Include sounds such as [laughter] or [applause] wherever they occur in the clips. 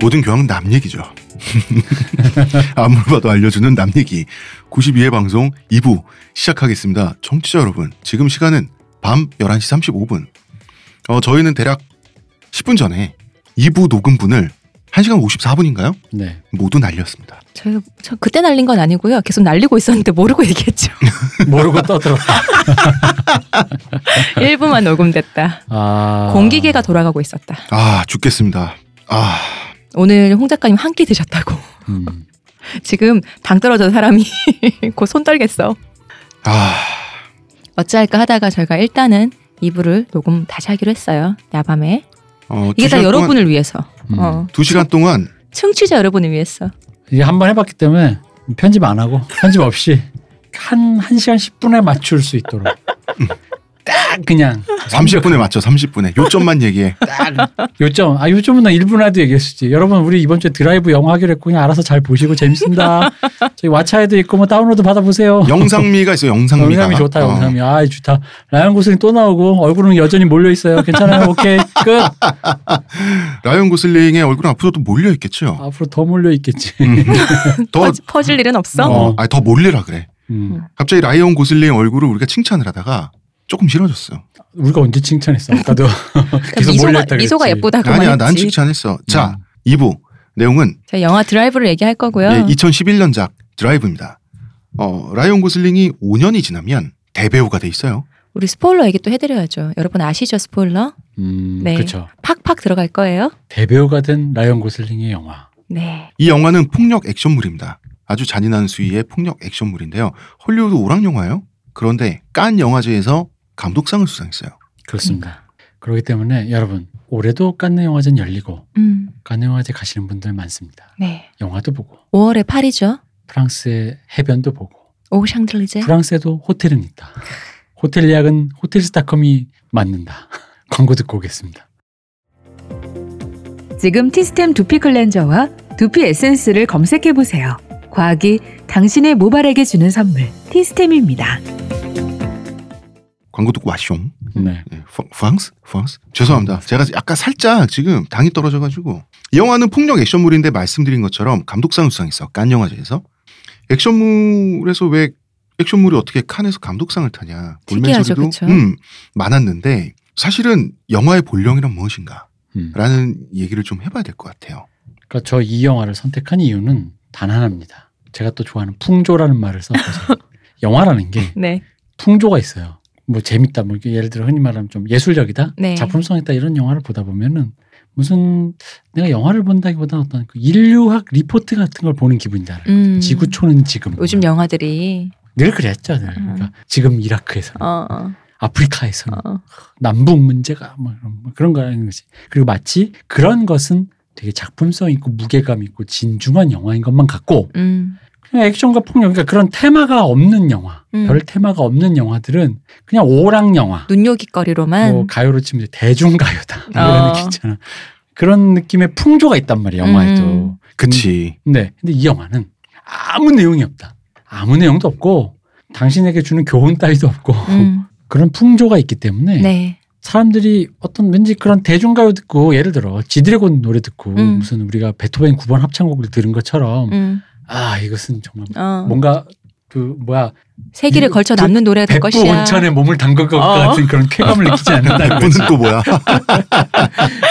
모든 교황은 남 얘기죠. [laughs] 아무리 봐도 알려주는 남 얘기. 92회 방송 2부 시작하겠습니다. 청취자 여러분, 지금 시간은 밤 11시 35분. 어, 저희는 대략 10분 전에 2부 녹음분을 1시간 54분인가요? 네. 모두 날렸습니다. 저희 저 그때 날린 건 아니고요. 계속 날리고 있었는데 모르고 얘기했죠. [laughs] 모르고 떠들어. 1부만 녹음됐다. 아. 공기계가 돌아가고 있었다. 아, 죽겠습니다. 아, 오늘 홍 작가님 한 끼 드셨다고. [laughs] 음. 지금 당 떨어진 사람이 [laughs] 곧 손 떨겠어. 아. 어찌할까 하다가 저희가 일단은 2부를 녹음 다시 하기로 했어요. 야밤에. 어, 이게 두 시간 다 동안- 여러분을 위해서. 음. 어. 두 시간 동안 청취자 여러분을 위해서. 이게 한 번 해봤기 때문에 편집 안 하고 편집 없이 한 1시간 10분에 맞출 수 있도록 딱 그냥 30분에 맞춰 30분에 요점만 얘기해. 요점 아 요점은 나 1분이라도 얘기했었지 여러분 우리 이번 주에 드라이브 영화 하기로 했고 그냥 알아서 잘 보시고 재밌습니다 저희 왓챠에도 있고 뭐 다운로드 받아보세요 영상미가 있어 영상미가. 영상이 좋다 어. 영상이 아 좋다 라이언 고슬링 또 나오고 얼굴은 여전히 몰려있어요 괜찮아요 오케이 끝 어, 라이언 고슬링의 얼굴은 앞으로도 몰려 있겠죠. 앞으로 더 몰려있겠지 더 퍼- 퍼질 일은 음. 없어. 어. 어, 아니 더 몰리라 그래. 음. 갑자기 라이언 고슬링 얼굴을 우리가 칭찬을 하다가 조금 싫어졌어. 우리가 언제 칭찬했어? [laughs] 아까도 계속 그러니까 미소가, 몰렸다 미소가 그랬지. 예쁘다고 아니야 난 했지. 칭찬했어. 자, 음. 2부 내용은 자, 영화 드라이브를 얘기할 거고요. 예, 2011년작 드라이브입니다. 어, 라이언 고슬링이 5년이 지나면 대배우가 돼 있어요. 우리 스포일러 얘기 또 해드려야죠. 여러분 아시죠 스포일러? 음, 네. 그렇죠. 팍팍 들어갈 거예요. 대배우가 된 라이언 고슬링의 영화. 네. 이 영화는 폭력 액션물입니다. 아주 잔인한 수위의 폭력 액션물인데요. 헐리우드 오락 영화예요. 그런데 깐 영화제에서 감독상을 수상했어요. 그렇습니다. 그렇기 때문에 여러분 올해도 깐느 영화제는 열리고 음, 깐느 영화제 가시는 분들 많습니다. 네. 영화도 보고 5월에 파리죠. 프랑스의 해변도 보고 오 샹들리제. 프랑스에도 호텔은 있다. 호텔 예약은 호텔스닷컴이 맞는다. [laughs] 광고 듣고 오겠습니다. 지금 티스템 두피 클렌저와 두피 에센스를 검색해 보세요. 과학이 당신의 모발에게 주는 선물 티스템입니다. 광고 듣고 와숑. 네. 네, 프- 프랑스? 프랑스? 음. 죄송합니다. 제가 약간 살짝 지금 당이 떨어져가지고. 이 영화는 폭력 액션물인데 말씀드린 것처럼 감독상을 수상했어. 깐 영화제에서. 액션물에서 왜 액션물이 어떻게 칸에서 감독상을 타냐. 특이하죠, 그쵸? 음, 많았는데 사실은 영화의 본령이란 무엇인가? 음. 라는 얘기를 좀 해봐야 될 것 같아요. 그러니까 저 이 영화를 선택한 이유는 단 하나입니다. 제가 또 좋아하는 풍조라는 말을 [laughs] 써서 영화라는 게 네. 풍조가 있어요. 뭐 재밌다, 뭐 이렇게 예를 들어 흔히 말하면 좀 예술적이다, 네. 작품성 있다 이런 영화를 보다 보면은 무슨 내가 영화를 본다기보다는 어떤 그 인류학 리포트 같은 걸 보는 기분이다. 음. 지구촌은 지금 요즘 영화들이 늘 그랬죠, 늘. 그러니까 지금 이라크에서, 어, 어, 아프리카에서, 는 어. 남북 문제가 뭐 이런 뭐 그런 거라는 거지. 그리고 마치 그런 것은 되게 작품성 있고 무게감 있고 진중한 영화인 것만 같고 음. 그냥 액션과 폭력, 그러니까 그런 테마가 없는 영화, 음. 별 테마가 없는 영화들은 그냥 오락 영화. 눈요깃거리로만 뭐 가요로 치면 이제 대중가요다 뭐 음. 어. 이런 느낌 있잖아 그런 느낌의 풍조가 있단 말이야 영화에도 음. 그치. 근데 근데 이 영화는 아무 내용이 없다 아무 내용도 없고 당신에게 주는 교훈 따위도 없고 음. [laughs] 그런 풍조가 있기 때문에 네. 사람들이 어떤 왠지 그런 대중가요 듣고 예를 들어 지드래곤 노래 듣고 음. 무슨 우리가 베토벤 9번 합창곡을 들은 것처럼 음. 아 이것은 정말 어. 뭔가 그 뭐야 세기를 이- 걸쳐 그 남는 노래가 될 백부 것이야. 온천에 몸을 담글 것 어. 같은 그런 쾌감을 느끼지 [laughs] 않는다 분은 음. 또 뭐야?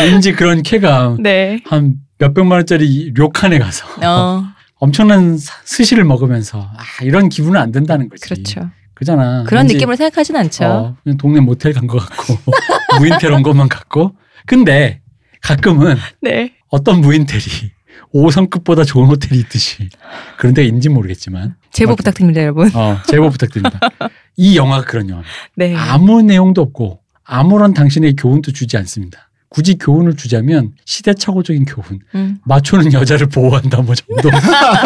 왠지 그런 쾌감 네. 한 몇백만 원짜리 료칸에 가서 어. [laughs] 엄청난 사- 스시를 먹으면서 아 이런 기분은 안 된다는 거지. 그렇죠. 그잖아. 그런 왠지, 느낌으로 생각하진 않죠. 어, 그냥 동네 모텔 간 것 같고 [laughs] 무인텔 온 것만 같고. 근데 가끔은 네. 어떤 무인텔이 [laughs] 5성급보다 좋은 호텔이 있듯이 그런 데인지 모르겠지만 제보 부탁드립니다, 여러분. 어, 제보 부탁드립니다. 이 영화가 그런 영화. 네. 아무 내용도 없고 아무런 당신에게 교훈도 주지 않습니다. 굳이 교훈을 주자면 시대착오적인 교훈. 음. 맞추는 여자를 보호한다 뭐 정도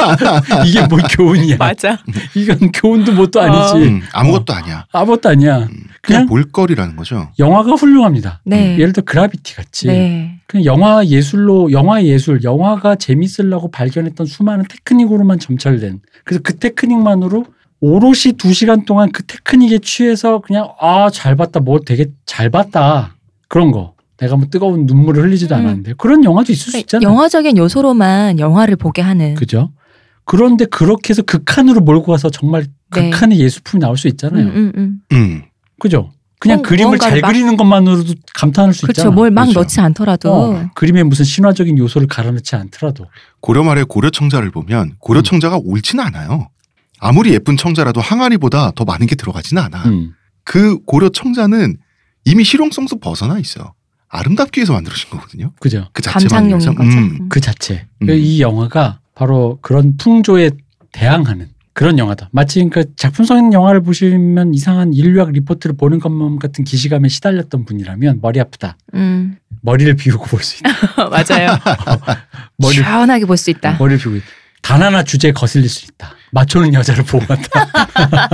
[laughs] 이게 뭐 교훈이야 맞아. 어. 이건 교훈도 뭣도 아니지 음, 아무것도 아니야. 아무것도 아니야 음, 그냥 그냥 볼거리라는 거죠. 영화가 훌륭합니다 네. 예를 들어 그라비티 같이 네. 그냥 영화 예술로 영화 예술 영화가 재밌으려고 발견했던 수많은 테크닉으로만 점철된 그래서 그 테크닉만으로 오롯이 두 시간 동안 그 테크닉에 취해서 그냥 아 잘 봤다 뭐 되게 잘 봤다 그런 거 내가 뭐 뜨거운 눈물을 흘리지도 음. 그러니까 않았는데 그런 영화도 있을 수 있잖아요. 영화적인 요소로만 영화를 보게 하는 그죠? 그런데 그렇게 해서 극한으로 몰고 가서 정말 네. 극한의 예술품이 나올 수 있잖아요. 음, 음, 음. 음. 그죠? 그냥 뭔- 그림을 잘 뭔가를 막- 그리는 것만으로도 감탄할 수 그렇죠. 있잖아. 뭘 막 그렇죠. 넣지 않더라도 어, 그림에 무슨 신화적인 요소를 갈아넣지 않더라도 고려 말의 고려 청자를 보면 고려 음. 청자가 옳지는 않아요. 아무리 예쁜 청자라도 항아리보다 더 많은 게 들어가지는 않아. 음. 그 고려 청자는 이미 실용성에서 벗어나 있어. 아름답기 위해서 만들어진 거거든요. 그죠? 그 자체만 감상용인 위해서. 거죠. 음. 그 자체 음. 이 영화가 바로 그런 풍조에 대항하는 그런 영화다. 마치 그러니까 작품성 있는 영화를 보시면 이상한 인류학 리포트를 보는 것만 같은 기시감에 시달렸던 분이라면 머리 아프다. 음. 머리를 비우고 볼 수 있다. [laughs] 맞아요. 머리 시원하게 볼 수 있다. 머리를 비우고 있다. 단 하나 주제에 거슬릴 수 있다. 맞추는 여자를 보호한다.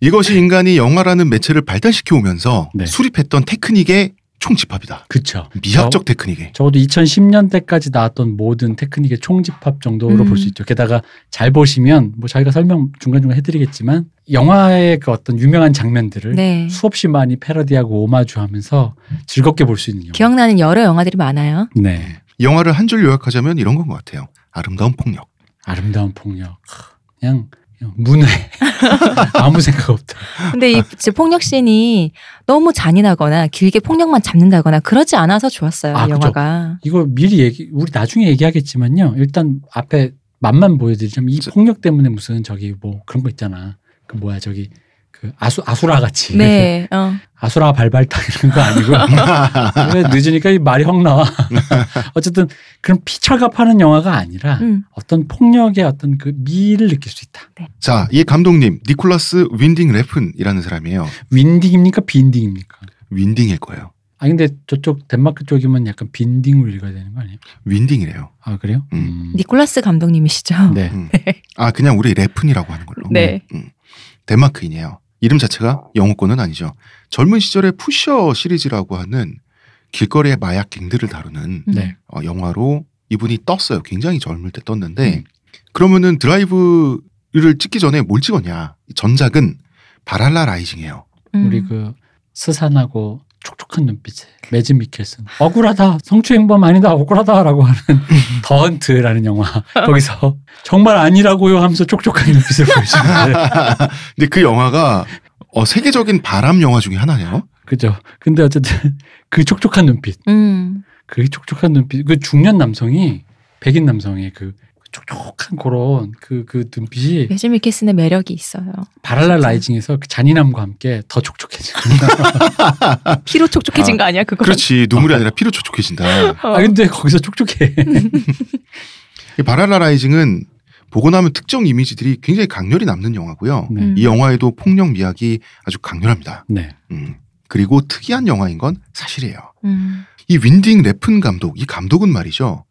이것이 인간이 영화라는 매체를 발달시켜 오면서 네. 수립했던 테크닉의 총집합이다. 그쵸. 미학적 테크닉에. 적어도 2010년대까지 나왔던 모든 테크닉의 총집합 정도로 음. 볼 수 있죠. 게다가 잘 보시면 뭐 저희가 설명 중간중간 해드리겠지만 영화의 그 어떤 유명한 장면들을 네. 수없이 많이 패러디하고 오마주하면서 즐겁게 볼 수 있는 영화. 기억나는 여러 영화들이 많아요. 네, 영화를 한 줄 요약하자면 이런 건 것 같아요. 아름다운 폭력. 아름다운 폭력. 그냥, 그냥 문외. [laughs] 아무 생각 없다. 근데 이 진짜 폭력 씬이 너무 잔인하거나 길게 폭력만 잡는다거나 그러지 않아서 좋았어요. 아, 이 그죠. 영화가. 이거 미리 얘기, 우리 나중에 얘기하겠지만요. 일단 앞에 맛만 보여드리자면 이 저- 폭력 때문에 무슨 저기 뭐 그런 거 있잖아. 그 뭐야 저기 그 아수 아수라 같이 네. 어. 아수라 발발탕 이런 거 아니고 이게 늦으니까 이 말이 확 나와. [laughs] 어쨌든 그런 피철갑하는 영화가 아니라 음. 어떤 폭력의 어떤 그 미를 느낄 수 있다. 자, 이 감독님 니콜라스 윈딩 레픈이라는 사람이에요. 윈딩입니까 빈딩입니까? 윈딩일 거예요. 아 근데 저쪽 덴마크 쪽이면 약간 빈딩으로 읽어야 되는 거 아니에요? 윈딩이래요. 아 그래요? 음. 니콜라스 감독님이시죠. 네. 음. 아 그냥 우리 레픈이라고 하는 걸로. 네. 음. 덴마크인이에요. 이름 자체가 영어권은 아니죠. 젊은 시절의 푸셔 시리즈라고 하는 길거리의 마약 갱들을 다루는 음. 네. 어, 영화로 이분이 떴어요. 굉장히 젊을 때 떴는데 그러면은 드라이브를 찍기 전에 뭘 찍었냐? 전작은 바랄라 라이징이에요. 음. 우리 그 스산하고 촉촉한 눈빛에 매진 미켈슨 억울하다 성추행범 아니다 억울하다라고 하는 더 헌트라는 영화 거기서 정말 아니라고요 하면서 촉촉한 눈빛을 보여주는데 근데 그 영화가 어, 세계적인 바람 영화 중에 하나네요. 그죠. 근데 어쨌든 [laughs] 그 촉촉한 눈빛, 음. 그 촉촉한 눈빛, 그 중년 남성이 백인 남성의 그 촉촉한 그런 그, 그 눈빛이 매진 미키슨의 매력이 있어요. 바랄라 라이징에서 그 잔인함과 함께 더 촉촉해진다. 피로 촉촉해진 아, 거 아니야 그거? 그렇지 눈물이 아니라 피로 촉촉해진다. 어. 아, 근데 거기서 [laughs] 촉촉해. 음. 이그 바랄라 라이징은 보고 나면 특정 이미지들이 굉장히 강렬히 남는 영화고요. 네. 이 영화에도 폭력 미학이 아주 강렬합니다. 네. 음. 그리고 특이한 영화인 건 사실이에요. 음. 이 윈딩 레픈 감독, 이 감독은 말이죠.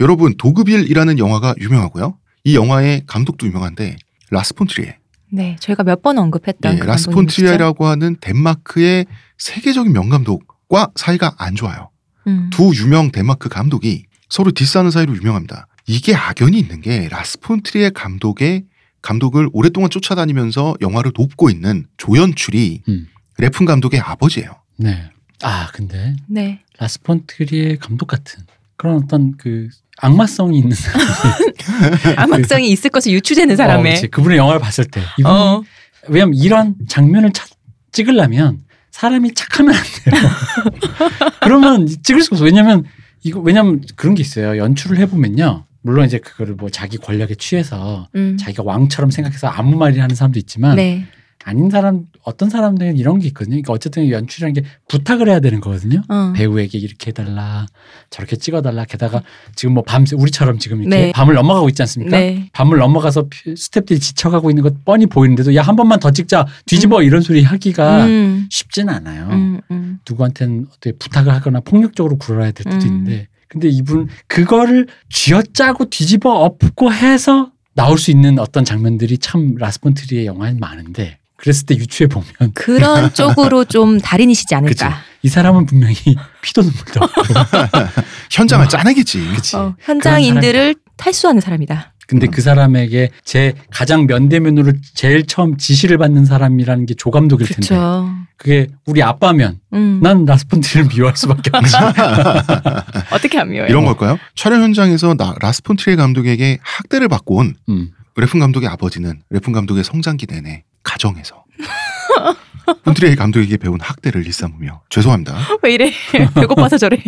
여러분 도그빌이라는 영화가 유명하고요. 이 영화의 감독도 유명한데 라스폰트리에, 네. 저희가 몇 번 언급했던 예, 그 감독님이시죠? 라스폰트리에라고 하는 덴마크의 세계적인 명감독과 사이가 안 좋아요. 음. 두 유명 덴마크 감독이 서로 디스하는 사이로 유명합니다. 이게 악연이 있는 게 라스폰트리에 감독의 감독을 오랫동안 쫓아다니면서 영화를 돕고 있는 조연출이 음. 레픈 감독의 아버지예요. 네. 아, 근데 네. 라스폰트리의 감독 같은 그런 어떤 그 악마성이 있는 사람. 암흑성이 있을 것이 유추되는 어, 사람의. 그치. 그분의 영화를 봤을 때. 이분 어. 왜냐면 이런 장면을 찾- 찍으려면 사람이 착하면 안 돼요. [laughs] 그러면 찍을 수가 없어. 왜냐면 이거 왜냐면 그런 게 있어요. 연출을 해보면요. 물론 이제 그거를 뭐 자기 권력에 취해서 음. 자기가 왕처럼 생각해서 아무 말이나 하는 사람도 있지만 네. 아닌 사람 어떤 사람들은 이런 게 있거든요. 그러니까 어쨌든 연출이라는 게 부탁을 해야 되는 거거든요. 어. 배우에게 이렇게 해달라, 저렇게 찍어달라. 게다가 지금 뭐 밤새 우리처럼 지금 이렇게 네. 밤을 넘어가고 있지 않습니까? 네. 밤을 넘어가서 스탭들이 지쳐가고 있는 것 뻔히 보이는데도 야 한 번만 더 찍자 뒤집어 이런 소리 하기가 음. 쉽진 않아요. 음. 음. 누구한테는 어떻게 부탁을 하거나 폭력적으로 굴어야 될 때도 음. 있는데 근데 이분 그거를 쥐어짜고 뒤집어 엎고 해서 나올 수 있는 어떤 장면들이 참 라스폰트리의 영화엔 많은데 그랬을 때 유추해 보면 그런 [laughs] 쪽으로 좀 달인이시지 않을까. 이 사람은 분명히 [laughs] 피도 눈물도 없고 현장을 짜내겠지. 아, 그치 어, 현장인들을 탈수하는 사람이다. 근데 음. 그 사람에게 제 가장 면대면으로 제일 처음 지시를 받는 사람이라는 게 조감독일 텐데 그렇죠. 그게 우리 아빠면 음. 난 라스폰트를 미워할 수밖에 없지. [laughs] 아, 어떻게 안 미워요? 이런 걸까요? 촬영 현장에서 나- 라스폰트리에 감독에게 학대를 받고 온 음. 레픈 감독의 아버지는 레픈 감독의 성장기 내내 [laughs] 가정에서 폰트리에 감독에게 배운 학대를 일삼으며 죄송합니다. [laughs] 왜 이래? 배고파서 저래.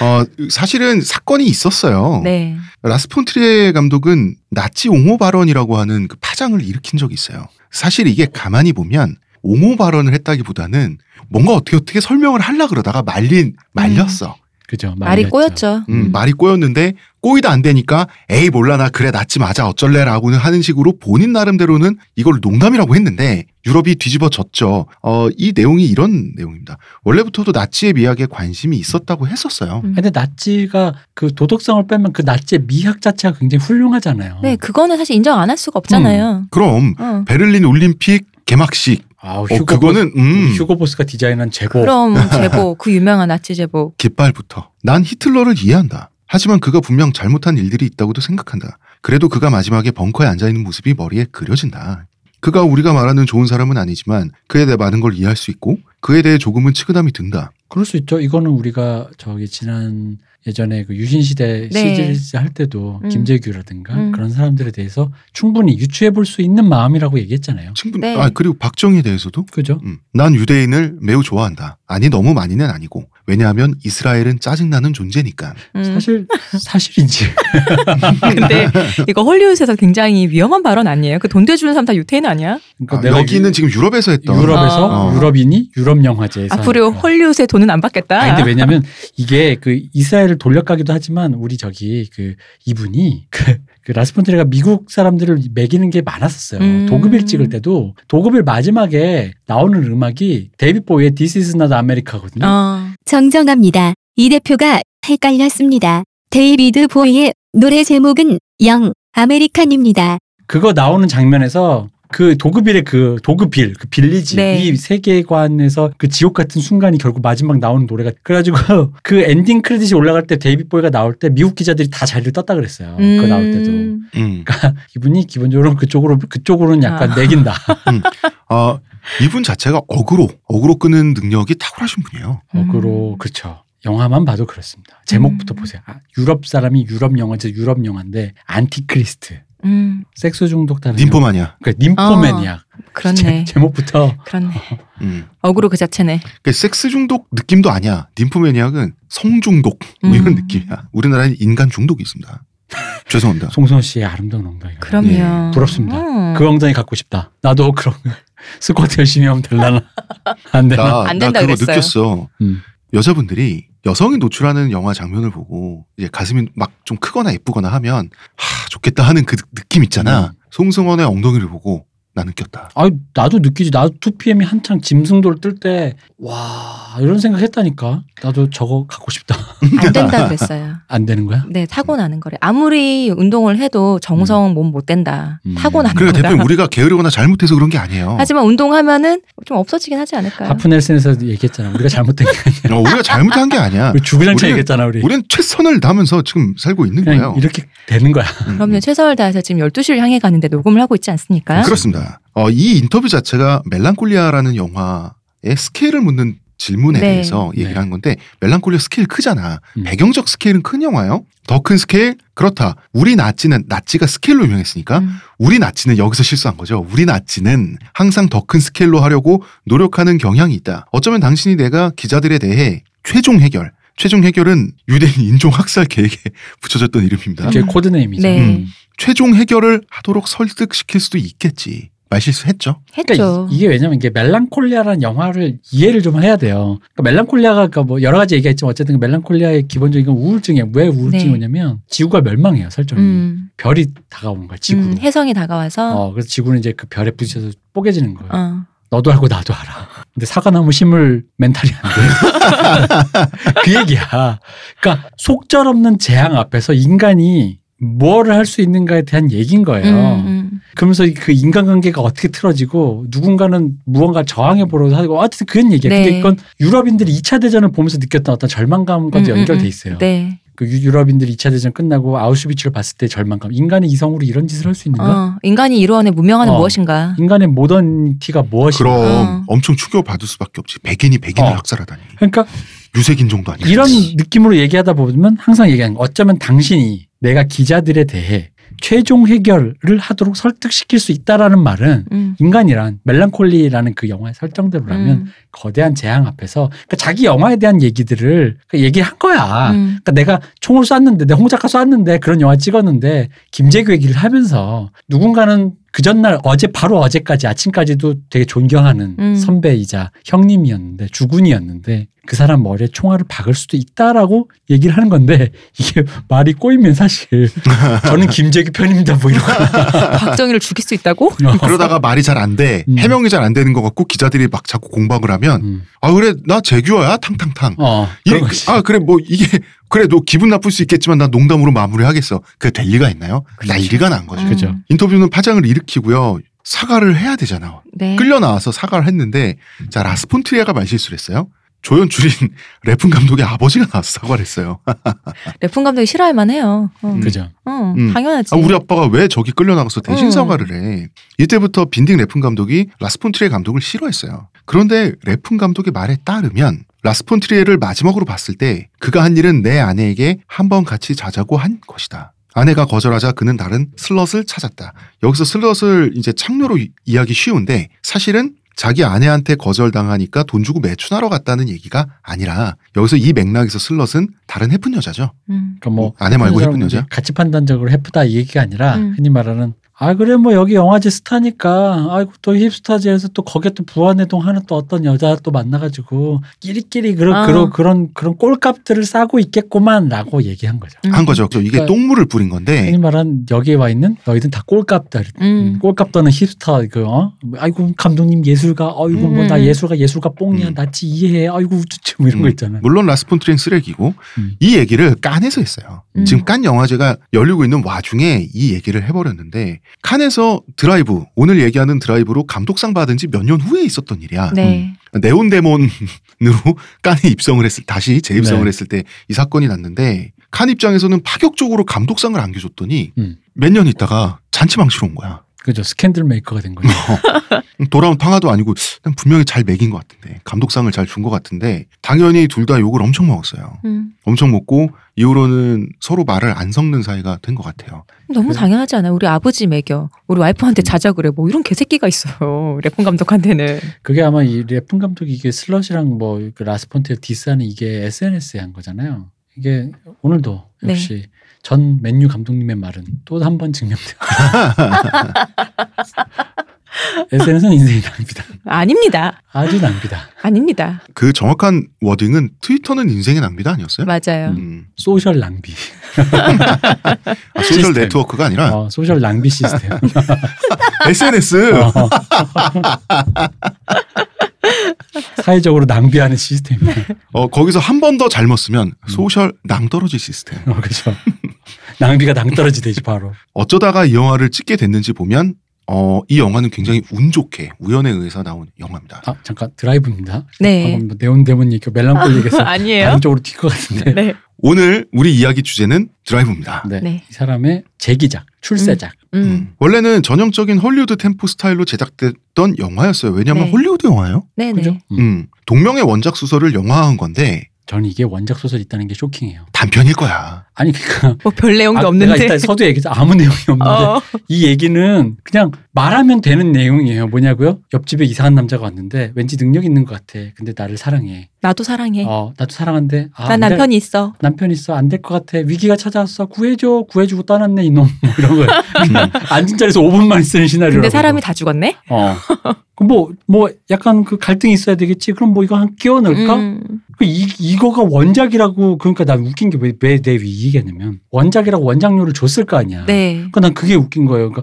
어, 사실은 사건이 있었어요. 네. 라스폰트리에 감독은 나치 옹호 발언이라고 하는 그 파장을 일으킨 적이 있어요. 사실 이게 가만히 보면 옹호 발언을 했다기보다는 뭔가 어떻게 어떻게 설명을 하려 그러다가 말린 말렸어. 그죠. 말이 말렸죠. 꼬였죠. 음, 음. 말이 꼬였는데 꼬이다 안 되니까 에이 몰라 나 그래 낫지 맞아 어쩔래라고는 하는 식으로 본인 나름대로는 이걸 농담이라고 했는데 유럽이 뒤집어졌죠. 어, 이 내용이 이런 내용입니다. 원래부터도 나치의 미학에 관심이 있었다고 했었어요. 음. 근데 나치가 그 도덕성을 빼면 그 나치의 미학 자체가 굉장히 훌륭하잖아요. 네, 그거는 사실 인정 안 할 수가 없잖아요. 그럼 음. 어. 베를린 올림픽 개막식 아우, 어, 휴고 그거는 음, 휴고 보스가 디자인한 제복. [laughs] 그럼 제복, 그 유명한 나치 제복. 깃발부터 난 히틀러를 이해한다. 하지만 그가 분명 잘못한 일들이 있다고도 생각한다. 그래도 그가 마지막에 벙커에 앉아 있는 모습이 머리에 그려진다. 그가 우리가 말하는 좋은 사람은 아니지만 그에 대해 많은 걸 이해할 수 있고 그에 대해 조금은 치근함이 든다. 그럴 수 있죠. 이거는 우리가 저기 지난 예전에 그 유신 시대 네. 시리즈 할 때도 음. 김재규라든가 음. 그런 사람들에 대해서 충분히 유추해 볼 수 있는 마음이라고 얘기했잖아요. 친분. 네. 아 그리고 박정희에 대해서도 그죠? 음, 난 유대인을 매우 좋아한다. 아니 너무 많이는 아니고 왜냐하면 이스라엘은 짜증나는 존재니까. 음. 사실 사실인지 [laughs] 아, 근데 이거 헐리우드에서 굉장히 위험한 발언 아니에요? 그 돈 대주는 사람 다 유태인 아니야? 그러니까 아, 내가 여기는 지금 유럽에서 했던 유럽에서 아. 유럽인이 유럽 영화제에서 어. 앞으로 하니까. 헐리우드의 돈은 안 받겠다. 아니 근데 왜냐면 이게 그 이스라엘을 돌려가기도 하지만 우리 저기 그 이분이 그, 그 라스폰트레가 미국 사람들을 매기는 게 많았었어요. 음. 도급일 찍을 때도 도급일 마지막에 나오는 음악이 데이비 보이의 This is not America거든요. 어. 정정합니다. 이 대표가 헷갈렸습니다. 데이비드 보이의 노래 제목은 영 아메리칸입니다. 그거 나오는 장면에서 그 도급일의 그 도급빌, 그 빌리지 네. 이 세계관에서 그 지옥 같은 순간이 결국 마지막 나오는 노래가 그래가지고 [laughs] 그 엔딩 크레딧이 올라갈 때 데이비 보이가 나올 때 미국 기자들이 다 자리를 떴다 그랬어요. 그거 나올 때도. 음. 음. 이분이 기본적으로 그쪽으로 그쪽으로는 약간 아. [laughs] 내긴다. 어, 이분 자체가 어그로 어그로 끄는 능력이 탁월하신 분이에요. 어그로 그렇죠. 영화만 봐도 그렇습니다. 제목부터 음. 보세요. 아, 유럽 사람이 유럽 영화제 유럽 영화인데 안티크리스트, 음. 섹스 중독자는 님포마니아. 그 [laughs] 님포맨이야. 그렇네. 제목부터 그렇네. 음. 어그로 그 자체네. 그 섹스 중독 느낌도 아니야. ним프매니악은 성 중독 뭐 이런 음. 느낌이야. 우리나라엔 인간 중독이 있습니다. 죄송합니다. 송선 씨의 아름다운 엉덩이. 그럼요. 예, 부럽습니다. 음. 그 엉덩이 갖고 싶다. 나도 그런 [laughs] 스쿼트 열심히 하면 될라나 [laughs] 안 되나? 나, 네. 안 나 된다 그거 그랬어요. 느꼈어. 음. 여자분들이 여성이 노출하는 영화 장면을 보고 이제 가슴이 막 좀 크거나 예쁘거나 하면 하 좋겠다 하는 그 느- 느낌 있잖아. 음. 송승헌의 엉덩이를 보고 나 음. 느꼈다. 아 나도 느끼지. 나도 2PM이 한창 짐승도를 뜰 때 와 이런 생각했다니까. 나도 저거 갖고 싶다. [laughs] 안 된다 그랬어요. 안 되는 거야? 네, 타고 나는 거래. 아무리 운동을 해도 정성 몸 못 된다. 음. 타고 나는 거다. 그러니까 대표님 우리가 게으르거나 잘못해서 그런 게 아니에요. 하지만 운동하면은 좀 없어지긴 하지 않을까요? 하프 넬슨에서 얘기했잖아. 우리가 잘못된 게 아니야. 어, 우리가 잘못한 게 [laughs] 아니야. 우리 주구장창 우리는- 얘기했잖아. 우리. 우리는 최선을 다하면서 지금 살고 있는 그냥 거예요. 이렇게 되는 거야. 음. 그럼요. 최선을 다해서 지금 12시를 향해 가는데 녹음을 하고 있지 않습니까? 그렇습니다. 어, 이 인터뷰 자체가 멜랑콜리아라는 영화의 스케일을 묻는 질문에 네. 대해서 얘기를 네. 한 건데 멜랑콜리아 스케일 크잖아. 음. 배경적 스케일은 큰 영화요. 더 큰 스케일 그렇다. 우리 나치는 나치가 스케일로 유명했으니까 음. 우리 나치는 여기서 실수한 거죠. 우리 나치는 항상 더 큰 스케일로 하려고 노력하는 경향이 있다. 어쩌면 당신이 내가 기자들에 대해 최종 해결. 최종 해결은 유대인 인종 학살 계획에 [laughs] 붙여졌던 이름입니다. 제 코드네임이죠. 네. 음. 최종 해결을 하도록 설득시킬 수도 있겠지. 말실수했죠. 했죠. 그러니까 이, 게 왜냐면 이게 멜랑콜리아라는 영화를 이해를 좀 해야 돼요. 그러니까 멜랑콜리아가 그러니까 뭐 여러 가지 얘기했지만 어쨌든 그 멜랑콜리아의 기본적인 건 우울증이에요. 왜 우울증이 네. 오냐면 지구가 멸망해요. 설정이. 음. 별이 다가오는 거야. 지구로. 음, 혜성이 다가와서 어, 그래서 지구는 이제 그 별에 부딪혀서 뽀개지는 거예요. 어. 너도 알고 나도 알아. 근데 사과나무 심을 멘탈이 안 돼. [laughs] 그 얘기야. 그러니까 속절없는 재앙 앞에서 인간이 뭐를 할 수 있는가에 대한 얘기인 거예요. 음, 음. 그러면서 그 인간관계가 어떻게 틀어지고 누군가는 무언가 저항해 보려고 하고 어쨌든 그런 얘기야. 네. 근데 이건 유럽인들이 2차 대전을 보면서 느꼈던 어떤 절망감과도 음, 음, 연결돼 음. 있어요. 네. 그 유- 유럽인들이 2차 대전 끝나고 아우슈비츠를 봤을 때 절망감. 인간의 이성으로 이런 짓을 할 수 있는가? 어, 인간이 이루어낸 무명하는 어. 무엇인가. 인간의 모던티가 무엇인가? 그럼 어. 엄청 충격받을 수밖에 없지. 백인이 백인을 어. 학살하다니. 그러니까 유색인종도 아니고. 이런 느낌으로 얘기하다 보면 항상 얘기하는 거. 어쩌면 당신이 내가 기자들에 대해 최종 해결을 하도록 설득시킬 수 있다라는 말은 음. 인간이란 멜랑콜리라는 그 영화의 설정대로라면 음, 거대한 재앙 앞에서 그러니까 자기 영화에 대한 얘기들을 그 얘기를 한 거야. 음. 그러니까 내가 총을 쐈는데 내 홍작가 쐈는데 그런 영화 찍었는데 김재규 얘기를 하면서 누군가는 그 전날 어제 바로 어제까지 아침까지도 되게 존경하는 음. 선배이자 형님이었는데 주군이었는데 그 사람 머리에 총알을 박을 수도 있다라고 얘기를 하는 건데 이게 말이 꼬이면 사실 저는 김재규 편입니다 뭐 [laughs] 이런 거 박정희를 죽일 수 있다고? 그러다가 말이 잘 안 돼. 음. 해명이 잘 안 되는 것 같고 기자들이 막 자꾸 공방을 하면 음. 아 그래 나 재규어야 탕탕탕. 어 이- 그런 거지. 아 그래 뭐 이게 그래 너 기분 나쁠 수 있겠지만 난 농담으로 마무리하겠어. 그게 될 리가 있나요? 난리가 난 거죠. 음. 그죠. 인터뷰는 파장을 일으키고요. 사과를 해야 되잖아. 네. 끌려 나와서 사과를 했는데 자 라스폰트리아가 말실수를 했어요. 조연출인 [laughs] 래픈 감독의 아버지가 나와서 사과를 했어요. 래픈 감독이 싫어할 만해요. 어. 음. 그죠. 어, 음. 당연하지. 아, 우리 아빠가 왜 저기 끌려 나가서 대신 음. 사과를 해? 이때부터 빈딩 래픈 감독이 라스폰트리에 감독을 싫어했어요. 그런데 래픈 감독의 말에 따르면 라스폰트리에를 마지막으로 봤을 때 그가 한 일은 내 아내에게 한번 같이 자자고 한 것이다. 아내가 거절하자 그는 다른 슬럿을 찾았다. 여기서 슬럿을 이제 창녀로 이- 이해하기 쉬운데 사실은 자기 아내한테 거절당하니까 돈 주고 매춘하러 갔다는 얘기가 아니라 여기서 이 맥락에서 슬럿은 다른 해픈 여자죠. 음. 그러니까 뭐 아내 말고 그런 해픈 사람은 여자. 가치 판단적으로 해프다 이 얘기가 아니라 음. 흔히 말하는 아 그래 뭐 여기 영화제 스타니까 아이고 또 힙스타제에서 또 거기에 또 부안해동 하는 또 어떤 여자 또 만나가지고 끼리끼리 그런 아. 그런 그런 그런 꼴값들을 싸고 있겠구만라고 얘기한 거죠. 음. 한 거죠. 그래서 이게 그러니까- 똥물을 뿌린 건데 흔히 말하는 여기에 와 있는 너희들 다 꼴값들. 음. 꼴값 떠는 힙스터 그 어? 아이고 감독님 예술가 아이고 뭐 나 음. 예술가 예술가 뽕이야 음. 나치 이해해 아이고 우쭈쭈 뭐 이런 거 음. 있잖아. 물론 라스폰트린 쓰레기고 음. 이 얘기를 깐에서 했어요. 음. 지금 깐 영화제가 열리고 있는 와중에 이 얘기를 해버렸는데 칸에서 드라이브 오늘 얘기하는 드라이브로 감독상 받은 지 몇 년 후에 있었던 일이야. 음. 네. 네온데몬으로 [laughs] 칸에 입성을 했을 다시 재입성을 네. 했을 때 이 사건이 났는데 칸 입장에서는 파격적으로 감독상을 안겨줬더니 음. 몇 년 있다가 잔치망치로 온 거야. 그죠 스캔들 메이커가 된 거죠. 뭐, 돌아온 탕화도 아니고 난 분명히 잘 매긴 것 같은데 감독상을 잘 준 것 같은데 당연히 둘 다 욕을 엄청 먹었어요. 음. 엄청 먹고 이후로는 서로 말을 안 섞는 사이가 된 것 같아요. 음. 너무 그래요? 당연하지 않아요? 우리 아버지 매겨. 우리 와이프한테 음. 자자 그래. 뭐 이런 개새끼가 있어요. [laughs] 래픈 감독한테는. 그게 아마 이 래픈 감독이 이게 슬럿이랑 뭐 그 라스폰테 디스하는 이게 SNS에 한 거잖아요. 이게 오늘도 네. 역시 전 맨유 감독님의 말은 또 한 번 [laughs] 증명돼요. SNS는 인생이 낭비다. 아닙니다. 아주 낭비다. 아닙니다. 그 정확한 워딩은 트위터는 인생의 낭비다 네? 아니었어요? 맞아요. 음. 소셜 낭비. 아, 소셜 시스템. 네트워크가 아니라 어, 소셜 낭비 시스템. SNS. [laughs] 어. 사회적으로 낭비하는 시스템. 어, 거기서 한 번 더 잘못 쓰면 음. 소셜 낭떨어지 시스템. [laughs] 어, 그죠. 낭비가 낭 떨어지듯이 바로. 어쩌다가 이 영화를 찍게 됐는지 보면 어, 이 영화는 굉장히 운 좋게 우연에 의해서 나온 영화입니다. 아 잠깐 드라이브입니다. 네. 방금 뭐 네온데몬 얘기, 멜랑콜 얘기해서 [laughs] 아니에요? 다른 쪽으로 튈 것 같은데. 네. 오늘 우리 이야기 주제는 드라이브입니다. 네. 네. 이 사람의 재기작, 출세작. 음. 음. 원래는 전형적인 헐리우드 템포 스타일로 제작됐던 영화였어요. 왜냐하면 네. 헐리우드 영화예요. 네네. 그죠? 음. 음. 동명의 원작 소설을 영화화한 건데 저는 이게 원작 소설 있다는 게 쇼킹해요. 단편일 거야. 아니 그러니까 뭐 별 내용도 아, 없는데. 내가 일단 서두 얘기해서 아무 내용이 없는데 [laughs] 어. 이 얘기는 그냥 말하면 되는 내용이에요. 뭐냐고요? 옆집에 이상한 남자가 왔는데 왠지 능력 있는 것 같아. 근데 나를 사랑해. 나도 사랑해. 어, 나도 사랑한데. 아, 안 돼. 난 네. 남편이 있어. 남편 있어 안 될 것 같아 위기가 찾아왔어 구해줘 구해주고 떠났네 이놈 [laughs] 뭐 이런 거예요 [laughs] 앉은 자리에서 5분만 쓰는 시나리오 근데 사람이 다 죽었네. 어. 뭐뭐 약간 그 갈등이 있어야 되겠지 그럼 뭐 이거 한 끼워 넣을까 음. 그 이, 이거가 원작이라고 그러니까 난 웃긴 게 왜 내 위기겠냐면 원작이라고 원작료를 줬을 거 아니야. 네. 그러니까 난 그게 웃긴 거예요. 그러니까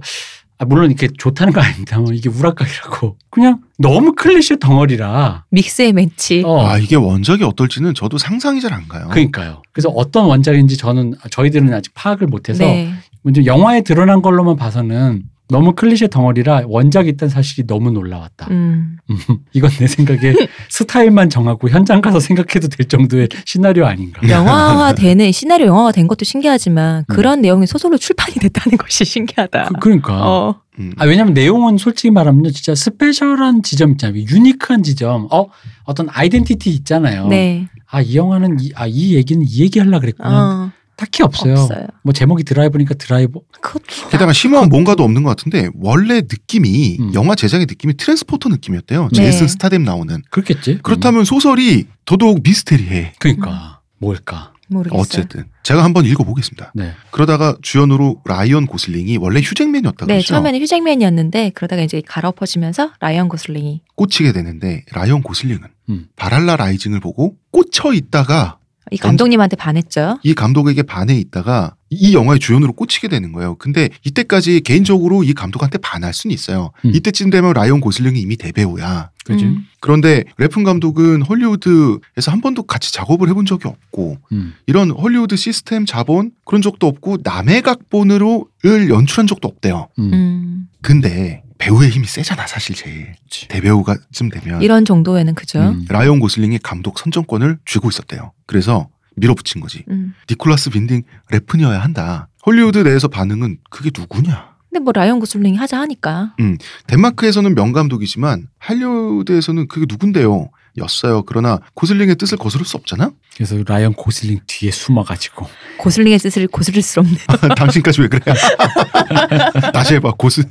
아, 물론 이렇게 좋다는 거 아닙니다만 뭐 이게 우락각이라고 그냥 너무 클리셰 덩어리라. 믹스의 매치. 어. 아 이게 원작이 어떨지는 저도 상상이 잘 안 가요. 그러니까요. 그래서 어떤 원작인지 저는 저희들은 아직 파악을 못해서 네. 먼저 영화에 드러난 걸로만 봐서는 너무 클리셰 덩어리라 원작이 있다는 사실이 너무 놀라웠다. 음. 이건 내 생각에 [laughs] 스타일만 정하고 현장 가서 생각해도 될 정도의 시나리오 아닌가. 예. 네. 영화화 되는 시나리오 영화가 된 것도 신기하지만 그런 내용이 소설로 출판이 됐다는 [laughs] 것이 신기하다. 그, 러니까 어. 음. 아, 왜냐면 내용은 솔직히 말하면요. 진짜 스페셜한 지점 있잖아요. 그 유니크한 지점. 어, 어떤 아이덴티티 어. 있잖아요. 네. 아, 이 영화는 이, 아, 이 얘기는 이 얘기 하려고 네. 그랬구나. 어. 딱히 없어요. 없어요. 뭐 제목이 드라이브니까 드라이버. 그것도 게다가 심오한 뭔가도 없는 것 같은데 원래 느낌이 음. 영화 제작의 느낌이 트랜스포터 느낌이었대요. 네. 음. 제이슨 스타뎀 나오는. 그렇겠지. 음. 그렇다면 소설이 더더욱 미스테리해. 그러니까 뭘까? 모르겠어요. 어쨌든 제가 한번 읽어보겠습니다. 네. 그러다가 주연으로 라이언 고슬링이 원래 휴잭맨이었다고 네, 그러죠. 처음에는 휴잭맨이었는데 그러다가 이제 갈아엎어지면서 라이언 고슬링이 꽂히게 되는데 라이언 고슬링은 음. 바랄라 라이징을 보고 꽂혀 있다가 이 감독님한테 반했죠. 이 감독에게 반해 있다가 이 영화의 주연으로 꽂히게 되는 거예요. 근데 이때까지 개인적으로 이 감독한테 반할 수는 있어요. 음. 이때쯤 되면 라이언 고슬링이 이미 대배우야. 그지. 음. 그런데 래픈 감독은 헐리우드에서 한 번도 같이 작업을 해본 적이 없고 음. 이런 헐리우드 시스템 자본 그런 적도 없고 남의 각본으로를 연출한 적도 없대요. 음. 음. 근데 배우의 힘이 세잖아 사실 제일 그치. 대배우가쯤 되면 이런 정도에는 그죠. 음. 음. 라이온 고슬링이 감독 선정권을 쥐고 있었대요. 그래서 밀어붙인 거지. 음. 니콜라스 빈딩 래픈이어야 한다. 헐리우드 내에서 반응은 그게 누구냐? 근데 뭐 라이언 고슬링이 하자 하니까. 덴마크에서는 명감독이지만 할리우드에서는 그게 누군데요? 였어요. 그러나 고슬링의 뜻을 거스를 수 없잖아? [laughs] 그래서 라이언 고슬링 뒤에 숨어가지고. 고슬링의 뜻을 고슬릴 수 없네. [laughs] 당신까지 왜 그래? [laughs] 다시 해봐. 고슬.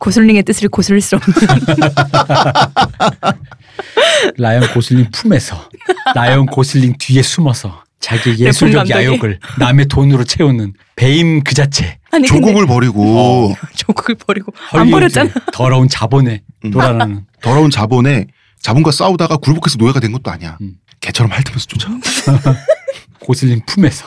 고슬링의 뜻을 고슬릴 수 없네. 라이언 고슬링 품에서 라이언 고슬링 뒤에 숨어서 자기 네, 예술적 본 감독이. 야욕을 남의 돈으로 채우는 배임 그 자체 아니 근데 조국을 버리고 [laughs] 조국을 버리고 안 버렸잖아. 헐리우드의 더러운 자본에 음. 돌아가는 더러운 자본에 자본과 싸우다가 굴복해서 노예가 된 것도 아니야. 음. 개처럼 핥으면서 쫓아가. 고슬링 품에서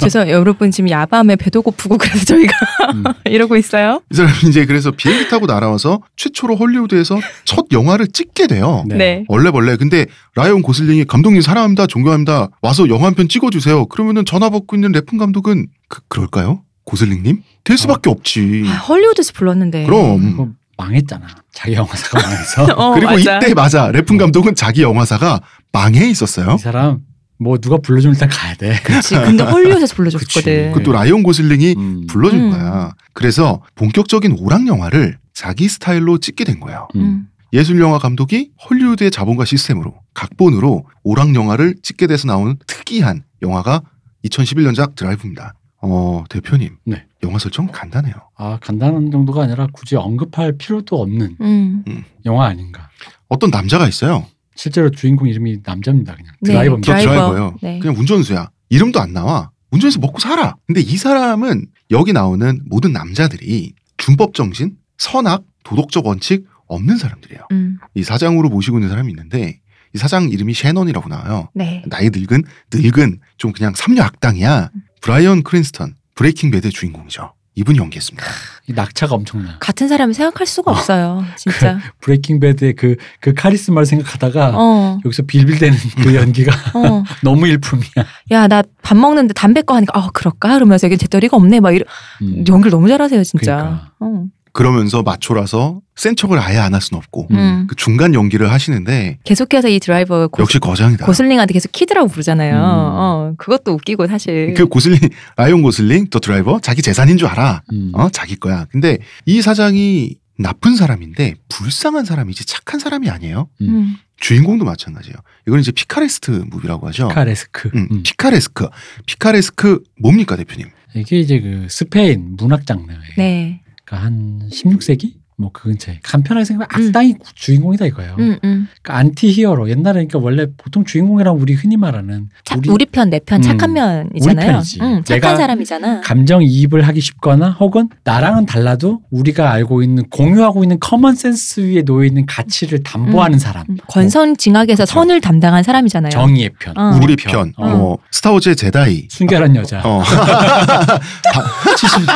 죄송해요. 여러분 지금 야밤에 배도 고프고 그래서 저희가 음. [laughs] 이러고 있어요. 이 사람이 이제 그래서 비행기 타고 날아와서 최초로 헐리우드에서 첫 영화를 찍게 돼요. 네. 원래 원래 근데 라이온 고슬링이 감독님 사랑합니다 존경합니다 와서 영화 한 편 찍어주세요 그러면은 전화 받고 있는 래픈 감독은 그, 그럴까요 고슬링님 될 수밖에 없지 아, 헐리우드에서 불렀는데. 음. 그럼 그거 망했잖아 자기 영화사가 망해서 [laughs] 어, 그리고 맞아. 이때 맞아 래픈 감독은 자기 영화사가 망해 있었어요 이 사람 뭐 누가 불러주면 일단 가야 돼 그치. 근데 헐리우드에서 그치. 불러줬거든. 그 또 라이온 고슬링이 음. 불러준 네. 음. 거야 그래서 본격적인 오락 영화를 자기 스타일로 찍게 된 거예요 음. 음. 예술 영화 감독이 헐리우드의 자본과 시스템으로 각본으로 오락 영화를 찍게 돼서 나오는 특이한 영화가 2011년작 드라이브입니다. 어 대표님, 네. 영화 설정 간단해요. 아 간단한 정도가 아니라 굳이 언급할 필요도 없는 음. 영화 아닌가 어떤 남자가 있어요. 실제로 주인공 이름이 남자입니다 그냥 네, 드라이버입니다 저 드라이버. 드라이버예요. 네. 그냥 운전수야. 이름도 안 나와. 운전해서 먹고 살아. 근데 이 사람은 여기 나오는 모든 남자들이 준법 정신, 선악, 도덕적 원칙 없는 사람들이에요. 음. 이 사장으로 모시고 있는 사람이 있는데 이 사장 이름이 셰넌이라고 나와요. 네. 나이 늙은 늙은 좀 그냥 삼류 악당이야. 브라이언 크린스턴 브레이킹 배드의 주인공이죠. 이분이 연기했습니다. 이 낙차가 엄청나 같은 사람을 생각할 수가 없어요. 진짜. 브레이킹 배드의 그, 그 카리스마를 생각하다가 어. 여기서 빌빌대는 그 연기가 [laughs] 어. 너무 일품이야. 야, 나 밥 먹는데 담배 거 하니까 아, 그럴까? 그러면서 여기 제떨이가 없네. 막 이러 음. 연기를 너무 잘하세요, 진짜. 그러니까. 어. 음. 그러면서 마초라서 센 척을 아예 안 할 수는 없고 그 중간 연기를 하시는데 계속해서 이 드라이버 음. 고, 역시 거장이다. 고슬링한테 계속 키드라고 부르잖아요. 음. 어. 그것도 웃기고 사실. 그 고슬링 라이온 고슬링 더 드라이버 자기 재산인 줄 알아. 음. 어 자기 거야. 근데 이 사장이 나쁜 사람인데 불쌍한 사람이지 착한 사람이 아니에요. 음. 주인공도 마찬가지예요. 이건 이제 피카레스트 무비라고 하죠. 피카레스크. 음, 음. 피카레스크. 피카레스크 뭡니까 대표님? 이게 이제 그 스페인 문학 장르예요. 네. 그러니까 한 16세기 뭐 그 근처에 간편하게 생각하면 음. 악당이 주인공이다 이거예요. 음, 음. 그러니까 안티히어로 옛날에 그러니까 원래 보통 주인공이랑 우리 흔히 말하는 착, 우리, 편, 내 편, 음. 착한 우리 면이잖아요. 편이지. 음, 착한 내가- 사람이잖아. 감정 이입을 하기 쉽거나 혹은 나랑은 달라도 우리가 알고 있는 공유하고 있는 커먼 센스 위에 놓여 있는 가치를 담보하는 사람. 음, 권선징악에서 그렇죠. 선을 담당한 사람이잖아요. 정의의 편, 어. 우리 편. 어. 뭐 스타워즈의 제다이. 순결한 여자. [laughs] 어. 바- 70.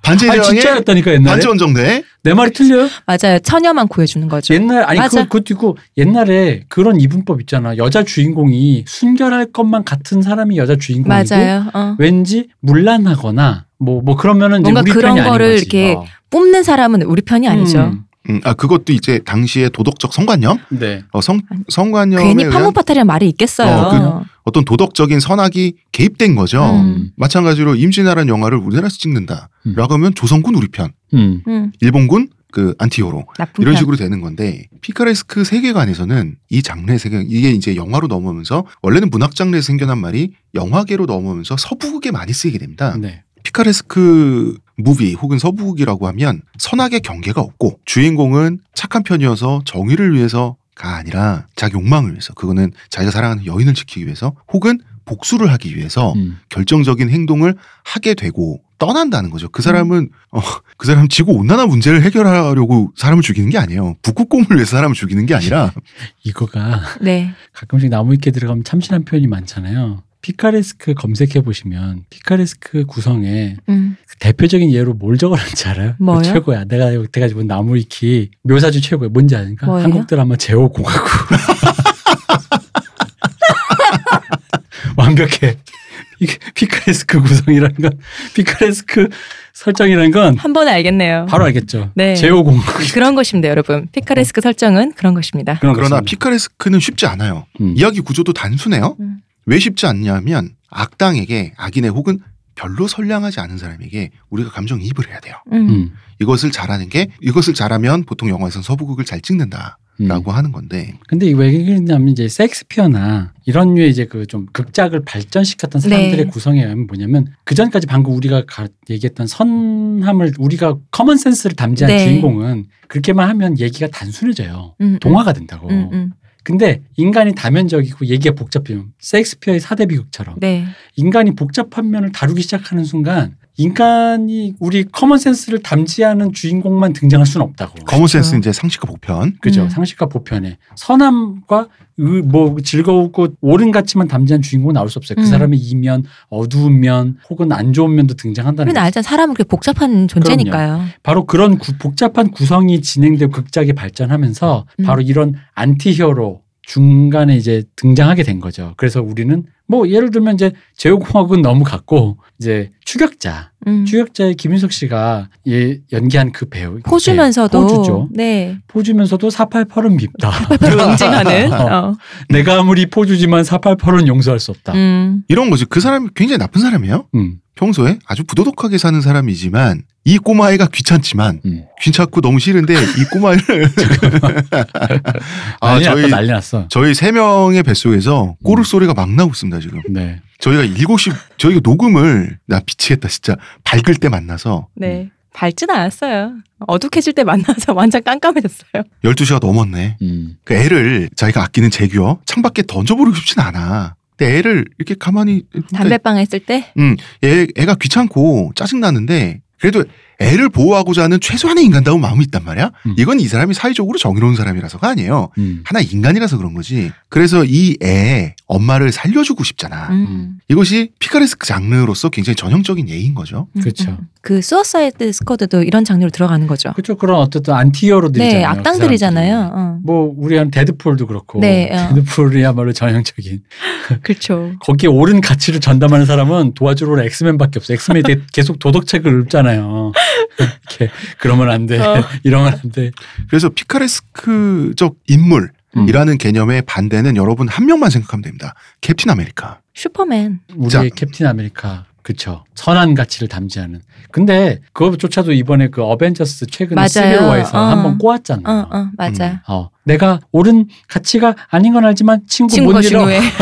반지의 아니 제왕의 [laughs] 네. 진짜였다니까 옛날에. 반지원정대 내 말이 틀려요? 맞아요. 처녀만 구해주는 거죠. 옛날 아니 그렇죠. 맞아. 그거 그것도 있고 옛날에 그런 이분법 있잖아. 여자 주인공이 순결할 것만 같은 사람이 여자 주인공이고 맞아요. 어. 왠지 문란하거나 뭐 뭐 그러면은 이제 뭔가 우리 그런 편이 아닌 거를 거지. 이렇게 어. 뽑는 사람은 우리 편이 아니죠. 음, 음, 아 그것도 이제 당시의 도덕적 성관념, 네. 어, 성 성관념에 괜히 의한 파무파탈이란 말이 있겠어요. 어, 그 어떤 도덕적인 선악이 개입된 거죠. 음. 마찬가지로 임진왜란 영화를 우리나라에서 찍는다라고 하면 조선군 우리 편, 음. 음, 일본군 그 안티히어로 나쁜 이런 편. 식으로 되는 건데 피카레스크 세계관에서는 이 장르의 세계 이게 이제 영화로 넘어오면서 원래는 문학 장르에서 생겨난 말이 영화계로 넘어오면서 서부극에 많이 쓰이게 됩니다. 네. 피카레스크 무비 혹은 서부극이라고 하면 선악의 경계가 없고 주인공은 착한 편이어서 정의를 위해서가 아니라 자기 욕망을 위해서 그거는 자기가 사랑하는 여인을 지키기 위해서 혹은 복수를 하기 위해서 음. 결정적인 행동을 하게 되고 떠난다는 거죠. 음. 그 사람은 어, 그 사람 지구 온난화 문제를 해결하려고 사람을 죽이는 게 아니에요. 북극곰을 위해서 사람을 죽이는 게 아니라 이거가 [laughs] 네. 가끔씩 나무 있게 들어가면 참신한 표현이 많잖아요. 피카레스크 검색해 보시면 피카레스크 구성에 음. 대표적인 예로 뭘 적어놨는지 알아요? [laughs] 뭐요? 그거 최고야. 내가 여태까지 본 나무위키 묘사주 최고야. 뭔지 아는가? 뭐예요? 한국 드라마 제호공화국. [laughs] 완벽해. 이 피카레스크 구성이라는 건 피카레스크 설정이라는 건 한 번에 알겠네요. 바로 알겠죠. 네. 제호공화국. 그런 것입니다, 여러분. 피카레스크 설정은 그런 것입니다. 음. 그런 그러나 것입니다. 피카레스크는 쉽지 않아요. 음. 이야기 구조도 단순해요. 음. 왜 쉽지 않냐면 악당에게 악인의 혹은 별로 선량하지 않은 사람에게 우리가 감정이입을 해야 돼요. 음. 음, 이것을 잘하는 게 이것을 잘하면 보통 영화에선 서부극을 잘 찍는다라고 음. 하는 건데 근데 이왜 그러냐면 이제 섹스피어나 이런 류의 이제 그 좀 극작을 발전시켰던 사람들의 네. 구성에 의하면 뭐냐면 그 전까지 방금 우리가 가- 얘기했던 선함을 우리가 커먼 센스를 담지한 네. 주인공은 그렇게만 하면 얘기가 단순해져요. 음, 음. 동화가 어. 된다고. 음, 음. 근데 인간이 다면적이고 얘기가 복잡해요. 섹스피어의 사대비극처럼 네. 인간이 복잡한 면을 다루기 시작하는 순간 인간이 우리 커먼 센스를 담지하는 주인공만 등장할 수는 없다고. 커먼센스 는 이제 상식과 보편 그죠 음. 상식과 보편에 선함과 의- 뭐 즐거우고 옳은 가치만 담지한 주인공은 나올 수 없어요 그 음. 사람의 이면 어두운 면 혹은 안 좋은 면도 등장한다는 우리는 거죠. 알잖아. 사람은 그렇게 복잡한 존재니까요. 바로 그런 구- 복잡한 구성이 진행되고 극작이 발전하면서 음. 바로 이런 안티히어로 중간에 이제 등장하게 된 거죠 그래서 우리는 뭐 예를 들면 이제 제오공학은 너무 같고 이제 추격자 음. 추격자의 김윤석 씨가 예, 연기한 그 배우 호주면서도 호주죠 [laughs] 네. 포주면서도 488은 밉다 [laughs] 경쟁하는 어. 내가 아무리 포주지만 488은 용서할 수 없다. 음. 음. 이런 거지. 그 사람이 굉장히 나쁜 사람이에요. 평소에 아주 부도덕하게 사는 사람이지만 이 꼬마애가 귀찮지만 음. 귀찮고 너무 싫은데 이 꼬마애를 [laughs] [laughs] 아 난리 저희 났다, 난리 났어. 저희 세 명의 음. 뱃속에서 꼬르 소리가 막 나고 있습니다 지금. 네. 저희가 일곱 시 저희가 녹음을 나 미치겠다 진짜 밝을 때 만나서 네. 밝진 않았어요. 어둑해질 때 만나서 [laughs] 완전 깜깜해졌어요. 12시가 넘었네. 음. 그 애를 자기가 아끼는 재규어 창밖에 던져버리고 싶진 않아. 근데 애를 이렇게 가만히 담배방 했을 때 애, 애가 귀찮고 짜증나는데 그래도 애를 보호하고자 하는 최소한의 인간다운 마음이 있단 말이야. 음. 이건 이 사람이 사회적으로 정의로운 사람이라서가 아니에요. 음. 하나 인간이라서 그런 거지. 그래서 이 애의 엄마를 살려주고 싶잖아. 음. 이것이 피카레스크 장르로서 굉장히 전형적인 예인 거죠. 음, 그쵸. 음. 그 수어사이드 스쿼드도 이런 장르로 들어가는 거죠. 그쵸. 그런 어쨌든 안티히어로들이잖아요. 네, 그 악당들이잖아요. 사람들이. 어. 뭐 우리한 데드풀도 그렇고 네, 어. 데드풀이야말로 전형적인 [laughs] 그렇죠. 거기에 옳은 가치를 전담하는 사람은 도와주러 올 엑스맨밖에 없어 엑스맨이 되- 계속 도덕책을 [laughs] 읊잖아요 이렇게 그러면 안돼 어. [laughs] 이러면 안돼 그래서 피카레스크적 음. 인물이라는 개념의 반대는 여러분 한 명만 생각하면 됩니다. 캡틴 아메리카. 슈퍼맨. 자. 우리의 캡틴 아메리카 그쵸 선한 가치를 담지하는 근데 그것조차도 이번에 그 어벤져스 최근에 맞아요. 시빌워에서 어. 한번 어, 꼬았잖아요 어, 어, 맞아. 내가 옳은 가치가 아닌 건 알지만 친구 못 친구가 잃어 중요해.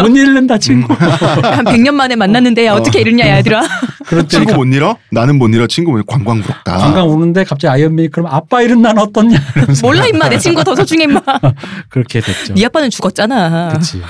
못 잃는다 친구 [laughs] 음. 한 100년 만에 만났는데 야, 어떻게 이러냐, 얘들아. [laughs] 그렇더니 친구 못 잃어? 나는 못 잃어. 친구 못 잃어. 관광 부럽다. 그렇죠. 그러니까. 관광 오는데 갑자기 아이언맨이 그럼 아빠 이름 난 어떻냐 [laughs] 이러면서 몰라, 임마. 내 친구 더 소중해, 임마. 그렇게 됐죠 네 아빠는 죽었잖아. 그치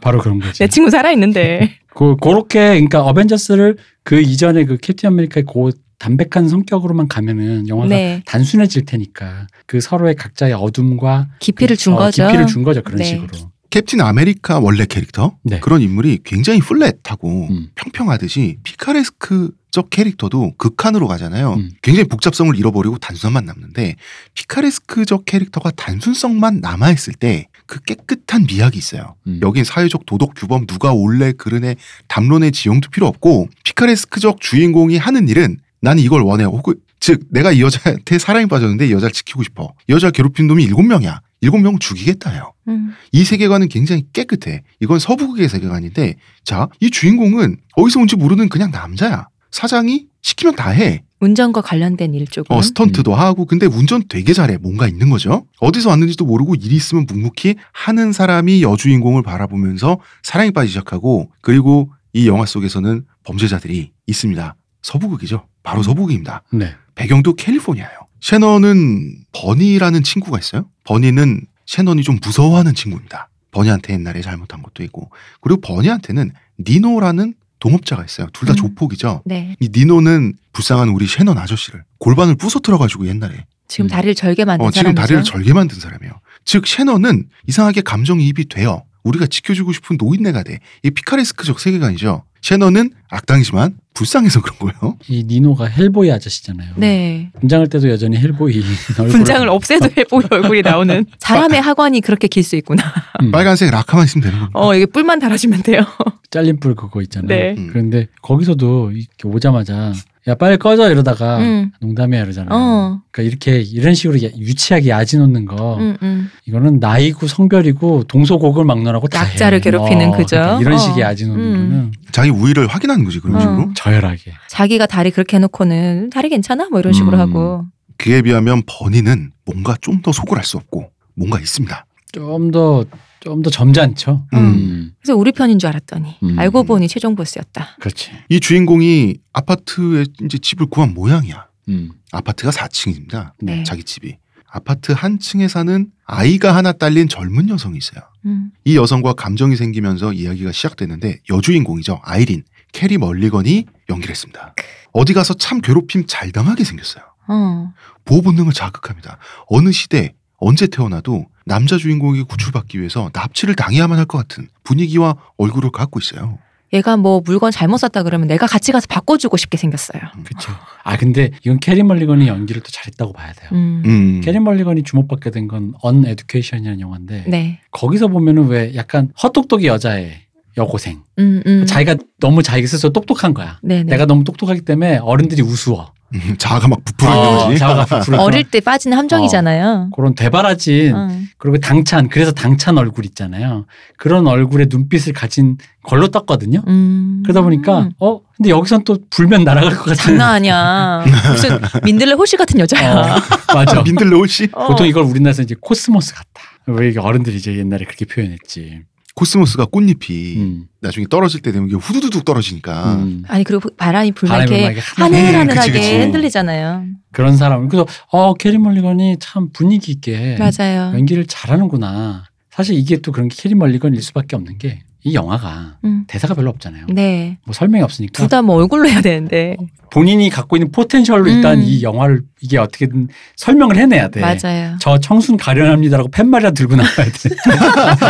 바로 그런 거지 내 친구 살아있는데. 그 그렇게 그러니까 어벤져스를 그 이전에 그 캡틴 아메리카의 고 담백한 성격으로만 가면은 영화가 네. 단순해질 테니까 그 서로의 각자의 어둠과 깊이를 준 어, 거죠. 깊이를 준 거죠 그런 네. 식으로. 캡틴 아메리카 원래 캐릭터 네. 그런 인물이 굉장히 플랫하고 음. 평평하듯이 피카레스크적 시적 캐릭터도 극한으로 가잖아요. 음. 굉장히 복잡성을 잃어버리고 단순함만 남는데 피카레스크적 캐릭터가 단순성만 남아있을 때 그 깨끗한 미학이 있어요. 음. 여긴 사회적 도덕 규범 누가 올래 그르네 담론의 지형도 필요 없고 피카레스크적 주인공이 하는 일은 나는 이걸 원해. 혹은 즉 내가 이 여자한테 사랑에 빠졌는데 이 여자를 지키고 싶어. 이 여자 괴롭힌 놈이 일곱 명이야. 일곱 명 죽이겠다요. 음. 이 세계관은 굉장히 깨끗해. 이건 서부극의 세계관인데, 자, 이 주인공은 어디서 온지 모르는 그냥 남자야. 사장이 시키면 다 해. 운전과 관련된 일 조금. 어, 스턴트도 하고, 근데 운전 되게 잘해. 뭔가 있는 거죠? 어디서 왔는지도 모르고 일이 있으면 묵묵히 하는 사람이 여주인공을 바라보면서 사랑에 빠지기 시작하고, 그리고 이 영화 속에서는 범죄자들이 있습니다. 서부극이죠. 바로 서부극입니다. 네. 배경도 캘리포니아예요. 셰넌은 버니라는 친구가 있어요. 버니는 셰넌이 좀 무서워하는 친구입니다. 버니한테 옛날에 잘못한 것도 있고 그리고 버니한테는 니노라는 동업자가 있어요. 둘 다 음. 조폭이죠. 네. 이 니노는 불쌍한 우리 셰넌 아저씨를 골반을 부서뜨려가지고 옛날에 지금 음. 다리를 절개 만든 어, 지금 사람이죠. 다리를 절개 만든 사람이에요. 즉 셰넌은 이상하게 감정이입이 돼요. 우리가 지켜주고 싶은 노인네가 돼. 이 피카레스크적 세계관이죠. 셰넌은 악당이지만 불쌍해서 그런 거예요. 이 니노가 헬보이 아저씨잖아요. 네. 분장할 때도 여전히 헬보이 [laughs] 얼굴. 분장을 없애도 해보이 얼굴이 나오는. 어. [laughs] 사람의 하관이 그렇게 길 수 있구나. 음, 빨간색 라카만 있으면 되는 겁니다. 어, 이게 뿔만 달아주면 돼요. 잘린 뿔 그거 있잖아요. 네. 음. 그런데 거기서도 이렇게 오자마자 야 빨리 꺼져 이러다가 음. 농담이야 이러잖아요. 어. 그러니까 이렇게 이런 식으로 야- 유치하게 야지놓는 거 음, 음. 이거는 나이고 성별이고 동서곡을 막론하고 다 약자를 해. 괴롭히는 그죠? 그러니까 이런 어. 식의 야지놓는 음. 거는 자기 우위를 확인하는 거지 그런 어. 식으로. 저열하게. 자기가 다리 그렇게 해놓고는 다리 괜찮아? 뭐 이런 식으로 음. 하고. 그에 비하면 버니는 뭔가 좀 더 속을 알 수 없고 뭔가 있습니다. 좀 더 좀 더 점잖죠. 음. 그래서 우리 편인 줄 알았더니 음. 알고 보니 최종 보스였다. 그렇지. 이 주인공이 아파트에 이제 집을 구한 모양이야. 음. 아파트가 4층입니다. 네. 자기 집이. 아파트 한 층에 사는 아이가 하나 딸린 젊은 여성이 있어요. 음. 이 여성과 감정이 생기면서 이야기가 시작되는데 여주인공이죠. 아이린 캐리 멀리건이 연기했습니다. 어디 가서 참 괴롭힘 잘 당하게 생겼어요. 어. 보호 본능을 자극합니다. 어느 시대, 언제 태어나도 남자 주인공이 구출받기 위해서 납치를 당해야만 할 것 같은 분위기와 얼굴을 갖고 있어요. 얘가 뭐 물건 잘못 샀다 그러면 내가 같이 가서 바꿔주고 싶게 생겼어요. 음. 그렇죠. 아 근데 이건 캐리 멀리건이 연기를 또 잘했다고 봐야 돼요. 음. 음. 캐리 멀리건이 주목받게 된 건 언에듀케이션이라는 영화인데 네. 거기서 보면은 왜 약간 헛똑똑이 여자의 여고생 음, 음. 자기가 너무 자기 스스로 똑똑한 거야. 네네. 내가 너무 똑똑하기 때문에 어른들이 우스워. 음, 자아가 막 부풀어 있는 어, 거지. [laughs] 자아가 부풀어. 어릴 때 빠진 함정이잖아요. 그런 어. 되바라진 그리고 당찬 그래서 당찬 얼굴 있잖아요. 그런 얼굴의 눈빛을 가진 걸로 떴거든요. 음. 그러다 보니까 어 근데 여기선 또 불면 날아갈 것 같은. 장난 [laughs] 아니야. 무슨 민들레 호시 같은 여자야. 어, [laughs] 맞아. 민들레 옷이 어. 보통 이걸 우리나라에서 이제 코스모스 같다. 왜 이게 어른들이 이제 옛날에 그렇게 표현했지. 코스모스가 꽃잎이 음. 나중에 떨어질 때 되면 이게 후두두둑 떨어지니까 음. 예. 아니 그리고 바람이 불면 바람이 이렇게 막 네, 그치, 하늘하늘하게 그치. 흔들리잖아요. 그런 사람. 그래서 어 캐리 멀리건이 참 분위기 있게 맞아요. 연기를 잘하는구나. 사실 이게 또 그런 게 캐리 멀리건일 수밖에 없는 게 이 영화가 음. 대사가 별로 없잖아요. 네. 뭐 설명이 없으니까 둘 다 뭐 얼굴로 해야 되는데. 본인이 갖고 있는 포텐셜로 일단 음. 이 영화를 이게 어떻게든 설명을 해내야 돼. 맞아요. 저 청순 가련합니다라고 팻말이라 들고 나와야 [laughs] 돼.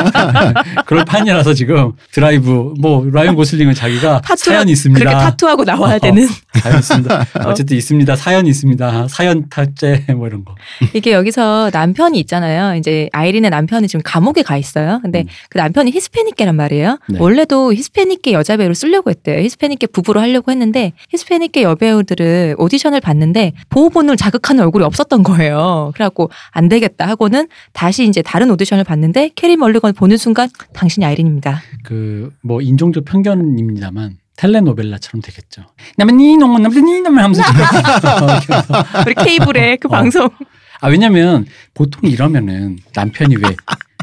그럴 판이라서 지금 드라이브 뭐 라이언 고슬링은 자기가 타투- 사연이 있습니다. 그렇게 타투하고 나와야 어. 되는 [laughs] 사연 있습니다. 어쨌든 있습니다. 사연이 있습니다. 사연 탈제 뭐 이런 거. 이게 여기서 남편이 있잖아요. 이제 아이린의 남편이 지금 감옥에 가 있어요. 근데 음. 그 남편이 히스패닉계란 말이에요. 네. 원래도 히스패닉계 여자배우를 쓰려고 했대요. 히스패닉계 부부로 하려고 했는데 히스패닉계 여배우들을 오디션을 봤는데 보호본을 자극하는 얼굴이 없었던 거예요. 그래갖고 안 되겠다 하고는 다시 이제 다른 오디션을 봤는데 캐리 멀리건 보는 순간 당신이 아이린입니다. 그 뭐 인종적 편견입니다만 텔레노벨라처럼 되겠죠. 나면 니농 나면 니농 [laughs] 하면서 이렇게 해서. 우리 케이블의 [laughs] 그 어. 방송. 아 왜냐면 보통 이러면은 남편이 왜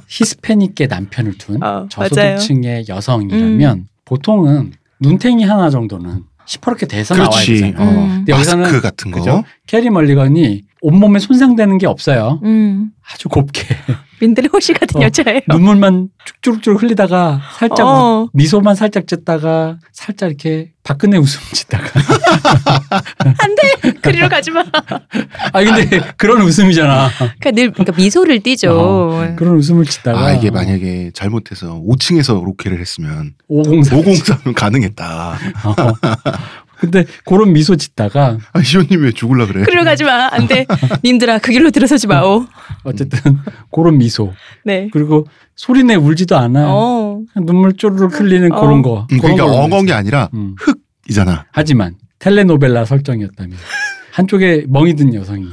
히스패닉계 남편을 둔 어, 맞아요. 음. 저소득층의 여성이라면 보통은 눈탱이 하나 정도는 시퍼렇게 돼서 나와야 그렇지. 되잖아요. 음. 근데 여기서는 마스크 같은 거. 그죠? 캐리 멀리건이 온몸에 손상되는 게 없어요. 음. 아주 곱게 [laughs] 민들레 호시 같은 어. 여자예요. 눈물만 쭉쭉쭉 흘리다가 살짝 어. 미소만 살짝 짓다가 살짝 이렇게 박근혜 웃음 짓다가 [laughs] 그리로 가지 마. 아 근데 그런 웃음이잖아 그러니까 늘 그러니까 미소를 띠죠. 어, 그런 웃음을 짓다가 아 이게 만약에 잘못해서 5층에서 로케를 했으면 503 503은 가능했다. 어, 근데 그런 미소 짓다가 [laughs] 아, 시온님 왜 죽을라 네. 그래? 그리로 가지 마. 안 돼. 님들아, 그 길로 들어서지 마오. 어쨌든 음. 그런 미소 네. 그리고 소리내 울지도 않아 어. 눈물 쪼르륵 흘리는 어. 그런 거 음, 그러니까 그런 걸로 엉엉이 했어요. 아니라 음. 흑이잖아. 하지만 텔레노벨라 설정이었다면 한쪽에 멍이 든 여성이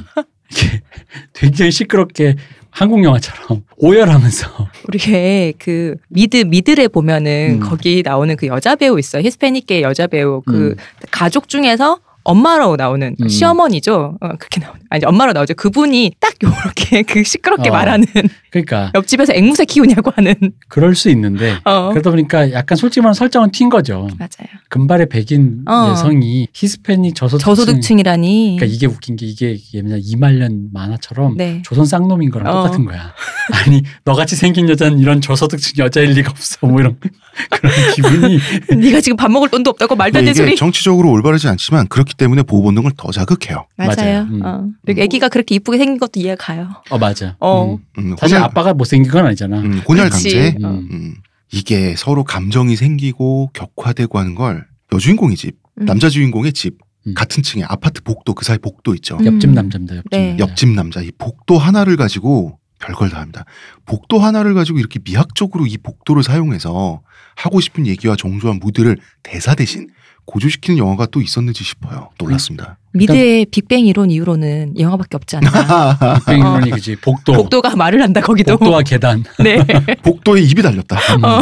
이렇게 [laughs] 굉장히 시끄럽게 한국 영화처럼 [laughs] 오열하면서 우리의 그 미드 미드에 보면은 음. 거기 나오는 그 여자 배우 있어요. 히스패닉계 여자 배우 그 음. 가족 중에서 엄마로 나오는 음. 시어머니죠. 어, 그렇게 나오는 아니 엄마로 나오죠. 그분이 딱 요렇게 [laughs] 그 시끄럽게 어. 말하는 [laughs] 그러니까 옆집에서 앵무새 키우냐고 하는 그럴 수 있는데 어. 그러다 보니까 약간 솔직히 말하면 설정은 튄 거죠. 맞아요. 금발의 백인 어. 여성이 히스패닉 저소득층. 저소득층이라니. 그러니까 이게 웃긴 게 이게 옛날 이말년 만화처럼 네. 조선 쌍놈인 거랑 어. 똑같은 거야. [laughs] 아니 너같이 생긴 여자는 이런 저소득층 여자일 리가 없어. 뭐 이런 [laughs] 그런 기분이 네가 지금 밥 먹을 돈도 없다고 말도 안 네, 근데 되는 이게 소리. 정치적으로 올바르지 않지만 그렇기 때문에 보호 본능을 더 자극해요. 맞아요. 맞아요. 음. 어. 그리고 아기가 그렇게 이쁘게 생긴 것도 이해가 가요. 어 맞아. 어. 음. 음, 사실 혼혈- 아빠가 못생긴 건 아니잖아. 음, 혼혈 그치. 강제. 음. 어. 음, 이게 서로 감정이 생기고 격화되고 하는 걸 여주인공의 집, 음. 남자 주인공의 집, 음. 그러니까 같은 층에 아파트 복도 그 사이 복도 있죠. 어. 음. 옆집 남자입니다. 옆집 네. 남자. 옆집 남자 이 복도 하나를 가지고 별걸 다 합니다. 복도 하나를 가지고 이렇게 미학적으로 이 복도를 사용해서 하고 싶은 얘기와 정조한 무드를 대사 대신 고조시키는 영화가 또 있었는지 싶어요. 놀랐습니다. 그러니까 미드의 빅뱅 이론 이후로는 이 영화밖에 [laughs] 없지 않나. 음. 백인론이 그지. 복도. 어. 복도가 말을 한다 거기도. 복도와 계단. [laughs] 네. [laughs] 복도에 입이 달렸다. 음. 어.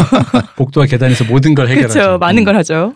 복도와 계단에서 모든 걸 [laughs] 해결하죠. 그렇죠. 많은 음. 걸 하죠.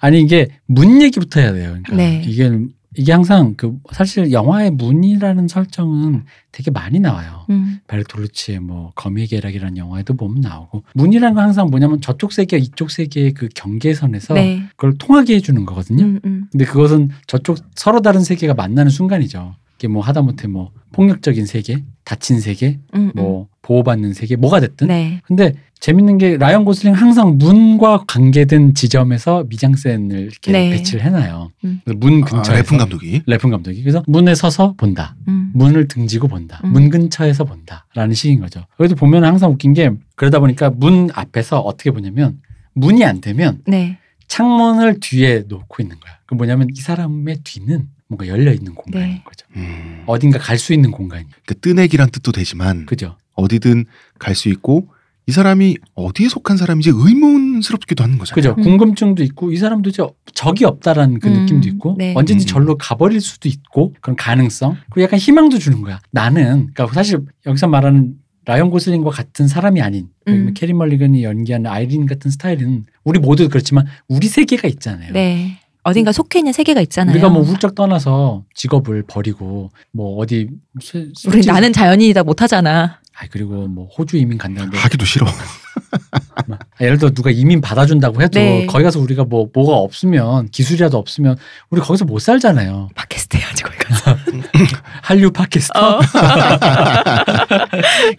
아니 이게 문 얘기부터 해야 돼요. 그러니까 네. 이게 이게 항상 그 사실 영화의 문이라는 설정은 되게 많이 나와요. 음. 베르톨루치의 뭐 거미의 계략이라는 영화에도 보면 나오고 문이라는 건 항상 뭐냐면 저쪽 세계와 이쪽 세계의 그 경계선에서 네. 그걸 통하게 해주는 거거든요. 음, 음. 근데 그것은 저쪽 서로 다른 세계가 만나는 순간이죠. 이게 뭐 하다못해 뭐 폭력적인 세계, 다친 세계, 음, 뭐 보호받는 세계, 뭐가 음. 됐든 네. 근데 재밌는 게 라이언 고슬링 항상 문과 관계된 지점에서 미장센을 이렇게 네. 배치를 해놔요. 음. 그래서 문 아, [laughs] 근처에서 래픈 감독이 래픈 감독이 그래서 문에 서서 본다. 음. 문을 등지고 본다. 음. 문 근처에서 본다라는 식인 거죠. 여기도 보면 항상 웃긴 게 그러다 보니까 문 앞에서 어떻게 보냐면 문이 안 되면 네. 창문을 뒤에 놓고 있는 거야. 그 뭐냐면 이 사람의 뒤는 뭔가 열려 있는 공간인 네. 거죠. 음, 어딘가 갈 수 있는 공간이. 그 뜨내기란 뜻도 되지만 그죠? 어디든 갈 수 있고 이 사람이 어디에 속한 사람인지 의문스럽기도 하는 거잖아요. 그죠. 음. 궁금증도 있고 이 사람도 저 적이 없다라는 그 음, 느낌도 있고 네. 언제든지 음. 절로 가버릴 수도 있고 그런 가능성 그리고 약간 희망도 주는 거야. 나는 그러니까 사실 여기서 말하는 라이언 고슬링과 같은 사람이 아닌 음. 음. 캐리 멀리건이 연기하는 아이린 같은 스타일은 우리 모두 그렇지만 우리 세계가 있잖아요. 네. 어딘가 속해 있는 세계가 있잖아요. 우리가 뭐 훌쩍 떠나서 직업을 버리고 뭐 어디 수- 우리 술집- 나는 자연인이다 못하잖아. 아 그리고 뭐 호주 이민 간다는데 네. 하기도 싫어. 아, 예를 들어 누가 이민 받아준다고 해도 네. 거기 가서 우리가 뭐 뭐가 없으면 기술이라도 없으면 우리 거기서 못 살잖아요. [laughs] 팟캐스트 해야지 거기 가서. 한류 팟캐스트 어.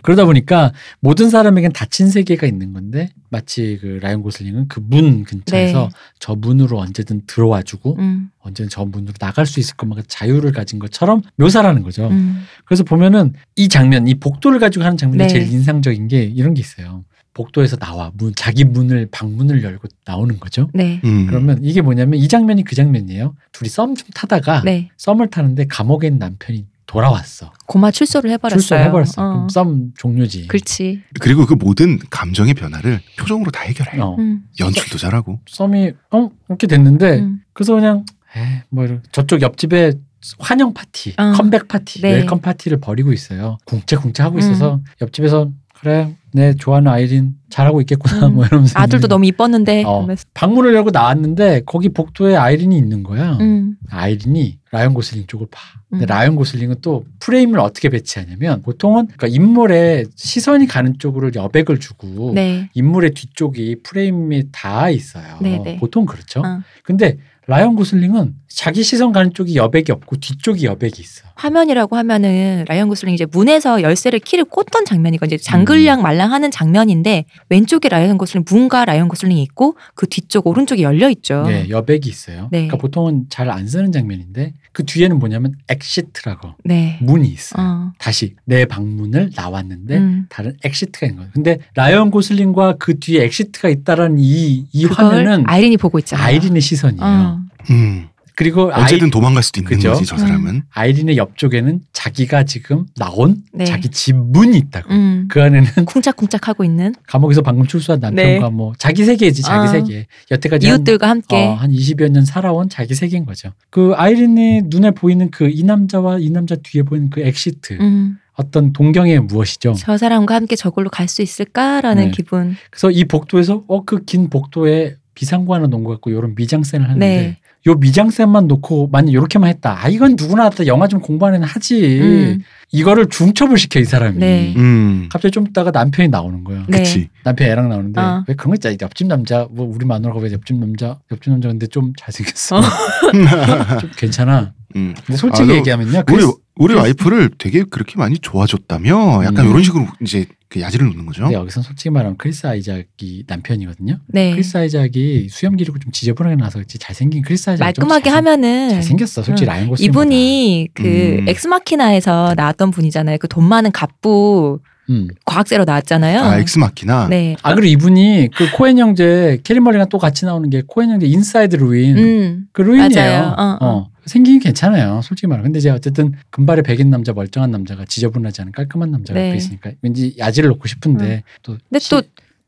그러다 보니까 모든 사람에겐 닫힌 세계가 있는 건데 마치 그 라이언 고슬링은 그 문 근처에서 네. 저 문으로 언제든 들어와주고 음. 언제든 저 문으로 나갈 수 있을 것만 자유를 가진 것처럼 묘사라는 거죠. 음. 그래서 보면은 이 장면, 이 복도를 가지고 하는 장면이 네. 제일 인상적인 게 이런 게 있어요. 복도에서 나와 문 자기 문을 방문을 열고 나오는 거죠. 네. 음. 그러면 이게 뭐냐면 이 장면이 그 장면이에요. 둘이 썸 좀 타다가 네. 썸을 타는데 감옥에 있는 남편이 돌아왔어. 고마 출소를 해버렸어요. 출소를 해버렸어. 음. 어. 그럼 썸 종료지. 그렇지. 그리고 그 모든 감정의 변화를 표정으로 다 해결해. 요 어, 음. 연출도 잘하고. 썸이 어 이렇게 됐는데 음. 그래서 그냥 에이, 뭐 이런- 저쪽 옆집에 환영 파티, 어. 컴백 파티, 네. 음. 웰컴 파티를 벌이고 있어요. 궁채궁채 하고 있어서 옆집에서 그래 내 좋아하는 아이린 잘하고 있겠구나 음. 뭐 이러면서 아들도 있는데 너무 이뻤는데. 어. 이러면서. 방문을 열고 나왔는데 거기 복도에 아이린이 있는 거야. 음. 아이린이 라이언 고슬링 쪽을 봐. 근데 음. 라이언 고슬링은 또 프레임을 어떻게 배치하냐면 보통은 그러니까 인물의 시선이 가는 쪽으로 여백을 주고 네. 인물의 뒤쪽이 프레임이 다 있어요. 네네. 보통 그렇죠. 어. 근데 라이언 고슬링은 자기 시선 가는 쪽이 여백이 없고 뒤쪽이 여백이 있어. 화면이라고 하면은 라이언 고슬링이 이제 문에서 열쇠를 키를 꽂던 장면이고 이제 음. 장글랑 말랑하는 장면인데 왼쪽에 라이언 고슬링 문과 라이언 고슬링이 있고 그 뒤쪽 오른쪽이 열려 있죠. 네, 여백이 있어요. 어. 네. 그러니까 보통은 잘 안 쓰는 장면인데 그 뒤에는 뭐냐면 엑시트라고 네. 문이 있어요. 어. 다시 내 방문을 나왔는데 음. 다른 엑시트가 있는 거예요. 근데 라이언 고슬링과 그 뒤에 엑시트가 있다라는 이, 이 그걸 화면은 아이린이 보고 있잖아요. 어. 아이린의 시선이에요. 아, 음. 그리고 아이, 어쨌든 도망갈 수도 있는 그죠? 거지 저 음. 사람은. 아이린의 옆쪽에는 자기가 지금 나온 네. 자기 집 문이 있다고. 음. 그 안에는 [laughs] 쿵짝쿵짝 하고 있는 감옥에서 방금 출소한 남편과 뭐 자기 세계지 자기 아. 세계. 여태까지 한- 네. 어. 이웃들과 함께 어, 한 20여 년 살아온 자기 세계인 거죠. 그 아이린의 눈에 보이는 그 이 남자와 이 남자 뒤에 보이는 그 엑시트 음, 어떤 동경의 무엇이죠. 저 사람과 함께 저걸로 갈 수 있을까라는 네. 기분. 그래서 이 복도에서 어 그 긴 복도에 비상구 하나 놓은 것 같고 요런 미장센을 하는데 네. 요 미장센만 놓고 만약 요렇게만 했다. 아 이건 누구나 다 영화 좀 공부하는 애 하지. 음. 이거를 중첩을 시켜 이 사람이. 네. 음. 갑자기 좀 있다가 남편이 나오는 거야. 네. [laughs] 그치. 남편 애랑 나오는데 어. 왜 그런 거 있잖아. 옆집 남자 뭐 우리 마누라가 왜 옆집 남자 옆집 남자 근데 좀 잘생겼어. 어. [laughs] 좀 괜찮아. 음. 근데 솔직히 아, 너 얘기하면요. 음. 우리 크리스- 우리 그래서- 와이프를 되게 그렇게 많이 좋아줬다며 약간 음. 이런 식으로 이제 그 야지를 놓는 거죠. 근데 네, 여기서 솔직히 말하면 크리스 아이작이 남편이거든요. 네. 크리스 아이작이 수염 기르고 좀 지저분하게 나서 그렇지 잘생긴 크리스 아이작 말끔하게 하면은 잘생겼어. 솔직히 라인 고슬링 네. 음. 이분이 그 음. 엑스마키나에서 나왔던 분이잖아요. 그 돈 많은 갑부 음. 과학자로 나왔잖아요. 아 엑스마키나. 네. 아 그리고 이분이 그 코엔 형제 캐리멀이랑 또 같이 나오는 게 코엔 형제 인사이드 루인 음. 그 루인이에요. 맞아요. 어, 어. 생긴 게 괜찮아요. 솔직히 말하면. 근데 제가 어쨌든 금발의 백인 남자, 멀쩡한 남자가 지저분하지 않은 깔끔한 남자가 네. 옆에 있으니까 왠지 야지를 놓고 싶은데 또 근데 시- 또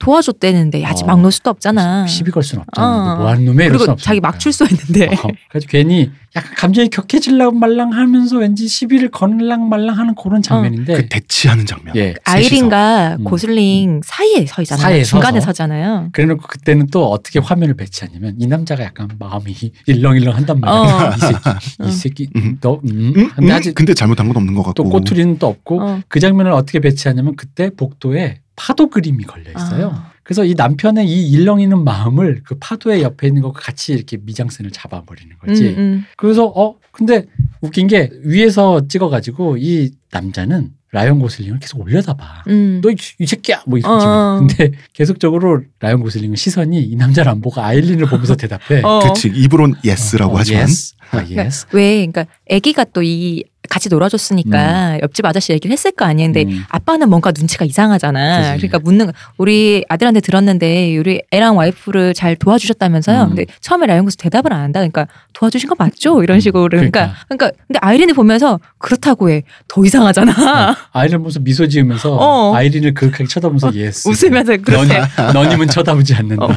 도와줬대는데 야지 어. 막 놓을 수도 없잖아. 시비 걸 수는 없잖아. 아, 어. 뭐 하는 놈의 이럴 그리고 수는 없어. 자기 막 출소했는데. 그래서 괜히 약간 감정이 격해질랑 말랑하면서 왠지 시비를 거늘랑 말랑하는 그런 어. 장면인데 그 대치하는 장면. 예, 셋이서. 아이린과 음. 고슬링 사이에 서 있잖아요. 사이에 중간에 서서. 서잖아요. 그래놓고 그때는 또 어떻게 화면을 배치하냐면 이 남자가 약간 마음이 일렁일렁 한단 말이야. 어. 이 음. 새끼, 이 새끼 너 음? 음? 음? 근데 아직 근데 잘못한 건 없는 것 같고. 또 꼬투리는 또 없고 어. 그 장면을 어떻게 배치하냐면 그때 복도에 파도 그림이 걸려 있어요. 아. 그래서 이 남편의 이 일렁이는 마음을 그 파도의 옆에 있는 것과 같이 이렇게 미장센을 잡아버리는 거지. 음, 음. 그래서 어 근데 웃긴 게 위에서 찍어가지고 이 남자는 라이언 고슬링을 계속 올려다봐. 음. 너 이 새끼야 뭐 이러지. 어, 어. 근데 계속적으로 라이언 고슬링의 시선이 이 남자를 안 보고 아일린을 보면서 대답해. 어. 그치 입으론 예스라고 어, 하지만 yes. 아, yes. 왜 그러니까 아기가 또 이 같이 놀아줬으니까 옆집 아저씨 얘기를 했을 거 아니에요. 근데 음. 아빠는 뭔가 눈치가 이상하잖아. 그지. 그러니까 묻는 거. 우리 아들한테 들었는데 우리 애랑 와이프를 잘 도와주셨다면서요. 음. 근데 처음에 라이언 고스 대답을 안 한다. 그러니까 도와주신 거 맞죠? 이런 식으로. 그러니까 음. 그러니까. 그러니까 근데 아이린이 보면서 그렇다고 해. 더 이상하잖아. 아이린 보면서 미소 지으면서 어. 아이린을 그윽하게 쳐다보면서 yes. [laughs] 웃으면서 그렇게 너님은 쳐다보지 않는다. 어.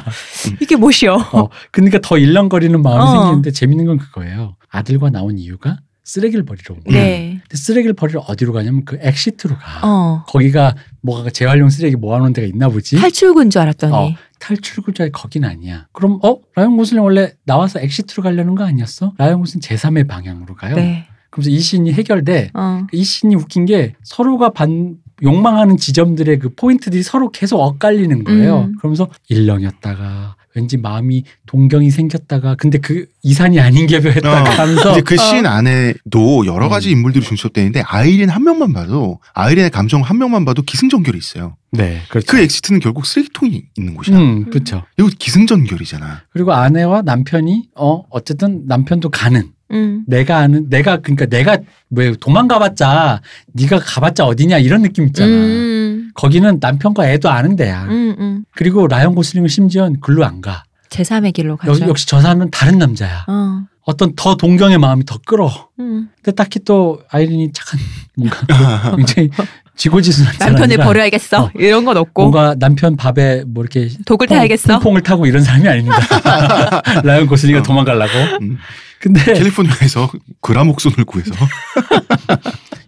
이게 뭐시여. 어, 그러니까 더 일렁거리는 마음이 어. 생기는데 재밌는 건 그거예요. 아들과 나온 이유가 쓰레기를 버리러 온 거예요. 네. 근데 쓰레기를 버리러 어디로 가냐면 그 엑시트로 가. 어. 거기가 뭐가 재활용 쓰레기 모아놓은 데가 있나 보지. 탈출구인 줄 알았더니. 음. 어, 탈출구자의 거긴 아니야. 그럼 어 라이언 고슬링 원래 나와서 엑시트로 가려는 거 아니었어? 라이언 고슬링 제3의 방향으로 가요. 네. 그러면서 이 씬이 해결돼. 어. 이 씬이 웃긴 게 서로가 반 욕망하는 지점들의 그 포인트들이 서로 계속 엇갈리는 거예요. 음. 그러면서 일렁였다가 왠지 마음이 동경이 생겼다가 근데 그 이산이 아닌 게 어. 벼했다가 하면서 이제 그 씬 안에도 여러 가지 음. 인물들이 중첩되는데 아이린 한 명만 봐도 아이린의 감정 한 명만 봐도 기승전결이 있어요. 네, 그렇죠. 그 엑시트는 결국 쓰레기통이 있는 곳이야. 음, 그렇죠. 이거 기승전결이잖아. 그리고 아내와 남편이 어 어쨌든 남편도 가는 음. 내가 아는 내가 그러니까 내가 왜 도망가봤자 네가 가봤자 어디냐 이런 느낌 있잖아. 음. 거기는 남편과 애도 아는 데야. 음. 음. 그리고 라이언 고슬링은 심지어 글로 안 가. 제3의 길로 가죠. 여- 역시 저 사람은 다른 남자야. 어. 어떤 더 동경의 마음이 더 끌어. 음. 근데 딱히 또 아이린이 착한 [laughs] 뭔가 굉장히 지고지순한 남편을 사람이라 버려야겠어. 어. 이런 건 없고. 뭔가 음. 남편 밥에 뭐 이렇게 독을 타야겠어. 풍, 을 타고 이런 [laughs] 사람이 아닙니다. 라이언 고슬링이 어. 도망가려고. 음. 근데 캘리포니아에서 [laughs] 그라목손을 구해서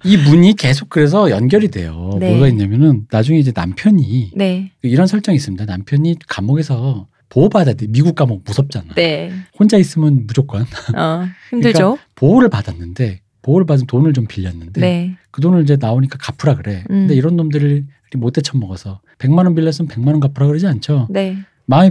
이 문이 계속 그래서 연결이 돼요. 네. 뭐가 있냐면은 나중에 이제 남편이 그 네. 이런 설정이 있습니다. 남편이 감옥에서 보호받아야 돼. 미국 감옥 무섭잖아. 네. 혼자 있으면 무조건 [laughs] 어. 힘들죠. 보호를 받았는데 보호를 받은 돈을 좀 빌렸는데 네. 그 돈을 이제 나오니까 갚으라 그래. 음. 근데 이런 놈들을 못 대쳐먹어서 100만 원 빌렸으면 100만 원 갚으라 그러지 않죠. 네. 마음이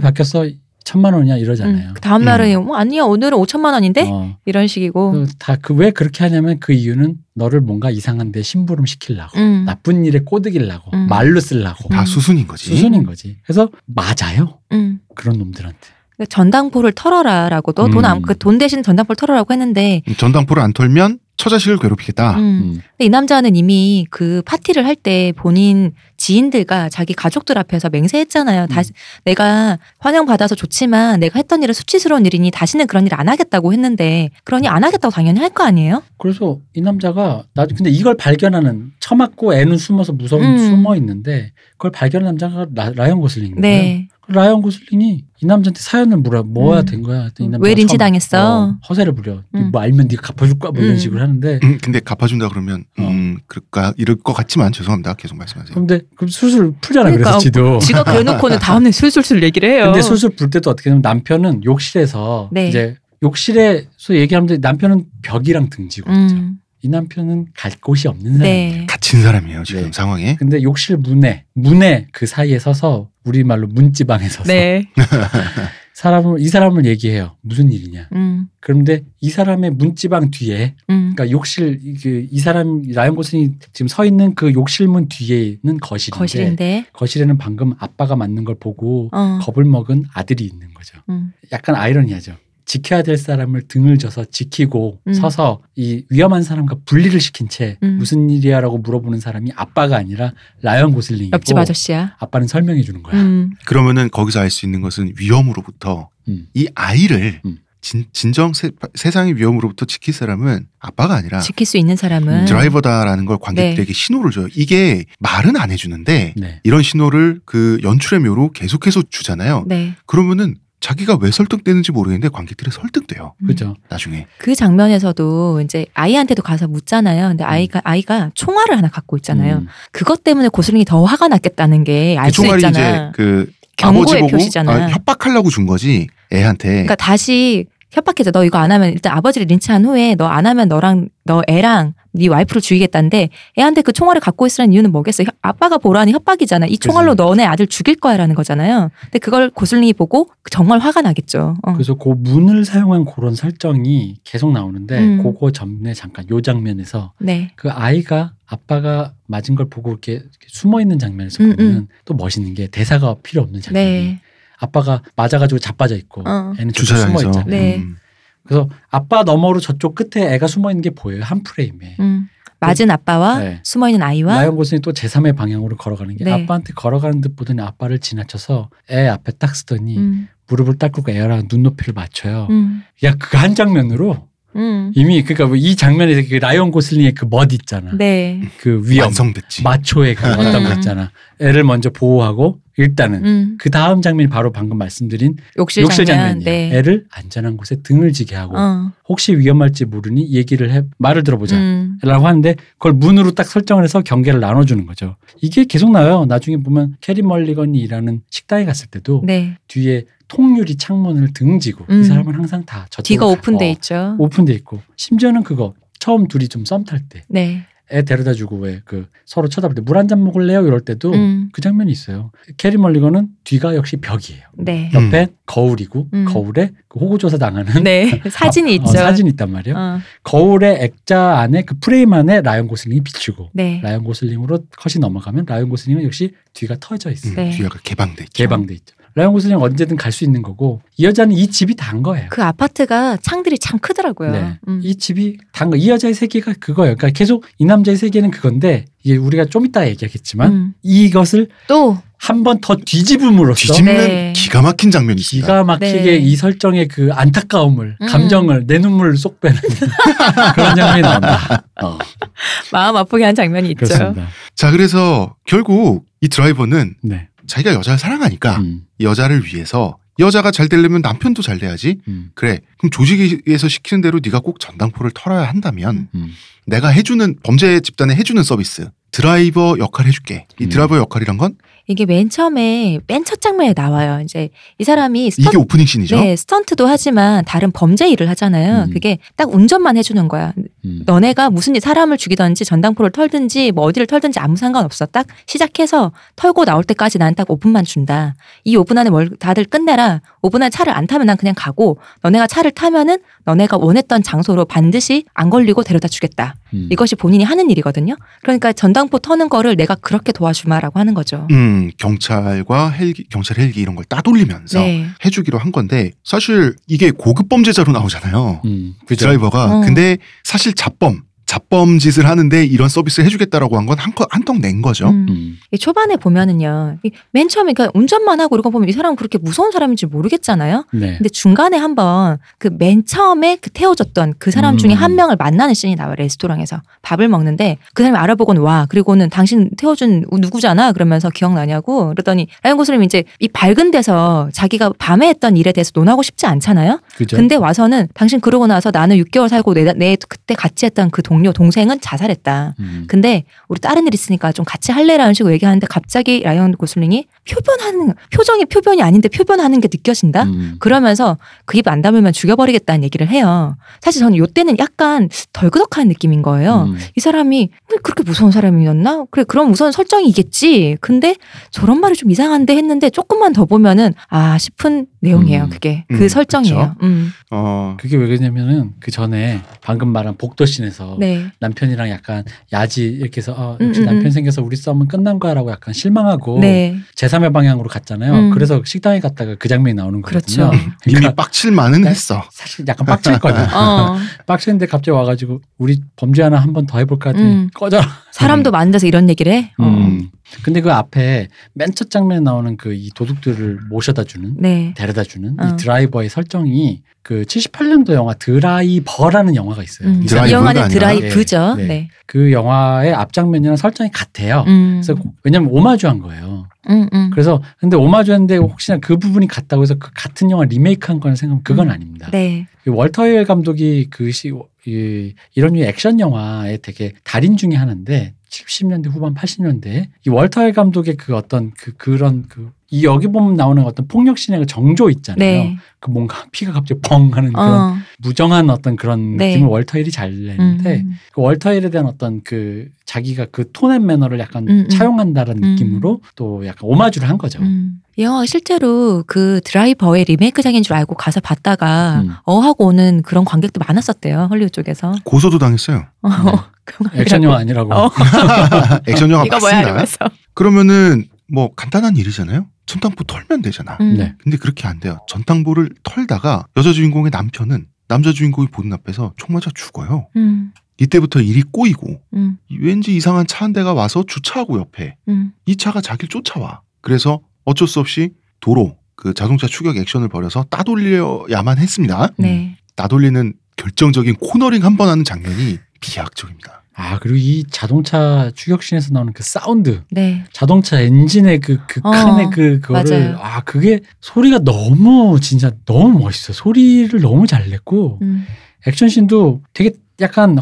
마음이 바뀌었어 1000만 원이야 이러잖아요. 그 다음 날은 뭐 아니야 오늘은 5천만 원인데 어, 이런 식이고. 다그 왜 그렇게 하냐면 그 이유는 너를 뭔가 이상한데 심부름 시키려고 음. 나쁜 일에 꼬드기려고 음. 말로 쓰려고 다 수순인 거지. 수순인 거지. 그래서 맞아요 음. 그런 놈들한테. 그러니까 전당포를 털어라라고도 음. 돈안그돈 대신 전당포를 털어라고 했는데 음, 전당포를 안 아, 털면 처자식을 괴롭히겠다. 음. 음. 근데 이 남자는 이미 그 파티를 할 때 본인 지인들과 자기 가족들 앞에서 맹세했잖아요. 음. 다시 내가 환영받아서 좋지만 내가 했던 일은 수치스러운 일이니 다시는 그런 일 안 하겠다고 했는데 그러니 안 하겠다고 당연히 할 거 아니에요? 그래서 이 남자가 나 근데 이걸 발견하는 처맞고 애는 숨어서 무서운 음. 숨어 있는데 그걸 발견한 남자가 라, 라이언 고슬링인 거예요. 네. 그 라이언 고슬링이 이 남자한테 사연을 물어 뭐야 음. 된 거야. 그랬더니 이 남자가 왜 처음에 린치당했어? 어, 허세를 부려. 음. 뭐 알면 네가 갚아줄 거야 뭐 이런 음. 식으로 하는데 음, 근데 갚아준다 그러면 음 그럴까 이럴 것 같지만 죄송합니다. 계속 말씀하세요. 근데 어. 그럼 술술 풀잖아 그 그러니까, 래서 지도. 지가 그래놓고는 다음날 술술술 얘기를 해요. 근데 술술 불 때도 어떻게 하면 남편은 욕실에서 네. 이제 욕실에서 얘기하면 돼. 남편은 벽이랑 등지거든요. 음, 이 남편은 갈 곳이 없는 사람이에요. 네. 갇힌 사람이에요 지금 네. 상황에. 근데 욕실 문에 문에 그 사이에 서서 우리말로 문지방에 서서 네. 사람을 이 사람을 얘기해요 무슨 일이냐 음, 그런데 이 사람의 문지방 뒤에 음. 그러니까 욕실 이- 그이 사람 라이언 고슨이 지금 서 있는 그 욕실문 뒤에 있는 거실인데 네. 거실인데. 에는 방금 아빠가 맞는 걸 보고 어. 겁을 먹은 아들이 있는 거죠 음. 약간 아이러니하죠 지켜야 될 사람을 등을 져서 지키고 음. 서서 이 위험한 사람과 분리를 시킨 채 음. 무슨 일이야라고 물어보는 사람이 아빠가 아니라 라이언 고슬링이고 옆집 아저씨야. 아빠는 설명해 주는 거야. 음. 그러면은 거기서 알 수 있는 것은 위험으로부터 음. 이 아이를 음. 진, 진정 세, 상의 위험으로부터 지킬 사람은 아빠가 아니라 지킬 수 있는 사람은 음. 드라이버다라는 걸 관객들에게 신호를 줘요. 이게 말은 안 해주는데 네. 이런 신호를 그 연출의 묘로 계속해서 주잖아요. 네. 그러면은 자기가 왜 설득되는지 모르겠는데 관객들이 설득돼요. 음. 그죠. 나중에 그 장면에서도 이제 아이한테도 가서 묻잖아요. 근데 아이가 아이가 총알을 하나 갖고 있잖아요. 음. 그것 때문에 고슬링이 더 화가 났겠다는 게 알 그 수 총알이 있잖아. 이제 그 아버지 경고의 보고 표시잖아. 아, 협박하려고 준 거지 애한테. 그러니까 다시 협박해서 너 이거 안 하면 일단 아버지를 린치한 후에 너 안 하면 너랑 너 애랑 네 와이프를 죽이겠다는데 애한테 그 총알을 갖고 있으라는 이유는 뭐겠어? 혀- 아빠가 보라니 협박이잖아. 이 총알로 너네 아들 죽일 거야라는 거잖아요. 근데 그걸 고슬링이 보고 정말 화가 나겠죠. 어. 그래서 그 문을 사용한 그런 설정이 계속 나오는데 음. 그거 전에 잠깐 요 장면에서 네. 그 아이가 아빠가 맞은 걸 보고 이렇게, 이렇게 숨어 있는 장면에서 음, 보면 또 멋있는 게 대사가 필요 없는 장면이 네. 아빠가 맞아가지고 자빠져 있고 어. 애는 저쪽 숨어 주차장에서. 있잖아요. 네. 음. 그래서 아빠 너머로 저쪽 끝에 애가 숨어 있는 게 보여요 한 프레임에. 음. 맞은 아빠와 네. 숨어 있는 아이와 라이언 고슨이 또 제3의 방향으로 걸어가는 게 네. 아빠한테 걸어가는 듯 보더니 아빠를 지나쳐서 애 앞에 딱 서더니 음. 무릎을 딱 꿇고 애랑 눈높이를 맞춰요. 음. 야, 그 한 장면으로 음. 이미 그러니까 뭐이 장면에서 그 라이언 고슬링의 그 멋 있잖아. 네. 그 위험, 음, 완성됐지. 마초의 그 어떤 거 있잖아. 애를 먼저 보호하고 일단은 음. 그 다음 장면이 바로 방금 말씀드린 욕실, 욕실 장면. 장면이에요. 네. 애를 안전한 곳에 등을 지게 하고 어. 혹시 위험할지 모르니 얘기를 해 말을 들어보자. 음. 라고 하는데 그걸 문으로 딱 설정을 해서 경계를 나눠주는 거죠. 이게 계속 나와요. 나중에 보면 캐리 멀리건이 일하는 식당에 갔을 때도 네. 뒤에 통유리 창문을 등지고 음. 이 사람은 항상 다 저쪽 뒤가 오픈돼 있죠. 오픈돼 있고 심지어는 그거 처음 둘이 좀 썸 탈 때 애 네. 데려다주고 왜 그 서로 쳐다볼 때 물 한 잔 먹을래요 이럴 때도 음. 그 장면이 있어요. 캐리 멀리건은 뒤가 역시 벽이에요. 네. 음. 옆에 거울이고 음. 거울에 그 호구조사 당하는 [laughs] 네. [laughs] 사진이 어, 있죠. 사진이 있단 말이에요. 어. 거울의 액자 안에 그 프레임 안에 라이언 고슬링이 비추고 네. 라이언 고슬링으로 컷이 넘어가면 라이언 고슬링은 역시 뒤가 터져 있어요. 음, 네. 뒤가 개방돼. 있죠. 개방돼 있죠. 라이언 고슬링 언제든 갈 수 있는 거고 이 여자는 이 집이 단 거예요. 그 아파트가 창들이 참 크더라고요. 네. 음. 이 집이 단 거. 이 여자의 세계가 그거예요. 그러니까 계속 이 남자의 세계는 그건데 이게 우리가 좀 이따 얘기하겠지만 음. 이것을 또 한 번 더 뒤집음으로써 뒤집는 네. 기가 막힌 장면이 있습니다. 기가 막히게 네. 이 설정의 그 안타까움을 음. 감정을 내 눈물을 쏙 빼는 [laughs] 그런 장면이 나온다. 어, 마음 아프게 한 장면이 있죠. 그렇습니다. 자 그래서 결국 이 드라이버는 네. 자기가 여자를 사랑하니까 음, 여자를 위해서 여자가 잘 되려면 남편도 잘 돼야지. 음, 그래 그럼 조직에서 시키는 대로 네가 꼭 전당포를 털어야 한다면 음. 내가 해주는 범죄 집단에 해주는 서비스 드라이버 역할 해줄게. 이 음. 드라이버 역할이란 건 이게 맨 처음에 맨 첫 장면에 나와요. 이제 이 사람이 스턴 이게 오프닝 씬이죠. 네, 스턴트도 하지만 다른 범죄 일을 하잖아요. 음. 그게 딱 운전만 해주는 거야. 음. 너네가 무슨 일 사람을 죽이든지 전당포를 털든지 뭐 어디를 털든지 아무 상관없어. 딱 시작해서 털고 나올 때까지 난 딱 5분만 준다. 이 5분 안에 뭘 다들 끝내라. 5분 안에 차를 안 타면 난 그냥 가고 너네가 차를 타면은 너네가 원했던 장소로 반드시 안 걸리고 데려다 주겠다. 음. 이것이 본인이 하는 일이거든요. 그러니까 전당포 터는 거를 내가 그렇게 도와주마라고 하는 거죠. 음 경찰과 헬기 경찰 헬기 이런 걸 따돌리면서 네. 해주기로 한 건데 사실 이게 고급 범죄자로 나오잖아요. 음, 그죠. 드라이버가 어. 근데 사실 자범 잡범 짓을 하는데 이런 서비스를 해주겠다라고 한 건 한턱 낸 거죠. 음. 음. 이 초반에 보면은요, 이맨 처음에 그러니까 운전만 하고 이런 거 보면 이 사람 은 그렇게 무서운 사람인지 모르겠잖아요. 네. 근데 중간에 한번 그 맨 처음에 그 태워줬던 그 사람 중에 음. 한 명을 만나는 씬이 나와요 레스토랑에서 밥을 먹는데 그 사람이 알아보곤 와 그리고는 당신 태워준 누구잖아 그러면서 기억나냐고 그러더니 라이언 고슬링 이제 이 밝은 데서 자기가 밤에 했던 일에 대해서 논하고 싶지 않잖아요. 그죠? 근데 와서는 당신 그러고 나서 나는 6개월 살고 내, 내 그때 같이 했던 그 동료 동생은 자살했다. 음. 근데 우리 다른 일 있으니까 좀 같이 할래라는 식으로 얘기하는데 갑자기 라이언 고슬링이 표변하는 표정이 표변이 아닌데 표변하는 게 느껴진다. 음. 그러면서 그 입 안 다물면 죽여버리겠다는 얘기를 해요. 사실 저는 요때는 약간 덜그덕한 느낌인 거예요. 음. 이 사람이 왜 그렇게 무서운 사람이었나? 그래 그럼 우선 설정이겠지. 근데 저런 말이 좀 이상한데 했는데 조금만 더 보면은 아 싶은 내용이에요. 음. 그게 음, 그 설정이에요. 음. 어, 그게 왜 그러냐면은 그 전에 방금 말한 복도신에서 네. 남편이랑 약간 야지 이렇게 해서 어, 역시 음, 음, 남편 음. 생겨서 우리 싸움은 끝난 거야라고 약간 실망하고 네. 제3의 방향으로 갔잖아요. 음. 그래서 식당에 갔다가 그 장면이 나오는 그렇죠. 거거든요. 이미 그러니까 빡칠만은 했어. 사실 약간 [laughs] 빡쳤거든. 어. 빡치는데 갑자기 와가지고 우리 범죄 하나 한 번 더 해볼까 하더니 음. 꺼져. 사람도 많은 데서 이런 얘기를 해. 어. 음. 근데 그 앞에 맨 첫 장면에 나오는 그 이 도둑들을 모셔다 주는 네. 데려다 주는 어. 이 드라이버의 설정이 그 78년도 영화 드라이버라는 영화가 있어요. 음. 드라이브가 이이 사람이 영화는 아니라? 드라이브죠. 네. 네. 그 영화의 앞장면이랑 설정이 같아요. 음. 그래서 고- 왜냐면 오마주한 거예요. 음, 음. 그래서 근데 오마주했는데 혹시나 그 부분이 같다고 해서 그 같은 영화 리메이크한 거는 생각하면 그건 음. 아닙니다. 네. 그 월터 힐 감독이 그 시, 이, 이런 류의 액션 영화의 되게 달인 중에 하나인데 70년대 후반 80년대 이 월터 힐 감독의 그 어떤 그 그런 그 이 여기 보면 나오는 어떤 폭력 신의 그 정조 있잖아요. 네. 그 뭔가 피가 갑자기 펑 하는 그런 어. 무정한 어떤 그런 네. 느낌을 월터 힐이 잘 내는데 음. 그 월터힐에 대한 어떤 그 자기가 그 톤앤 매너를 약간 음, 음. 차용한다라는 음. 느낌으로 또 약간 오마주를 한 거죠. 음. 이 영화가 실제로 그 드라이버의 리메이크작인 줄 알고 가서 봤다가 음. 어하고 오는 그런 관객도 많았었대요 헐리우드 쪽에서. 고소도 당했어요. 어, 그 말이라고. 네. [laughs] 액션 영화 아니라고. 어. 액션 영화 이거 뭐야 맞습니다. 이러면서. 그러면은 뭐 간단한 일이잖아요. 전당포 털면 되잖아. 음. 네. 근데 그렇게 안 돼요. 전당포를 털다가 여자 주인공의 남편은 남자 주인공이 보는 앞에서 총 맞아 죽어요. 음. 이때부터 일이 꼬이고 음. 이 왠지 이상한 차 한 대가 와서 주차하고 옆에 음. 이 차가 자기를 쫓아와. 그래서 어쩔 수 없이 도로 그 자동차 추격 액션을 벌여서 따돌려야만 했습니다. 음. 네. 따돌리는 결정적인 코너링 한 번 하는 장면이 비약적입니다. 아 그리고 이 자동차 추격신에서 나오는 그 사운드, 네. 자동차 엔진의 그 그 어, 칸의 그 그거를 맞아요. 아 그게 소리가 너무 진짜 너무 멋있어. 소리를 너무 잘 냈고 음. 액션신도 되게 약간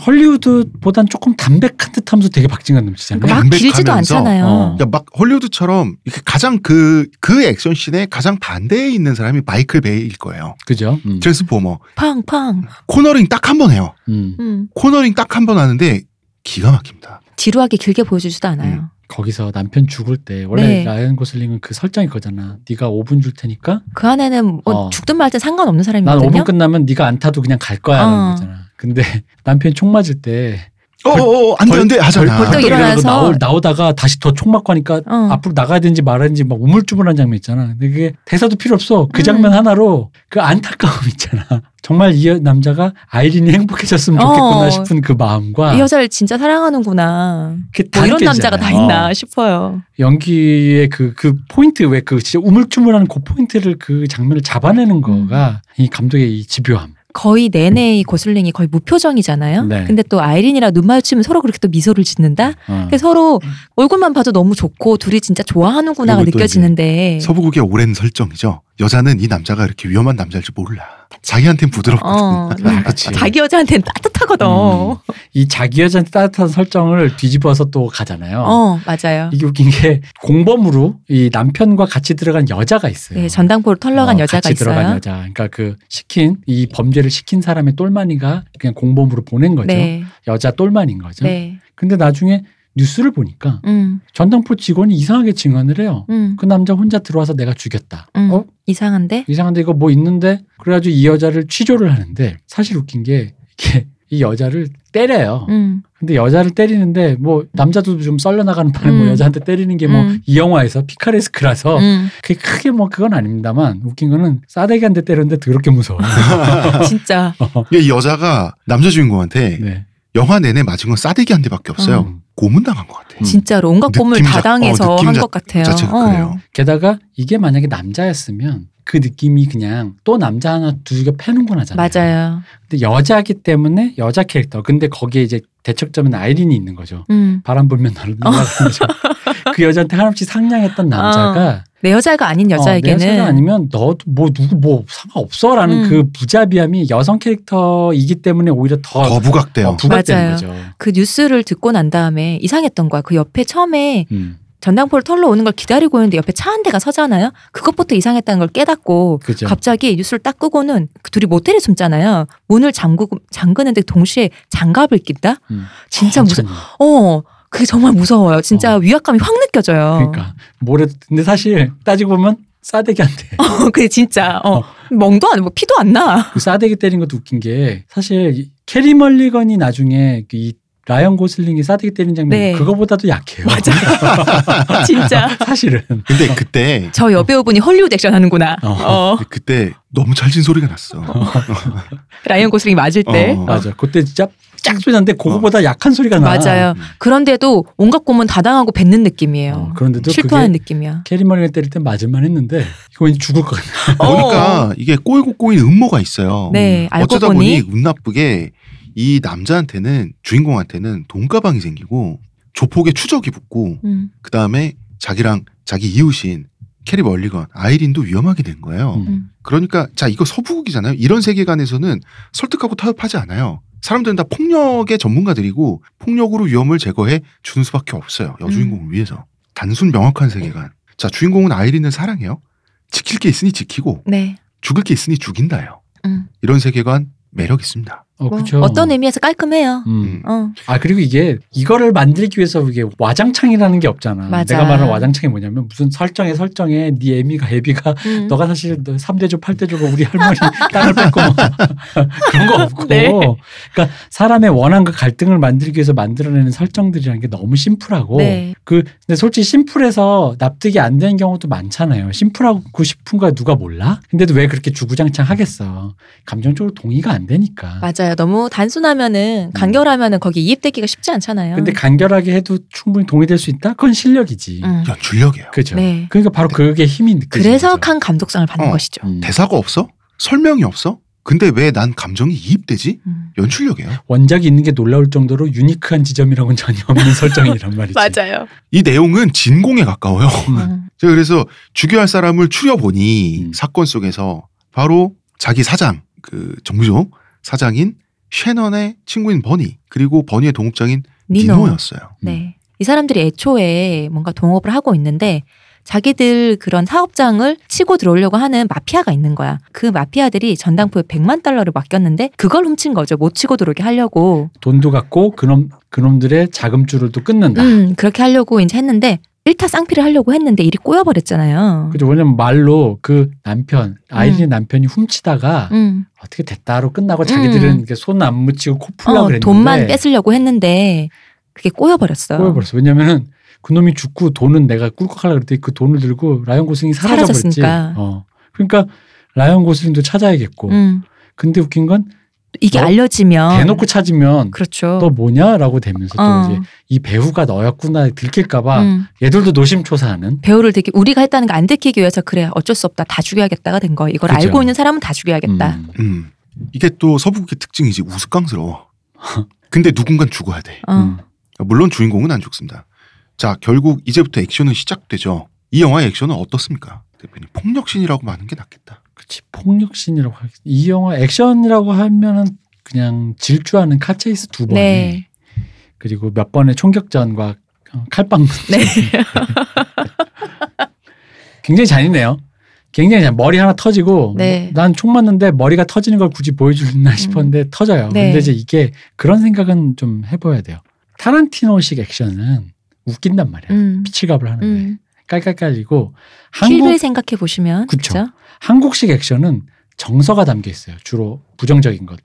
헐리우드보단 조금 담백한 듯하면서 되게 박진감 그러니까 넘치잖아요. 막 담백하면서, 길지도 않잖아요. 어. 그러니까 막 헐리우드처럼 이렇게 가장 그, 그 액션 씬의 가장 반대에 있는 사람이 마이클 베이일 거예요. 그죠? 음. 트랜스포머. 팡팡. 코너링 딱 한 번 해요. 음. 음. 코너링 딱 한 번 하는데 기가 막힙니다. 지루하게 길게 보여주지도 음. 않아요. 거기서 남편 죽을 때 원래 네. 라이언 고슬링은 그 설정이 그거잖아. 네가 5분 줄 테니까 그 안에는 뭐 어. 죽든 말든 상관없는 난 사람이거든요. 5분 끝나면 네가 안 타도 그냥 갈 거야라는 어. 거잖아. 근데 [laughs] 남편이 총 맞을 때 어어어, 안 돼, 안 돼! 하잖아. 벌떡 벌떡 일어나고 일어나서. 나오, 나오다가 다시 더 총 맞고 하니까 어. 앞으로 나가야 되는지 말아야 되는지 막 우물쭈물한 장면 있잖아. 근데 그게 대사도 필요 없어. 그 장면 하나로 그 안타까움 있잖아. [laughs] 정말 이 여- 남자가 아이린이 행복해졌으면 좋겠구나 어. 싶은 그 마음과 이 여자를 진짜 사랑하는구나. 그게 뭐 다 이런 느껴지잖아요. 남자가 다 어. 있나 싶어요. 연기의 그, 그 포인트, 왜 그 진짜 우물쭈물하는 그 포인트를 그 장면을 음. 잡아내는 거가 이 감독의 이 집요함. 거의 내내 이 고슬링이 거의 무표정이잖아요. 네. 근데 또 아이린이랑 눈 마주치면 서로 그렇게 또 미소를 짓는다. 어. 근데 서로 얼굴만 봐도 너무 좋고 둘이 진짜 좋아하는구나가 그리고 또 느껴지는데 서부국의 오랜 설정이죠. 여자는 이 남자가 이렇게 위험한 남자일 줄 몰라. 자기한텐 부드럽거든. 어, 아, 그치. 자기 여자한테는 따뜻하거든. 음. 이 자기 여자한테 따뜻한 설정을 뒤집어서 또 가잖아요. 어, 맞아요. 이게 웃긴 게 공범으로 이 남편과 같이 들어간 여자가 있어요. 네, 전당포를 털러 간 어, 여자가 같이 들어간 있어요. 여자. 그러니까 그 시킨 이 범죄를 시킨 사람의 똘마니가 그냥 공범으로 보낸 거죠. 네, 여자 똘마니인 거죠. 네, 근데 나중에 뉴스를 보니까 음, 전당포 직원이 이상하게 증언을 해요. 음, 그 남자 혼자 들어와서 내가 죽였다. 음. 어? 이상한데. 이상한데 이거 뭐 있는데? 그래가지고 이 여자를 취조를 하는데 사실 웃긴 게 이게 이 여자를 때려요. 음, 근데 여자를 때리는데 뭐 남자도 좀 썰려나가는 판에 뭐 음. 여자한테 때리는 게 뭐 이 음. 영화에서 피카레스크라서 음, 그게 크게 뭐 그건 아닙니다만 웃긴 거는 싸대기한테 때렸는데 더럽게 무서워. 진짜. 이 여자가 남자 주인공한테 네. 영화 내내 맞은 건 싸대기 한 대밖에 없어요. 음. 고문당한 것 같아요. 진짜로 온갖 꿈을 느낌 자- 다 당해서 어, 느낌 한 자- 것 같아요. 자체가 어. 그래요. 게다가 이게 만약에 남자였으면 그 느낌이 그냥 또 남자 하나 두개 패는구나 잖아요. 맞아요. 근데 여자기 때문에 여자 캐릭터. 근데 거기에 이제 대척점은 아이린이 있는 거죠. 음. 바람 불면 나를 날아가는 거죠. 그 여자한테 한없이 상냥했던 남자가 내 아, 여자가 아닌 어, 내 여자에게는 여자가 아니면 너도 뭐 누구 뭐 상관없어라는 음. 그 부자비함이 여성 캐릭터이기 때문에 오히려 더, 더 부각돼요. 어, 부각되는 맞아요. 거죠. 그 뉴스를 듣고 난 다음에 이상했던 거야. 그 옆에 처음에 음, 전당포를 털러 오는 걸 기다리고 있는데 옆에 차 한 대가 서잖아요. 그것부터 이상했다는 걸 깨닫고 그죠. 갑자기 뉴스를 딱 끄고는 그 둘이 모텔에 숨잖아요. 문을 잠그 잠그는데 동시에 장갑을 낀다. 음. 진짜 무서. 천천히. 어, 그게 정말 무서워요. 진짜 어. 위압감이 확 느껴져요. [laughs] 그러니까 모래. 근데 사실 따지고 보면 싸대기 한 [laughs] 대. 어, 근데 진짜 어, 어. 멍도 안, 뭐 피도 안 [laughs] 나. 그 싸대기 때린 것도 웃긴 게 사실 이 캐리 멀리건이 나중에 그이 라이언 고슬링이 싸대기 때린 장면 네. 그거보다도 [laughs] 약해요. 진짜. 사실은. 근데 그때 저 여배우분이 헐리우드 액션 하는구나. 어. 어, 그때 너무 찰진 소리가 났어. 라이언 고슬링 맞을 때. 어. 맞아. 그때 진짜 짝 소리 나는데 그거보다 약한 소리가 나. 어. 맞아요. 그런데도 온갖 고문 다 당하고 뱉는 느낌이에요. 어, 그런데도 실패하는 그게 느낌이야. 캐리 멀리건 때릴 때 맞을만 했는데 이거 왠지 죽을 것 같아. 그러니까 이게 꼬이고 꼬인 음모가 있어요. 어. 네, 알고 어쩌다 보니, 보니 운 나쁘게 이 남자한테는 주인공한테는 돈가방이 생기고 조폭의 추적이 붙고 음, 그 다음에 자기랑 자기 이웃인 캐리 멀리건 아이린도 위험하게 된 거예요. 음. 그러니까 자 이거 서부극이잖아요. 이런 세계관에서는 설득하고 타협하지 않아요. 사람들은 다 폭력의 전문가들이고 폭력으로 위험을 제거해 주는 수밖에 없어요. 여주인공을 위해서 단순 명확한 세계관. 자 주인공은 아이린을 사랑해요. 지킬 게 있으니 지키고 네. 죽을 게 있으니 죽인다요. 음. 이런 세계관 매력 있습니다. 어, 뭐 그쵸. 어떤 의미에서 깔끔해요. 음. 어, 아 그리고 이게 이거를 만들기 위해서 이게 와장창이라는 게 없잖아. 맞아. 내가 말하는 와장창이 뭐냐면 무슨 설정에 설정에 네 애미가 애비가 음. 너가 사실 너 3대조 8대조가 우리 할머니 [laughs] 땅을 뺏고 막 [laughs] 그런 거 없고 네. 그러니까 사람의 원한과 갈등을 만들기 위해서 만들어내는 설정들이라는 게 너무 심플하고 네. 그 근데 솔직히 심플해서 납득이 안 되는 경우도 많잖아요 심플하고 싶은 거야 누가 몰라 근데도 왜 그렇게 주구장창 하겠어 감정적으로 동의가 안 되니까 맞아요. 너무 단순하면은 간결하면은 거기 이입되기가 쉽지 않잖아요. 근데 간결하게 해도 충분히 동의될 수 있다 그건 실력이지 음. 연출력이에요. 그죠 네. 그러니까 바로 그게 힘이 느껴지는 그래서 거죠. 칸 감독상을 받는 어. 것이죠. 음. 대사가 없어? 설명이 없어? 근데 왜 난 감정이 이입되지? 음. 연출력이에요. 원작이 있는 게 놀라울 정도로 유니크한 지점이라고는 전혀 [laughs] 없는 설정이란 말이지. 맞아요. 이 내용은 진공에 가까워요. [laughs] 음. 음. 제가 그래서 죽여할 사람을 추려보니 음. 사건 속에서 바로 자기 사장 그 정부종 사장인 쉐넌의 친구인 버니 그리고 버니의 동업장인 니노. 니노였어요. 음. 네. 이 사람들이 애초에 뭔가 동업을 하고 있는데 자기들 그런 사업장을 치고 들어오려고 하는 마피아가 있는 거야. 그 마피아들이 전당포에 100만 달러를 맡겼는데 그걸 훔친 거죠. 못 치고 들어오게 하려고. 돈도 갖고 그놈 그놈들의 자금줄을 또 끊는다. 음, 그렇게 하려고 이제 했는데 일타 쌍피를 하려고 했는데 일이 꼬여버렸잖아요. 그죠? 왜냐면 말로 그 남편 아이린의 남편이 훔치다가 음. 어떻게 됐다로 끝나고 자기들은 손 안 묻히고 코 풀라 어, 그랬는데 돈만 뺏으려고 했는데 그게 꼬여버렸어요. 꼬여버렸어. 왜냐면은 그놈이 죽고 돈은 내가 꿀꺽하려 그랬더니 그 돈을 들고 라이언 고슬링이 사라져버렸지. 사라졌으니까. 어. 그러니까 라이언 고슬링도 찾아야겠고. 음. 근데 웃긴 건 이게 너- 알려지면 대놓고 찾으면 그렇죠. 너 뭐냐라고 되면서 또 어. 이제 아. 이 배우가 너였구나 들킬까봐 음. 얘들도 노심초사하는 배우를 되게 우리가 했다는 거 안 들키기 위해서 그래 어쩔 수 없다 다 죽여야겠다가 된 거. 이걸 그죠. 알고 있는 사람은 다 죽여야겠다. 음. 음. 이게 또 서부극의 특징이지 [laughs] 우스꽝스러워. 근데 누군간 죽어야 돼. 어. 음. 물론 주인공은 안 죽습니다. 자 결국 이제부터 액션은 시작되죠. 이 영화의 액션은 어떻습니까? 대표님 폭력신이라고 말하는 게 낫겠다. 그치 폭력신이라고 하겠... 이 영화 액션이라고 하면은 그냥 질주하는 카체이스 두 번에 네. 그리고 몇 번의 총격전과 어, 칼빵 [laughs] 네. [laughs] 굉장히 잔인해요. 굉장히 잔 머리 하나 터지고 네. 음. 난 총 맞는데 머리가 터지는 걸 굳이 보여주나 싶었는데 터져요. 네. 근데 이제 이게 그런 생각은 좀 해봐야 돼요. 타란티노식 액션은 웃긴단 말이야. 음. 피치갑을 하는데 음. 깔깔깔리고 한국 킬을 생각해 보시면 그쵸. 그렇죠. 한국식 액션은 정서가 담겨 있어요. 주로 부정적인 것,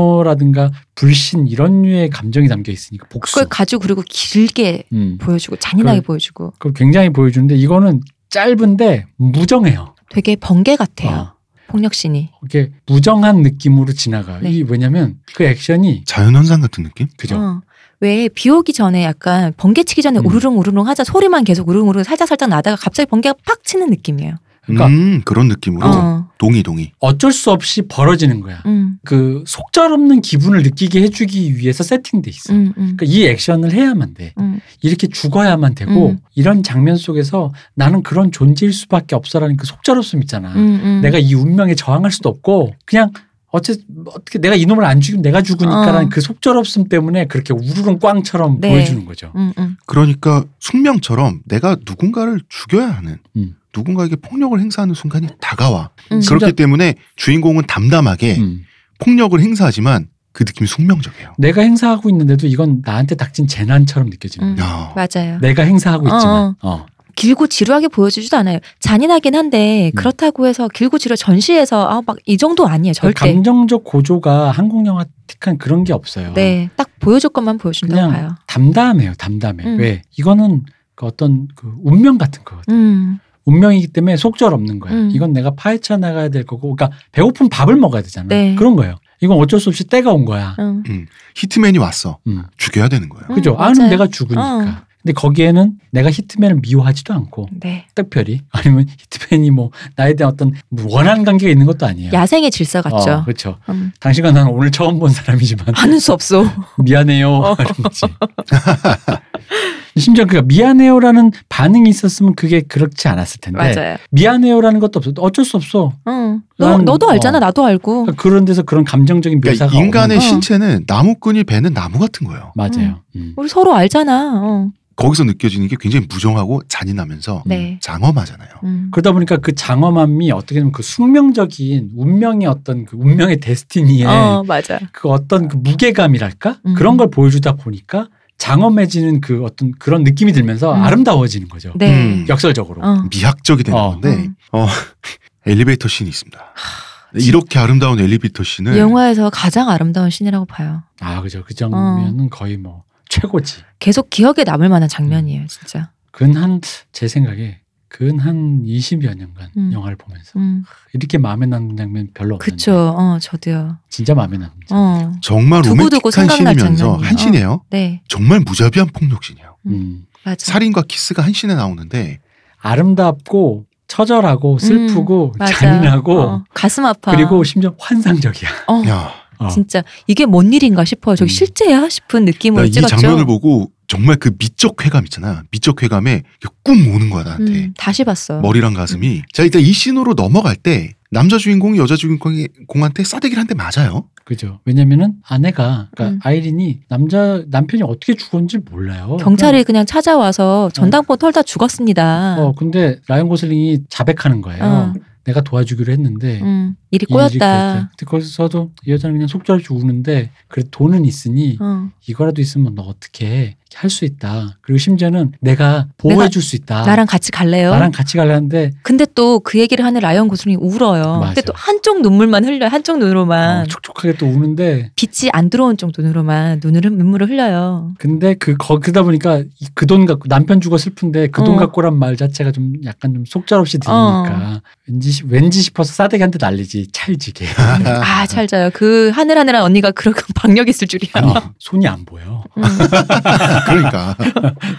분노라든가 불신 이런 류의 감정이 담겨 있으니까 복수. 그걸 가지고 그리고 길게 음. 보여주고 잔인하게 그걸- 보여주고 그걸 굉장히 보여주는데 이거는 짧은데 무정해요. 되게 번개 같아요. 어. 폭력신이. 이렇게 무정한 느낌으로 지나가. 네. 이게 왜냐면 그 액션이 자연현상 같은 느낌? 그죠. 어. 왜 비 오기 전에 약간 번개 치기 전에 음. 우르릉 우르릉 하자 소리만 계속 우르릉 우르릉 살짝살짝 나다가 갑자기 번개가 팍 치는 느낌이에요. 그러니까- 음, 그런 느낌으로 어. 동의 동의. 어쩔 수 없이 벌어지는 거야. 음. 그 속절없는 기분을 느끼게 해주기 위해서 세팅돼 있어. 음, 음. 그러니까 이 액션을 해야만 돼. 음. 이렇게 죽어야만 되고 음. 이런 장면 속에서 나는 그런 존재일 수밖에 없어라는 그 속절없음 있잖아. 음, 음. 내가 이 운명에 저항할 수도 없고 그냥 어쨌 어떻게 내가 이놈을 안 죽이면 내가 죽으니까라는 어. 그 속절없음 때문에 그렇게 우르릉 꽝처럼 네. 보여주는 거죠. 음, 음. 그러니까 숙명처럼 내가 누군가를 죽여야 하는 음. 누군가에게 폭력을 행사하는 순간이 다가와. 음. 그렇기 때문에 주인공은 담담하게 음. 폭력을 행사하지만 그 느낌이 숙명적이에요. 내가 행사하고 있는데도 이건 나한테 닥친 재난처럼 느껴지는 음. 거야. 야, 맞아요. 내가 행사하고 어, 있지만 어. 길고 지루하게 보여주지도 않아요. 잔인하긴 음. 한데 그렇다고 해서 길고 지루 전시해서 아, 막 이 정도 아니에요. 그 절대. 감정적 고조가 한국 영화 틱한 그런 게 없어요. 네, 딱 보여줄 것만 보여준다고 음. 그냥 봐요. 담담해요, 담담해. 음. 왜? 이거는 그 어떤 그 운명 같은 거거든. 음, 운명이기 때문에 속절 없는 거야. 음. 이건 내가 파헤쳐 나가야 될 거고, 그러니까 배고픈 밥을 먹어야 되잖아. 네. 그런 거예요. 이건 어쩔 수 없이 때가 온 거야. 음. 히트맨이 왔어. 음. 죽여야 되는 거예요. 음, 그죠? 아, 맞아요. 어. 는 내가 죽으니까. 근데 거기에는 내가 히트맨을 미워하지도 않고 네. 특별히 [laughs] 아니면 히트맨이 뭐 나에 대한 어떤 뭐 원한 관계가 있는 것도 아니에요. 야생의 질서 같죠. 어, 그렇죠. 네. 음. 당신과 나는 오늘 처음 본 사람이지만 하는 수 없어. 미안해요. [laughs] 어. 그런지. 심지어 그가 미안해요라는 반응이 있었으면 그게 그렇지 않았을 텐데 [laughs] 맞아요. 미안해요라는 것도 없어 어쩔 수 없어 응. 너, 나는- 너도 알잖아. 어. 나도 알고. 그런 데서 그런 감정적인 그러니까 묘사가 인간의 없는 거야. 신체는 나무끈이 베는 나무 같은 거예요. 없는 거야. 맞아요. 음. 우리 서로 알잖아. 어. 거기서 느껴지는 게 굉장히 무정하고 잔인하면서 네. 장엄하잖아요. 음. 그러다 보니까 그 장엄함이 어떻게 보면 그 숙명적인 운명의 어떤 그 운명의 데스티니의 어, 맞아. 그 어떤 그 무게감이랄까 음. 그런 걸 보여주다 보니까 장엄해지는 그 어떤 그런 느낌이 들면서 음. 아름다워지는 거죠. 네. 음. 역설적으로. 어. 미학적이 되는 어. 건데 음. 어, [laughs] 엘리베이터 씬이 있습니다. 이렇게 아름다운 엘리베이터 네. 씬을 영화에서 가장 아름다운 신이라고 봐요. 아 그죠 어. 그 장면은 거의 뭐 최고지. 계속 기억에 남을 만한 장면이에요, 진짜. 근 한 제 생각에 근 한 20여 년간 음. 영화를 보면서 음. 이렇게 마음에 남는 장면 별로 없는데 그쵸. 어, 저도요. 진짜 마음에 남는 장면. 어. 정말 두고두고 로맨틱한 생각날 씬이면서 장면이에요. 한 씬이에요. 네. 정말 무자비한 폭력씬이에요. 음. 맞아. 살인과 키스가 한 씬에 나오는데 아름답고 처절하고 슬프고 음. 맞아. 잔인하고 어, 가슴 아파. 그리고 심지어 환상적이야. [laughs] 어, 야, 어. 진짜 이게 뭔 일인가 싶어요. 저기 음. 실제야 싶은 느낌으로 나 이 찍었죠. 장면을 보고 정말 그 미적 쾌감 있잖아. 미적 쾌감에 꿈 오는 거야 나한테. 음, 다시 봤어요. 머리랑 가슴이. 자 일단 이 씬으로 넘어갈 때 남자 주인공이 여자 주인공한테 싸대기를 한 대 맞아요. 그죠. 왜냐면은 아내가 그러니까 음. 아이린이 남자 남편이 어떻게 죽었는지 몰라요. 경찰이 그냥 찾아와서 전당포 털다 죽었습니다. 그냥, 어 근데 라이언 고슬링이 자백하는 거예요. 어. 내가 도와주기로 했는데 음, 일이 이 일이 그랬대. 꼬였다. 근데 거기서도 이 여자는 그냥 속절없이 우는데 그래 돈은 있으니 어, 이거라도 있으면 너 어떻게 할 수 있다. 그리고 심지어는 내가 보호해 줄 수 있다. 나랑 같이 갈래요? 아. 나랑 같이 가려는데 근데 또 그 얘기를 하는 라이언 고슬링이 울어요. 근데 맞아. 또 한쪽 눈물만 흘려요. 한쪽 어, 눈으로만. 촉촉하게 또 우는데 빛이 안 들어온 쪽 눈으로만 눈을 눈물을 흘려요. 근데 그 거, 그러다 보니까 그 돈 갖고 남편 죽어 슬픈데 그 돈 어. 갖고란 말 자체가 좀 약간 좀 속절없이 들리니까 왠지 시- 왠지 싶어서 싸대기한테 날리지 [laughs] 찰지게 [laughs] 아, 잘 자요. 그 하늘하늘한 언니가 그런 [laughs] 박력 있을 줄이야. 아니, 손이 안 보여 음, 그러니까.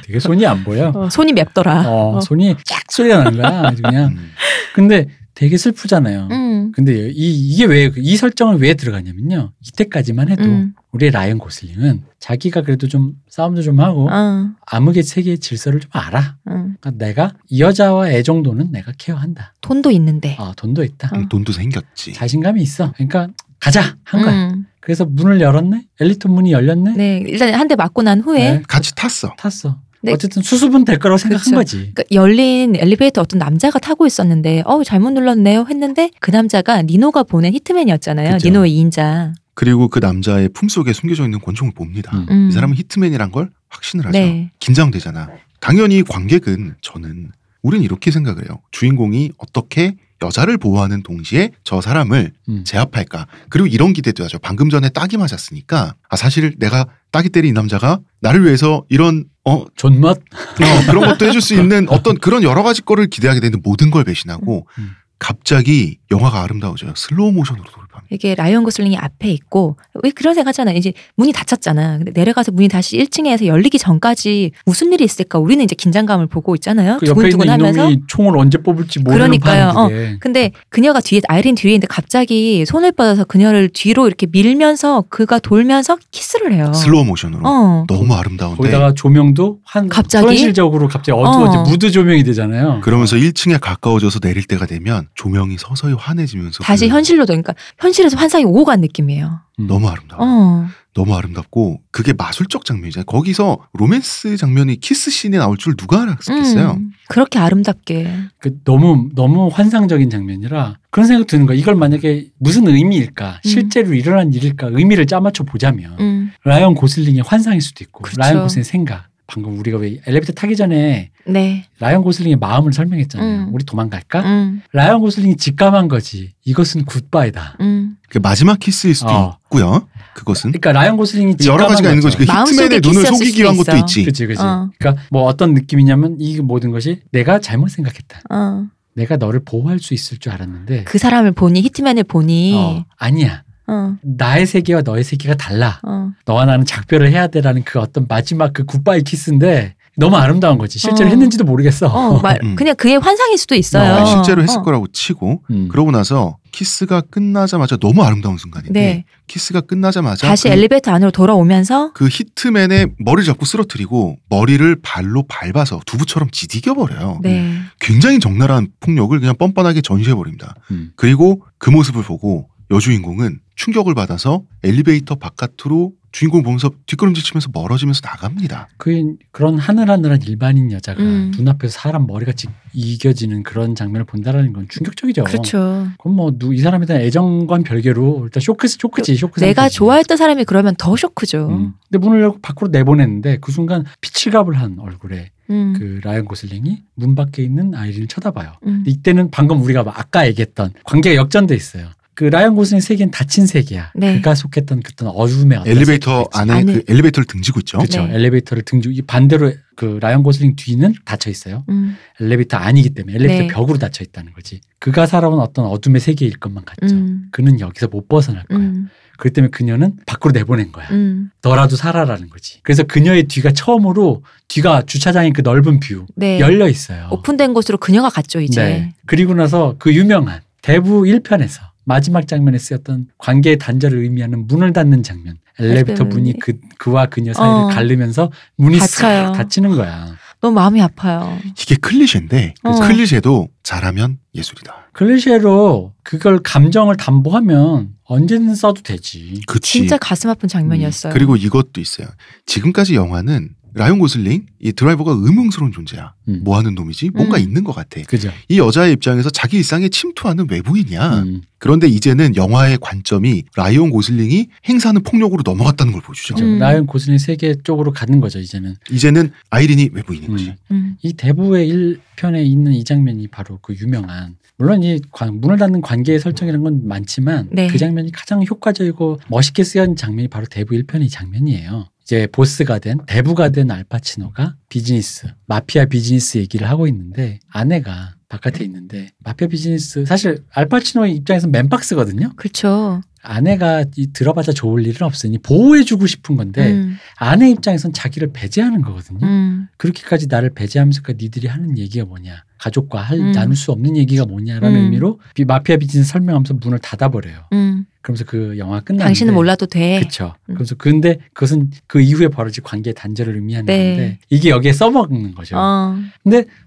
되게 손이 안 보여 어, 손이 맵더라. 어, 손이 쫙 소리가 나는 거야 아주 그냥 음. 근데 되게 슬프잖아요 음, 근데 이, 이게 왜 이 설정을 왜 들어가냐면요 이때까지만 해도 음, 우리 라이언 고슬링은 자기가 그래도 좀 싸움도 좀 하고 어, 암흑의 세계의 질서를 좀 알아 음. 그러니까 내가 이 여자와 애 정도는 내가 케어한다 돈도 있는데. 아 돈도 있다. 어. 음. 돈도 생겼지. 자신감이 있어. 그러니까 가자 한 거야. 음, 그래서 문을 열었네. 엘리트 문이 열렸네. 네, 일단 한 대 맞고 난 후에 네. 같이 탔어. 탔어. 네. 어쨌든 수습은 될 거라고 생각한 그쵸. 거지. 그러니까 열린 엘리베이터 어떤 남자가 타고 있었는데 어 잘못 눌렀네요 했는데 그 남자가 니노가 보낸 히트맨이었잖아요. 그죠. 니노의 2인자. 그리고 그 남자의 품속에 숨겨져 있는 권총을 봅니다. 음. 음. 이 사람은 히트맨이란 걸 확신을 하죠. 네. 긴장되잖아. 당연히 관객은 저는 우린 이렇게 생각을 해요. 주인공이 어떻게 여자를 보호하는 동시에 저 사람을 음. 제압할까. 그리고 이런 기대도 하죠. 방금 전에 딱이 맞았으니까 아 사실 내가 딱이 때린 이 남자가 나를 위해서 이런 어, 존맛. 뭐? 어, 그런 것도 해줄 수 있는 어떤 그런 여러 가지 거를 기대하게 되는 모든 걸 배신하고 음. 갑자기 영화가 아름다워져요. 슬로우 모션으로 돌입합니다. 이게 라이언 고슬링이 앞에 있고 왜 그런 생각하잖아. 이제 문이 닫혔잖아. 근데 내려가서 문이 다시 1층에서 열리기 전까지 무슨 일이 있을까? 우리는 이제 긴장감을 보고 있잖아요. 그 옆에 있는 두근두근하면서. 이놈이 총을 언제 뽑을지 모르는 그러니까요. 판인데 근데 그녀가 뒤에 아이린 뒤에 있는데 갑자기 손을 뻗어서 그녀를 뒤로 이렇게 밀면서 그가 돌면서 키스를 해요. 슬로우 모션으로 어. 너무 아름다운데 거기다가 조명도 한 갑자기? 현실적으로 갑자기 어두워지 어. 무드 조명이 되잖아요. 그러면서 1층에 가까워져서 내릴 때가 되면 조명이 서서히 환해지면서 다시 그 현실로 되니까 현실에서 환상이 오고 간 느낌이에요. 너무 아름다워. 어. 너무 아름답고 그게 마술적 장면이잖아요. 거기서 로맨스 장면이 키스 씬에 나올 줄 누가 알았겠어요. 음. 음, 그렇게 아름답게. 그 너무 너무 환상적인 장면이라 그런 생각 드는 거야. 이걸 만약에 무슨 의미일까? 음. 실제로 일어난 일일까? 의미를 짜맞춰 보자면 음. 라이언 고슬링의 환상일 수도 있고 그쵸. 라이언 고슬링의 생각. 방금 우리가 왜 엘리베이터 타기 전에 네. 라이언 고슬링의 마음을 설명했잖아요. 음. 우리 도망갈까? 음. 라이언 고슬링이 직감한 거지. 이것은 굿바이다. 음. 그게 마지막 키스일 수도 어. 있고요. 그것은 그러니까 라이언 고슬링이 직감한 여러 가지가 있는 거지. 그 거죠. 아, 마음속에 히트맨의 눈을 키스였을 속이기 위한 수도 것도 있어. 있지. 그치 그치. 어. 그러니까 뭐 어떤 느낌이냐면 이 모든 것이 내가 잘못 생각했다. 어. 내가 너를 보호할 수 있을 줄 알았는데 그 사람을 보니 히트맨을 보니. 어, 아니야. 어. 어. 나의 세계와 너의 세계가 달라. 너와 나는 작별을 해야 돼라는 그 어떤 마지막 그 굿바이 키스인데 너무 아름다운 거지. 실제로 어. 했는지도 모르겠어. 어, 말, 음. 그냥 그의 환상일 수도 있어요. 아니, 실제로 했을 어. 거라고 치고 음. 그러고 나서 키스가 끝나자마자 너무 아름다운 순간인데 네. 키스가 끝나자마자 다시 예. 그, 엘리베이터 안으로 돌아오면서 그 히트맨의 머리를 잡고 쓰러뜨리고 머리를 발로 밟아서 두부처럼 지디겨 버려요. 네. 굉장히 적나라한 폭력을 그냥 뻔뻔하게 전시해 버립니다. 음. 그리고 그 모습을 보고 여주인공은 충격을 받아서 엘리베이터 바깥으로 주인공 보면서 뒷걸음질 치면서 멀어지면서 나갑니다. 그 그런 하늘하늘한 일반인 여자가 음. 눈앞에서 사람 머리가 지- 이겨지는 그런 장면을 본다라는 건 어. 충격적이죠. 그렇죠. 그럼 뭐이 사람에 대한 애정과는 별개로 일단 쇼크 쇼크지 쇼크. 그그 내가 상태지. 좋아했던 사람이 그러면 더 쇼크죠. 음. 근데 문을 열고 밖으로 내보냈는데 그 순간 피칠갑을 한 얼굴에 음. 그 라이언 고슬링이 문 밖에 있는 아이린을 쳐다봐요. 음. 근데 이때는 방금 우리가 막 아까 얘기했던 관계가 역전돼 있어요. 그 라이언 고슬링 세계는 닫힌 세계야. 네. 그가 속했던 아, 그떤 어둠의 어떤 엘리베이터 세계가 있지. 안에 안에. 그 엘리베이터를 등지고 있죠. 그렇죠. 네. 엘리베이터를 등지고 이 반대로 그 라이언 고슬링 뒤는 닫혀 있어요. 음. 엘리베이터 아니기 때문에 엘리베이터 네. 벽으로 닫혀 있다는 거지. 그가 살아온 어떤 어둠의 세계일 것만 같죠. 음. 그는 여기서 못 벗어날 거야. 음. 그렇기 때문에 그녀는 밖으로 내보낸 거야. 음. 너라도 살아라는 거지. 그래서 그녀의 뒤가 처음으로 뒤가 주차장인 그 넓은 뷰 네. 열려 있어요. 오픈된 곳으로 그녀가 갔죠, 이제. 네. 그리고 나서 그 유명한 대부 1편에서 마지막 장면에 쓰였던 관계의 단절을 의미하는 문을 닫는 장면. 엘리베이터 엘리베이터 문이. 문이 그, 그와 그녀 사이를 어. 가르면서 문이 닫혀요. 싹 닫히는 거야. 너무 마음이 아파요. 이게 클리셰인데 어. 클리셰도 잘하면 예술이다. 클리셰로 그걸 감정을 담보하면 언제든 써도 되지. 그치. 음. 진짜 음. 가슴 아픈 장면이었어요. 그리고 이것도 있어요. 지금까지 영화는 라이온 고슬링 이 드라이버가 의문스러운 존재야. 음. 뭐 하는 놈이지? 뭔가 음. 있는 것 같아. 그죠? 이 여자의 입장에서 자기 일상에 침투하는 외부인이야. 음. 그런데 이제는 영화의 관점이 라이온 고슬링이 행사하는 폭력으로 넘어갔다는 걸 보여주죠. 그죠? 음. 라이언 고슬링 세계 쪽으로 가는 거죠, 이제는. 이제는 아이린이 외부인인 거지. 음. 음. 이 대부의 1편에 있는 이 장면이 바로 그 유명한 물론 이 관- 문을 닫는 관계의 설정이라는 건 많지만 네. 그 장면이 가장 효과적이고 멋있게 쓰여진 장면이 바로 대부 1편의 이 장면이에요. 이제 보스가 된 대부가 된 알파치노가 비즈니스 마피아 비즈니스 얘기를 하고 있는데 아내가 바깥에 있는데 마피아 비즈니스 사실 알파치노의 입장에서 맨박스거든요. 그렇죠. 아내가 이 들어봤자 좋을 일은 없으니 보호해주고 싶은 네. 건데 음. 아내 입장에선 자기를 배제하는 거거든요. 음. 그렇게까지 나를 배제하면서까지 그러니까 니들이 하는 얘기가 뭐냐 가족과 할, 음. 나눌 수 없는 얘기가 뭐냐라는 음. 의미로 비- 마피아 비즈니스 설명하면서 문을 닫아버려요 음. 그러면서 그 영화 네. 끝나는데 당신은 몰라도 돼. 그쵸 음. 그래서 근데 그것은 그 이후에 벌어질 관계의 단절을 의미하는 네. 건데 이게 여기에 써먹는 거죠 어.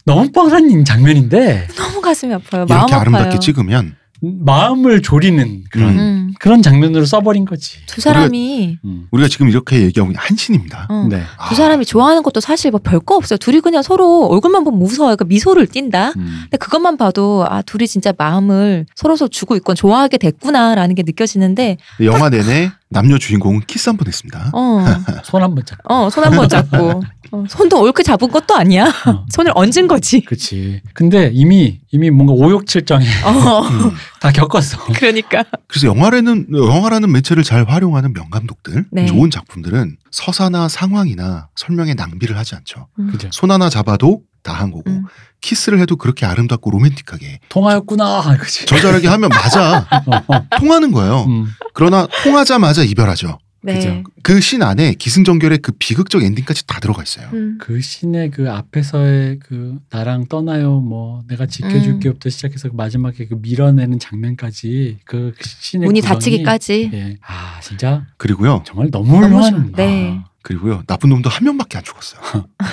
너무 뻔한 장면인데 너무 가슴이 아파요. 마음 이렇게 아파요. 아름답게 찍으면 마음을 조리는 그런 음. 그런 장면으로 써버린 거지 두 사람이 음. 우리가 지금 이렇게 얘기하고 있는 한신입니다. 어. 네 두 사람이 좋아하는 것도 사실 뭐 별거 없어요. 둘이 그냥 서로 얼굴만 보면 무서워요. 그러니까 미소를 띈다. 음. 근데 그것만 봐도 아 둘이 진짜 마음을 서로서 주고 있건 좋아하게 됐구나라는 게 느껴지는데 영화 내내 남녀 주인공은 키스 한 번 했습니다. 어어손 손 한번 잡고 한번 잡고 어, 손도 옳게 잡은 것도 아니야 어. [laughs] 손을 얹은 거지 그치 근데 이미 이미 뭔가 오욕칠정에 [laughs] [laughs] 어 음. 다 겪었어 그러니까 그래서 영화라는 영화라는 매체를 잘 활용하는 명감독들, 네. 좋은 작품들은 서사나 상황이나 설명에 낭비를 하지 않죠. 음. 그죠 손 하나 잡아도 다 한 거고 음. 키스를 해도 그렇게 아름답고 로맨틱하게 통하였구나. 그치. 저자르게 하면 [laughs] 맞아 어, 어. 통하는 거예요. 음. 그러나 통하자마자 이별하죠. 네. 그죠. 그 신 안에 기승전결의 그 비극적 엔딩까지 다 들어가 있어요. 음. 그 신의 그 앞에서의 그 나랑 떠나요 뭐 내가 음. 지켜줄게부터 시작해서 그 마지막에 그 밀어내는 장면까지 그 신의 문이 구성이- 닫히기까지. 예. 아 진짜 그리고요, 정말 너무 너무 훌륭한. 좋- 네. 아. 그리고요 나쁜 놈도 한 명밖에 안 죽었어요. 아,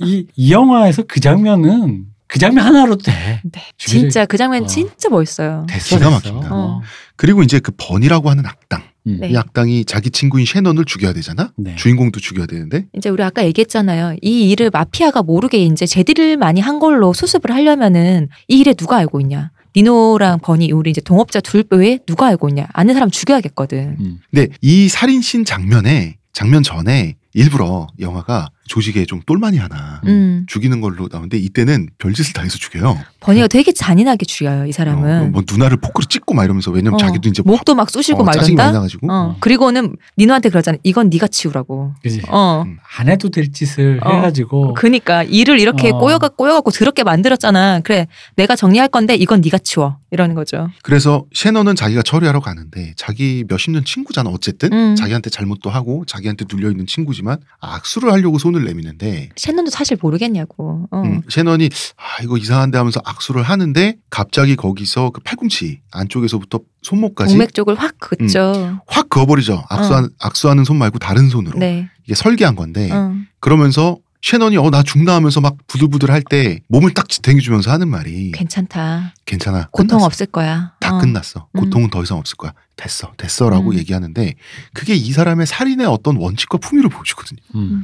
이, 이 영화에서 그 장면은 그 장면 하나로 돼. 죽이지- 진짜 그 장면 어. 진짜 멋있어요. 됐어, 기가 됐어. 막힙니다. 어. 그리고 이제 그 번이라고 하는 악당, 음. 네. 이 악당이 자기 친구인 셰넌을 죽여야 되잖아. 네. 주인공도 죽여야 되는데 이제 우리 아까 얘기했잖아요. 이 일을 마피아가 모르게 이제 제디를 많이 한 걸로 수습을 하려면은 이 일에 누가 알고 있냐? 니노랑 버니 우리 이제 동업자 둘 외에 누가 알고 있냐? 아는 사람 죽여야겠거든. 음. 근데 이 살인신 장면에 장면 전에 일부러 영화가 조직에 좀 똘마니 하나 음. 음. 죽이는 걸로 나오는데 이때는 별짓을 다 해서 죽여요. 버니가 네. 되게 잔인하게 죽여요. 이 사람은. 어, 뭐 누나를 포크로 찍고 막 이러면서 왜냐면 어, 자기도 이제 목도 막 쑤시고 어, 막 짜증이 많이 이런다. 나가지고 음. 어. 그리고는 니노한테 그러잖아. 이건 네가 치우라고. 그지. 어. 안 해도 될 짓을 어. 해가지고 그니까 일을 이렇게 어. 꼬여가 꼬여갖고 더럽게 만들었잖아. 그래 내가 정리할 건데 이건 네가 치워 이러는 거죠. 그래서 셰너는 자기가 처리하러 가는데 자기 몇십 년 친구잖아 어쨌든 음. 자기한테 잘못도 하고 자기한테 눌려 있는 친구지만 악수를 하려고 손을 내미는데 샌넌도 사실 모르겠냐고. 어. 음, 셰넌이 아 이거 이상한데 하면서 악수를 하는데 갑자기 거기서 그 팔꿈치 안쪽에서부터 손목까지 동맥 쪽을 확 긋죠. 확 그어버리죠 악수한, 악수하는 손 말고 다른 손으로 네. 이게 설계한 건데 어. 그러면서 셰넌이 어 나 죽나 하면서 막 부들부들 할 때 몸을 딱 지탱해주면서 하는 말이 괜찮다. 괜찮아 고통 끝났어. 없을 거야. 다 어. 끝났어. 음. 고통은 더 이상 없을 거야. 됐어, 됐어라고 음. 얘기하는데 그게 이 사람의 살인의 어떤 원칙과 품위를 보여주거든요. 음.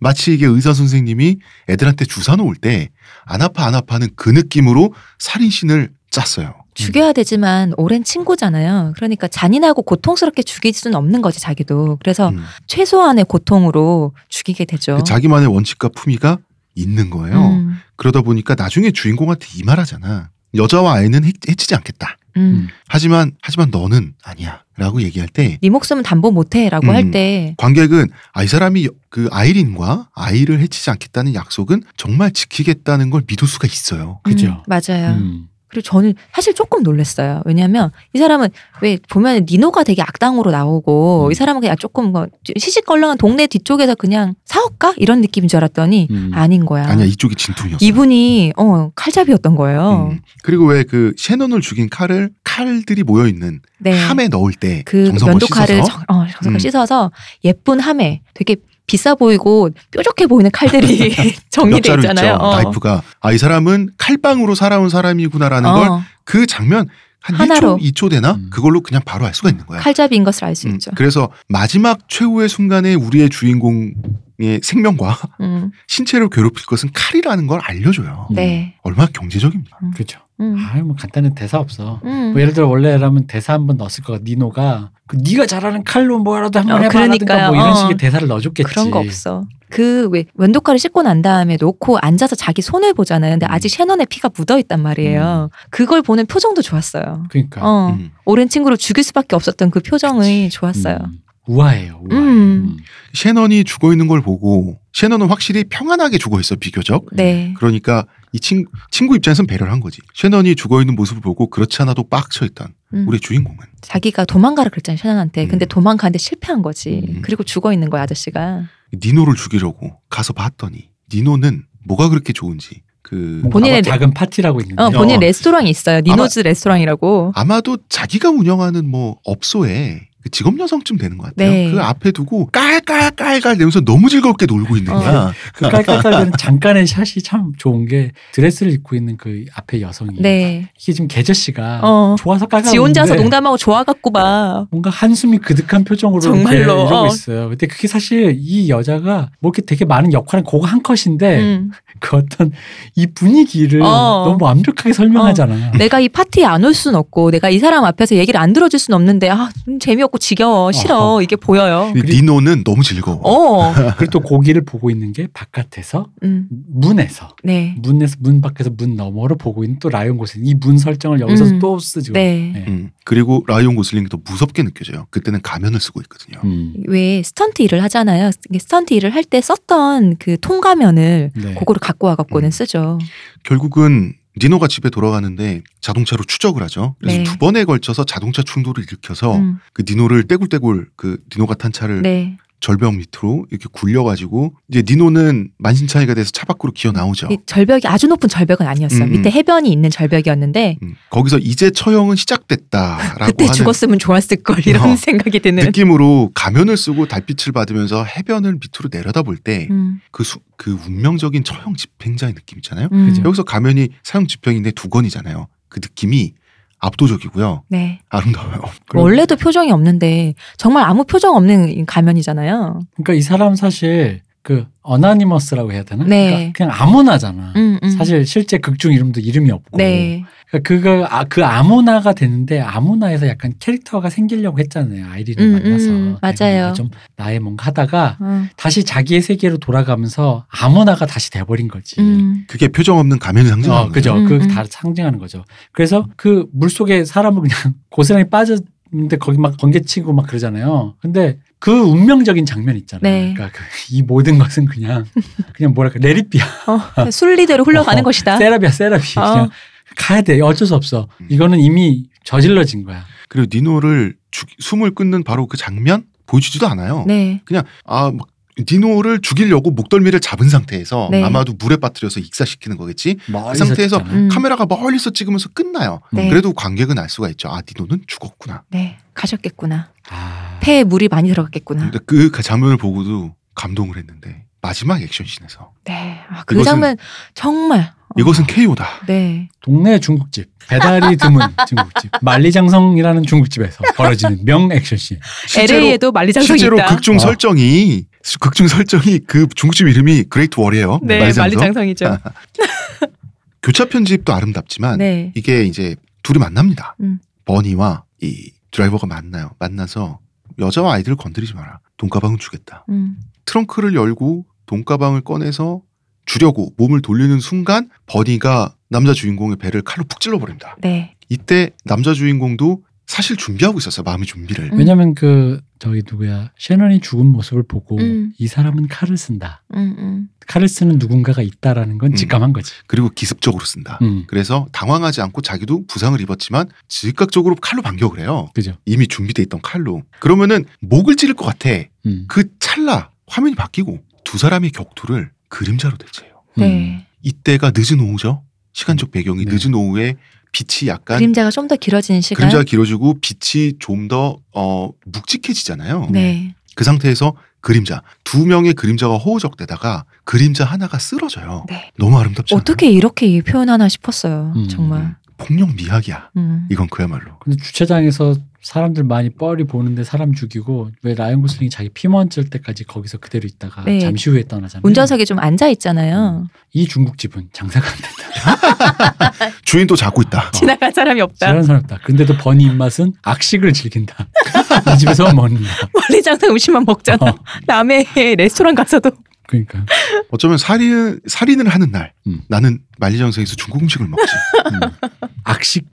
마치 이게 의사 선생님이 애들한테 주사 놓을 때 안 아파 안 아파는 그 느낌으로 살인신을 짰어요. 죽여야 되지만 오랜 친구잖아요. 그러니까 잔인하고 고통스럽게 죽일 수는 없는 거지 자기도. 그래서 음. 그 최소한의 고통으로 죽이게 되죠. 자기만의 원칙과 품위가 있는 거예요. 어. 음. 그러다 보니까 나중에 주인공한테 이 말하잖아. 여자와 아이는 해- 해치지 않겠다. 음. 하지만 하지만 너는 아니야라고 얘기할 때 네 목숨은 담보 못해라고 음. 할 때 관객은 아 이 사람이 그 아이린과 아이를 해치지 않겠다는 약속은 정말 지키겠다는 걸 믿을 수가 있어요. 그죠. 맞아요. 음. 그리고 저는 사실 조금 놀랐어요. 왜냐하면 이 사람은 왜 보면 니노가 되게 악당으로 나오고 음. 이 사람은 그냥 조금 뭐 시시껄렁한 동네 뒤쪽에서 그냥 사업가 이런 느낌인 줄 알았더니 음. 아닌 거야. 아니야 이쪽이 진통이었어. 이분이 어 칼잡이였던 거예요. 음. 그리고 왜 그 셰넌을 죽인 칼을 칼들이 모여 있는 네. 함에 넣을 때 그 정성껏 면도칼을 씻어서 정, 어, 정성껏 음. 씻어서 예쁜 함에 되게 비싸 보이고 뾰족해 보이는 [laughs] 칼들이 정리돼 멱자로 있잖아요. 어. 있죠. 나이프가 아 이 사람은 칼빵으로 살아온 사람이구나라는 걸 어, 그 장면 한 하나로. 1초 2초 되나 음. 그걸로 그냥 바로 알 수가 있는 거야. 칼잡이인 것을 알 수 음, 있죠. 그래서 마지막 최후의 순간에 우리의 주인공의 생명과 음, 신체를 괴롭힐 것은 칼이라는 걸 알려줘요. 네. 얼마나 경제적입니다. 그죠. 음. 아유 뭐 간단한 대사 없어. 음. 뭐 예를 들어 원래라면 대사 한 번 넣었을 거가 니노가 그 네가 잘하는 칼로 뭐라도 한 번 어, 해봐라든가 그러니까요. 뭐 이런 어. 식의 대사를 넣어줬겠지. 그런 거 없어. 그 왜 면도칼을 씻고 난 다음에 놓고 앉아서 자기 손을 보잖아요. 근데 아직 셰넌의 피가 묻어 있단 말이에요. 그걸 보는 표정도 좋았어요. 그러니까 어, 음. 오랜 친구를 죽일 수밖에 없었던 그 표정이 좋았어요. 음. 우아해요. 우아해. 음. 음. 셰넌이 죽어 있는 걸 보고 셰넌은 확실히 평안하게 죽어 있어 비교적. 네. 그러니까 이 친, 친구 입장에선 배려를 한 거지. 셰넌이 죽어 있는 모습을 보고 그렇지 않아도 빡쳐 있던 음. 우리 주인공은 자기가 도망가라 그랬잖아요, 셰넌한테. 근데 음. 도망가는데 실패한 거지. 음. 그리고 죽어 있는 거야, 아저씨가. 니노를 죽이려고 가서 봤더니 니노는 뭐가 그렇게 좋은지 그 뭔가 본인의 아마 작은 파티라고 있는데. 어, 본인 어. 레스토랑이 있어요. 니노즈 레스토랑이라고. 아마도 자기가 운영하는 뭐 업소에 그 직업 여성쯤 되는 것 같아요. 네. 그 앞에 두고 깔깔깔깔 내면서 너무 즐겁게 놀고 있는 어. 거야. 그 깔깔깔대는 [laughs] 잠깐의 샷이 참 좋은 게 드레스를 입고 있는 그 앞에 여성이 네. 이게 지금 계저 씨가 어. 좋아서 깔깔 지 혼자서 웃는데 농담하고 좋아갖고 막. 뭔가 한숨이 그득한 표정으로 정말로. 이렇게 이러고 어. 있어요. 근데 그게 사실 이 여자가 뭐 이렇게 되게 많은 역할은 그거 한 컷인데 음. 그 어떤 이 분위기를 어. 네. 너무 완벽하게 설명하잖아. 내가 이 파티에 안 올 순 없고 내가 이 사람 앞에서 얘기를 안 들어줄 순 없는데 아, 좀 재미없고 지겨워 싫어 이게 보여요. 근데 니노는 너무 즐거워. 어, [laughs] 그리고 또 고기를 보고 있는 게 바깥에서 음, 문에서 네, 문에서 문 밖에서 문 너머로 보고 있는 또 라이온 고슬링 이문 설정을 여기서 음. 또 쓰죠. 네. 네. 음. 그리고 라이온 고슬링이 더 무섭게 느껴져요. 그때는 가면을 쓰고 있거든요. 음. 왜 스턴트 일을 하잖아요. 이게 스턴트 일을 할 때 썼던 그 통가면을 네. 그거를 갖고 음. 와갖고는 쓰죠. 결국은 니노가 집에 돌아가는데 자동차로 추적을 하죠. 그래서 네. 두 번에 걸쳐서 자동차 충돌을 일으켜서 음, 그 니노를 떼굴떼굴 그 니노가 탄 차를 네. 절벽 밑으로 이렇게 굴려가지고 이제 니노는 만신창이가 돼서 차 밖으로 기어 나오죠. 이그 절벽이 아주 높은 절벽은 아니었어요. 음, 음. 밑에 해변이 있는 절벽이었는데 음, 거기서 이제 처형은 시작됐다라고 그때 하는 죽었으면 좋았을 걸 이런 어. 생각이 드는. 느낌으로 가면을 쓰고 달빛을 받으면서 해변을 밑으로 내려다볼 때 그 음, 그 운명적인 처형 집행자의 느낌 있잖아요. 음. 그죠. 여기서 가면이 사형 집행인데 두 건이잖아요. 그 느낌이 압도적이고요. 네. 아름다워요. [laughs] 그리고- 원래도 표정이 없는데 정말 아무 표정 없는 가면이잖아요. 그러니까 이 사람 사실 그 어나니머스라고 해야 되나? 네. 그러니까 그냥 아무나잖아. 음, 음. 사실 실제 극중 이름도 이름이 없고. 네. 그러니까 그거 아, 그 아무나가 되는데 아무나에서 약간 캐릭터가 생기려고 했잖아요. 아이린을 음, 만나서 음, 내가 맞아요. 뭔가 좀 나의 뭔가 하다가 어. 음, 다시 자기의 세계로 돌아가면서 아무나가 다시 돼버린 거지. 음. 그게 표정 없는 가면을 상징하는 거죠. 어, 그죠. 음, 그 음. 다 상징하는 거죠. 그래서 그 물속에 사람을 그냥 [laughs] 고스란히 빠졌는데 거기 막 번개치고 막 그러잖아요. 근데 그 운명적인 장면 있잖아요. 네. 그러니까 그 이 모든 것은 그냥 그냥 뭐랄까 레리피야, 어, 순리대로 흘러가는 어, 것이다. 네. 세라비야, 세라비. 아. 어. 그냥 가야 돼. 어쩔 수 없어. 음. 이거는 이미 저질러진 거야. 그리고 니노를 죽- 숨을 끊는 바로 그 장면 보여주지도 않아요. 네. 그냥 아 막, 니노를 죽이려고 목덜미를 잡은 상태에서 네. 아마도 물에 빠뜨려서 익사시키는 거겠지. 그 상태에서 음. 카메라가 멀리서 찍으면서 끝나요. 네. 음, 그래도 관객은 알 수가 있죠. 아 니노는 죽었구나. 네. 가셨겠구나. 아, 폐에 물이 많이 들어갔겠구나. 근데 그 장면을 보고도 감동을 했는데 마지막 액션씬에서 네. 아, 그 이것은- 장면 정말. 어, 이것은 KO다. 네. 동네 중국집 배달이 [laughs] 드문 중국집 만리장성이라는 중국집에서 벌어지는 명 액션씬. LA에도 만리장성이 실제로 있다. 극중 어. 설정이 극중 설정이 그 중국집 이름이 그레이트 월이에요. 네, 말장성. 만리장성이죠. 교차 편집도 아름답지만 네. 이게 이제 둘이 만납니다. 음. 버니와 이 드라이버가 만나요. 만나서 여자와 아이들을 건드리지 마라. 돈가방은 주겠다. 음. 트렁크를 열고 돈가방을 꺼내서 주려고 몸을 돌리는 순간 버니가 남자 주인공의 배를 칼로 푹 찔러버립니다. 네. 이때 남자 주인공도 사실 준비하고 있었어요. 마음의 준비를. 음. 왜냐면 그 저기 누구야 셰넌이 죽은 모습을 보고 음. 이 사람은 칼을 쓴다. 음, 음. 칼을 쓰는 누군가가 있다라는 건 음. 직감한 거지. 그리고 기습적으로 쓴다. 음. 그래서 당황하지 않고 자기도 부상을 입었지만 즉각적으로 칼로 반격을 해요. 그죠. 이미 준비돼 있던 칼로. 그러면은 목을 찌를 것 같아. 음. 그 찰나 화면이 바뀌고 두 사람의 격투를 그림자로 대체해요. 음. 네. 이때가 늦은 오후죠. 시간적 배경이 네. 늦은 오후에 빛이 약간 그림자가 좀 더 길어지는 시간. 그림자가 길어지고 빛이 좀 더 어, 묵직해지잖아요. 네. 그 상태에서 그림자 두 명의 그림자가 호우적대다가 그림자 하나가 쓰러져요. 네. 너무 아름답지 않아요? 어떻게 이렇게 이 표현하나 싶었어요. 음. 정말. 폭력 미학이야. 음. 이건 그야말로. 근데 주차장에서 사람들 많이 뻘이 보는데 사람 죽이고 왜 라이언 고슬링이 자기 피만 찔 때까지 거기서 그대로 있다가 네. 잠시 후에 떠나잖아요. 운전석에 좀 앉아 음. 있잖아요. 이 중국집은 장사가 안 된다. 주인 또 자고 있다. 지나간 사람이 없다. [laughs] 잘하는 사람 없다. 근데도 버니 입맛은 악식을 즐긴다. [laughs] 이 집에서 먹는다. 만리장성 음식만 먹잖아. 어, 남의 레스토랑 가서도. 그러니까. 어쩌면 살인 살인을 하는 날 음. 나는 만리장성에서 중국 음식을 [laughs] 먹지. 음. 악식.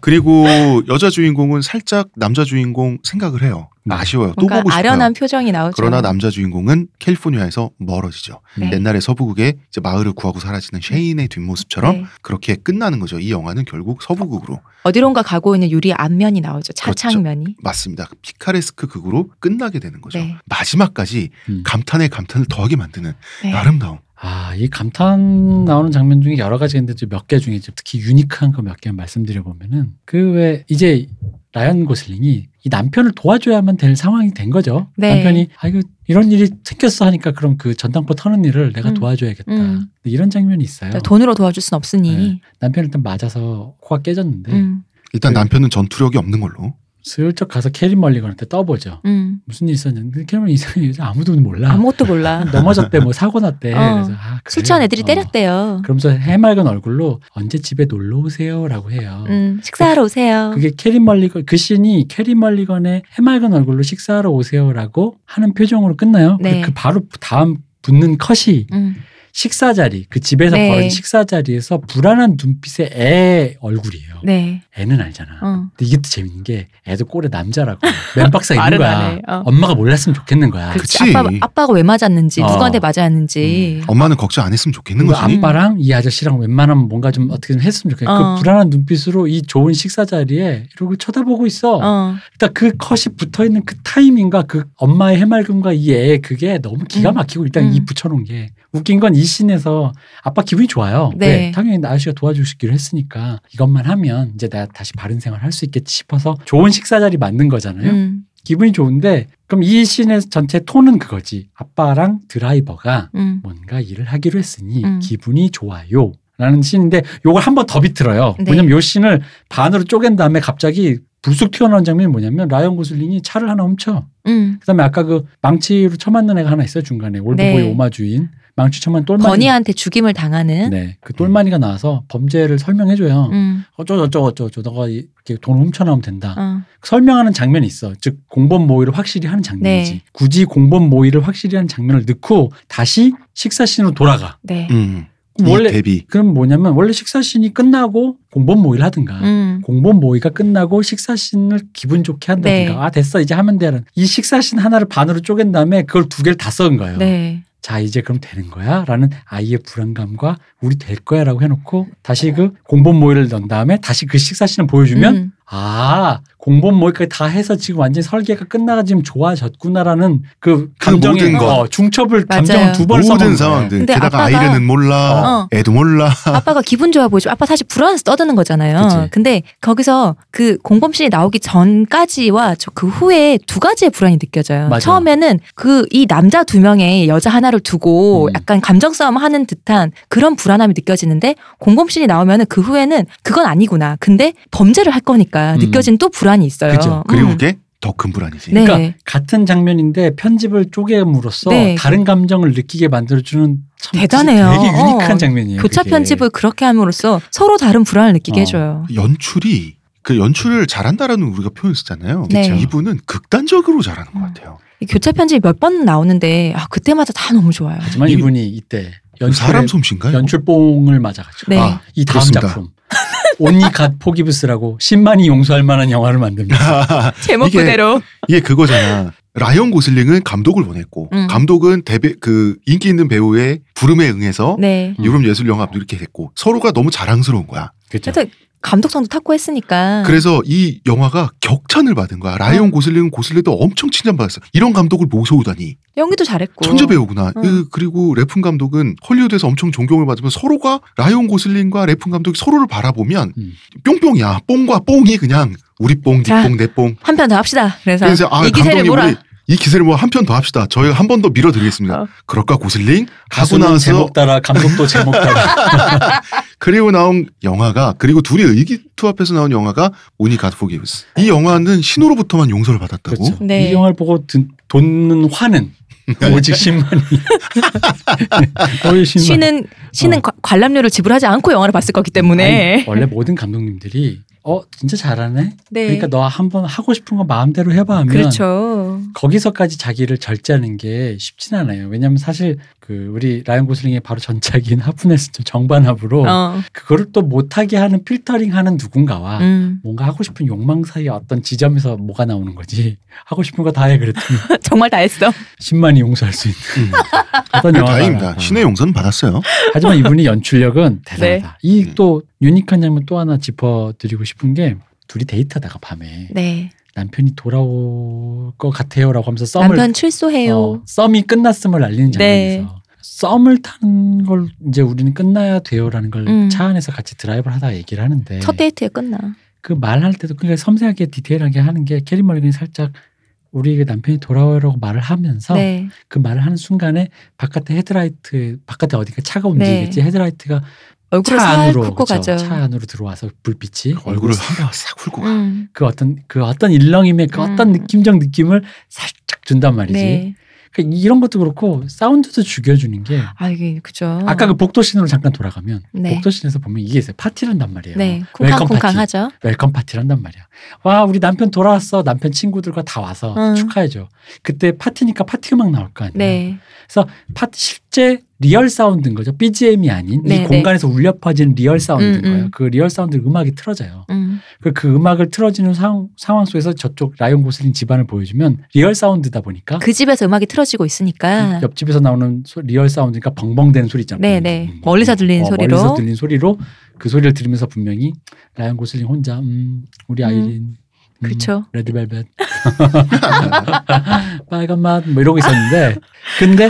그리고 여자 주인공은 살짝 남자 주인공 생각을 해요. 음. 아쉬워요. 또 뭔가 보고 싶어요. 그러니까 아련한 표정이 나오죠. 그러나 남자 주인공은 캘리포니아에서 멀어지죠. 네. 옛날에 서부국에 이제 마을을 구하고 사라지는 쉐인의 뒷모습처럼 네. 그렇게 끝나는 거죠. 이 영화는 결국 서부국으로 어디론가 가고 있는 유리 앞면이 나오죠. 그렇죠. 차창면이. 맞습니다. 그 피카레스크 극으로 끝나게 되는 거죠. 네. 마지막까지 음. 감탄에 감탄을 더하게 만드는 네. 아름다움. 아, 이 감탄 나오는 장면 중에 여러 가지 있는데 몇 개 중에 이제 특히 유니크한 거 몇 개 말씀드려 보면은 그 왜 이제 라이언 고슬링이 이 남편을 도와줘야만 될 상황이 된 거죠. 네. 남편이 아 이거 이런 일이 생겼어 하니까 그럼 그 전당포 터는 일을 내가 음. 도와줘야겠다. 음. 근데 이런 장면이 있어요. 그러니까 돈으로 도와줄 순 없으니. 남편 일단 맞아서 코가 깨졌는데 음. 일단 네. 남편은 전투력이 없는 걸로. 슬쩍 가서 캐리 멀리건한테 떠보죠. 음. 무슨 일 있었는데 캐리 멀리 이상해 아무도 몰라. [laughs] 아무것도 몰라. 넘어졌대 뭐 사고 났대. 어. 그래서 아, 술 취한 그래요? 애들이 어. 때렸대요. 그러면서 해맑은 얼굴로 언제 집에 놀러 오세요라고 해요. 음, 식사하러 오세요. 그게 캐리 멀리건 그 씬이 캐리 멀리건의 해맑은 얼굴로 식사하러 오세요라고 그, 하는 표정으로 끝나요. 네. 그 바로 다음 붙는 컷이 음. 식사 자리, 그 집에서 네. 벌어진 식사 자리에서 불안한 눈빛의 애 얼굴이에요. 네. 애는 알잖아. 어. 근데 이게 또 재밌는 게 애도 꼴에 남자라고 맨박사 있는 [laughs] 말은 거야. 안 해. 어. 엄마가 몰랐으면 좋겠는 거야. 그치. 그치. 아빠, 아빠가 왜 맞았는지, 어. 음. 누구한테 맞았는지. 음. 엄마는 걱정 안 했으면 좋겠는 그 거지. 안- 아빠랑 이 아저씨랑 웬만하면 뭔가 좀 어떻게 좀 했으면 좋겠어. 어. 그 불안한 눈빛으로 이 좋은 식사 자리에 이러고 쳐다보고 있어. 어. 일단 그 컷이 붙어 있는 그 타이밍과 그 엄마의 해맑음과 이 애의 그게 너무 기가 음. 막히고 일단 이 음. 붙여놓은 게 웃긴 건 이 씬에서 아빠 기분이 좋아요. 네. 왜? 당연히 나 아저씨가 도와주시기로 했으니까 이것만 하면 이제 내가 다시 바른 생활 할 수 있겠지 싶어서 좋은 식사 자리 만든 거잖아요. 음. 기분이 좋은데 그럼 이 씬의 전체 톤은 그거지. 아빠랑 드라이버가 음. 뭔가 일을 하기로 했으니 음. 기분이 기분이 좋아요. 라는 씬인데 요걸 한 번 더 비틀어요. 네. 왜냐면 요 씬을 반으로 쪼갠 다음에 갑자기 불쑥 튀어나온 장면이 뭐냐면 라이언 고슬링이 차를 하나 훔쳐. 음. 그다음에 아까 그 망치로 쳐맞는 애가 하나 있어요 중간에 올드보이 네. 오마주인 망치 쳐맞는 똘마니. 건이한테 죽임을 당하는. 네, 그 똘마니가 나와서 범죄를 설명해줘요. 음. 어쩌고 저쩌고 어쩌고 저쩌고 너가 이렇게 돈 훔쳐나오면 된다. 어. 설명하는 장면이 있어. 즉 공범 모의를 확실히 하는 장면이지. 네. 굳이 공범 모의를 확실히 하는 장면을 넣고 다시 식사 씬으로 돌아가. 네. 음. 그럼 원래 원래 대비. 그럼 뭐냐면 원래 식사 씬이 끝나고 공범 모의를 하든가. 음. 공범 모의가 끝나고 식사 씬을 기분 좋게 한다든가 네. 아 됐어 이제 하면 되는 이 식사 씬 하나를 반으로 쪼갠 다음에 그걸 두 개를 다 썩은 거예요. 네. 자 이제 그럼 되는 거야라는 아이의 불안감과 우리 될 거야라고 해놓고 다시 그 공범 모의를 넣은 다음에 다시 그 식사 씬을 보여주면 음. 아 공범 모의까지 다 해서 지금 완전 히 설계가 끝나가 지금 좋아졌구나라는 그 모든 감정의 것. 어, 중첩을 맞아요. 감정을 두번 모든 써먹는 상황들. 근데 게다가 아빠가- 아이는 몰라. 어. 애도 몰라. 아빠가 기분 좋아 보이죠. 아빠 사실 불안해서 떠드는 거잖아요. 그치. 근데 거기서 그 공범신이 나오기 전까지와 저 그 후에 두 가지의 불안이 느껴져요. 맞아. 처음에는 그 이 남자 두 명에 여자 하나를 두고 음. 약간 감정 싸움 하는 듯한 그런 불안함이 느껴지는데 공범신이 나오면은 그 후에는 그건 아니구나. 근데 범죄를 할 거니까 음. 느껴진 또 불안이 있어요. 그죠. 그리고 음. 그게 더 큰 불안이지. 네. 그러니까 같은 장면인데 편집을 쪼개음으로써 네. 다른 감정을 느끼게 만들어주는 참 대단해요. 되게 유니크한 어. 장면이에요. 교차 그게. 편집을 그렇게 함으로써 서로 다른 불안을 느끼게 어. 해줘요. 연출이 그 연출을 잘한다라는 우리가 표현 쓰잖아요. 네. 그쵸. 이분은 극단적으로 잘하는 것 음. 같아요. 이 교차 편집이 몇 번 나오는데 아, 그때마다 다 너무 좋아요. 하지만 이- 이분이 이때 그 사람 연출의 솜씨인가요? 연출뽕을 맞아가지고 네. 아, 이 다음 그렇습니다. 작품 온니 갓 포기브스라고 10만이 용서할 만한 영화를 [laughs] 만듭니다. [laughs] 제목 이게- 그대로. 이게 예, 그거잖아. 라이언 고슬링은 감독을 원했고 음. 감독은 대배 그 인기 있는 배우의 부름에 어? 응해서 네. 유럽 예술 영화도 이렇게 됐고 서로가 너무 자랑스러운 거야. 그렇죠. 하여튼 감독상도 탔고 했으니까. 그래서 이 영화가 격찬을 받은 거야. 라이언 고슬링은 고슬레도 엄청 칭찬받았어. 이런 감독을 모셔오다니 연기도 잘했고. 천재 배우구나. 음. 으, 그리고 래픈 감독은 헐리우드에서 엄청 존경을 받으면서 서로가 라이언 고슬링과 래픈 감독이 서로를 바라보면 음. 뿅뿅이야. 뽕과 뽕이 그냥 우리 뽕, 네 자, 뽕, 내 뽕. 한 편 더 합시다. 그래서, 그래서 아, 이 기세를 감독님 몰아. 우리 이 기세를 뭐 한 편 더 합시다. 저희가 한 번 더 밀어드리겠습니다. 어. 그럴까 고슬링 가고 가수는 나서 제목 따라 감독도 제목 [laughs] 따라. 그리고 나온 영화가 그리고 둘이 의기투합해서 나온 영화가 오니 가드포기우스. 이 영화는 신호로부터만 용서를 받았다고. 그렇죠. 네. 이 영화를 보고 든, 돋는 화는 네. 오직 [laughs] 10만이. 너의 10만. 쉬는 쉬는 어. 과- 관람료를 지불하지 않고 영화를 봤을 거기 때문에. 아니, 원래 모든 감독님들이 어 진짜 잘하네. 네. 그러니까 너 한번 하고 싶은 거 마음대로 해봐 하면 그렇죠. 거기서까지 자기를 절제하는 게 쉽진 않아요. 왜냐하면 사실 그 우리 라이언 고슬링의 바로 전작인 하프네스 정반합으로 어. 그거를 또 못하게 하는 필터링하는 누군가와 음. [laughs] 뭔가 하고 싶은 욕망 사이의 어떤 지점에서 뭐가 나오는 거지. [laughs] 하고 싶은 거 다 해 그랬더니 [laughs] 정말 다 했어. 10만이 용서할 수 있는 음. 어떤 영화가. 다행입니다. 나왔다. 신의 네. 용서는 받았어요. 하지만 [laughs] 이분이 연출력은 대단하다. 음. 이 또 유니크한 장면 또 하나 짚어드리고 싶은 게 둘이 데이트하다가 밤에 네. 남편이 돌아올 것 같아요라고 하면서 썸을 남편 출소해요. 어, 썸이 끝났음을 알리는 네. 장면에서 썸을 타는 걸 이제 우리는 끝나야 돼요라는 걸 음. 차 안에서 같이 드라이브를 하다가 얘기를 하는데 첫 데이트에 끝나. 그 말할 때도 그러니까 섬세하게 디테일하게 하는 게 캐리 멀리건이 살짝 우리 그 남편이 돌아오라고 말을 하면서 네. 그 말을 하는 순간에 바깥에 헤드라이트 바깥에 어디가 차가 움직이겠지 헤드라이트가 얼굴을 차 네. 살 안으로 굽고 그쵸. 가죠. 차 안으로 들어와서 불빛이 얼굴을 한 방울 싹 훑고 가. 음. 그 어떤 그 어떤 일렁임의 그 어떤 음. 느낌적 느낌을 살짝 준단 말이지 네. 그러니까 이런 것도 그렇고 사운드도 죽여주는 게 아 이게 그죠. 아까 그 복도신으로 잠깐 돌아가면 네. 복도신에서 보면 이게 있어요 파티를 한단 말이에요 네. 웰컴 파티. 쿵쾅쿵쾅하죠. 웰컴 파티를 한단 말이야. 와 우리 남편 돌아왔어. 남편 친구들과 다 와서 응. 축하해줘. 그때 파티니까 파티 음악 나올 거 아니야. 네. 그래서 파티 실- 실제 리얼 사운드인 거죠. BGM이 아닌 네, 이 네. 공간에서 울려 퍼지는 리얼 사운드인 음, 음. 거예요. 그 리얼 사운드 음악이 틀어져요. 음. 그, 그 음악을 틀어지는 상황, 상황 속에서 저쪽 라이온 고슬링 집안을 보여주면 리얼 사운드다 보니까 그 그 집에서 음악이 틀어지고 있으니까. 옆집에서 나오는 소- 리얼 사운드니까 벙벙대는 소리 있잖아요. 네네. 음. 멀리서 들리는 어, 소리로. 멀리서 들린 소리로 그 소리를 들으면서 분명히 라이언 고슬링 혼자 음 우리 음. 아이린 음, 그쵸. 레드벨벳 [laughs] 빨간 맛뭐 이러고 있었는데 근데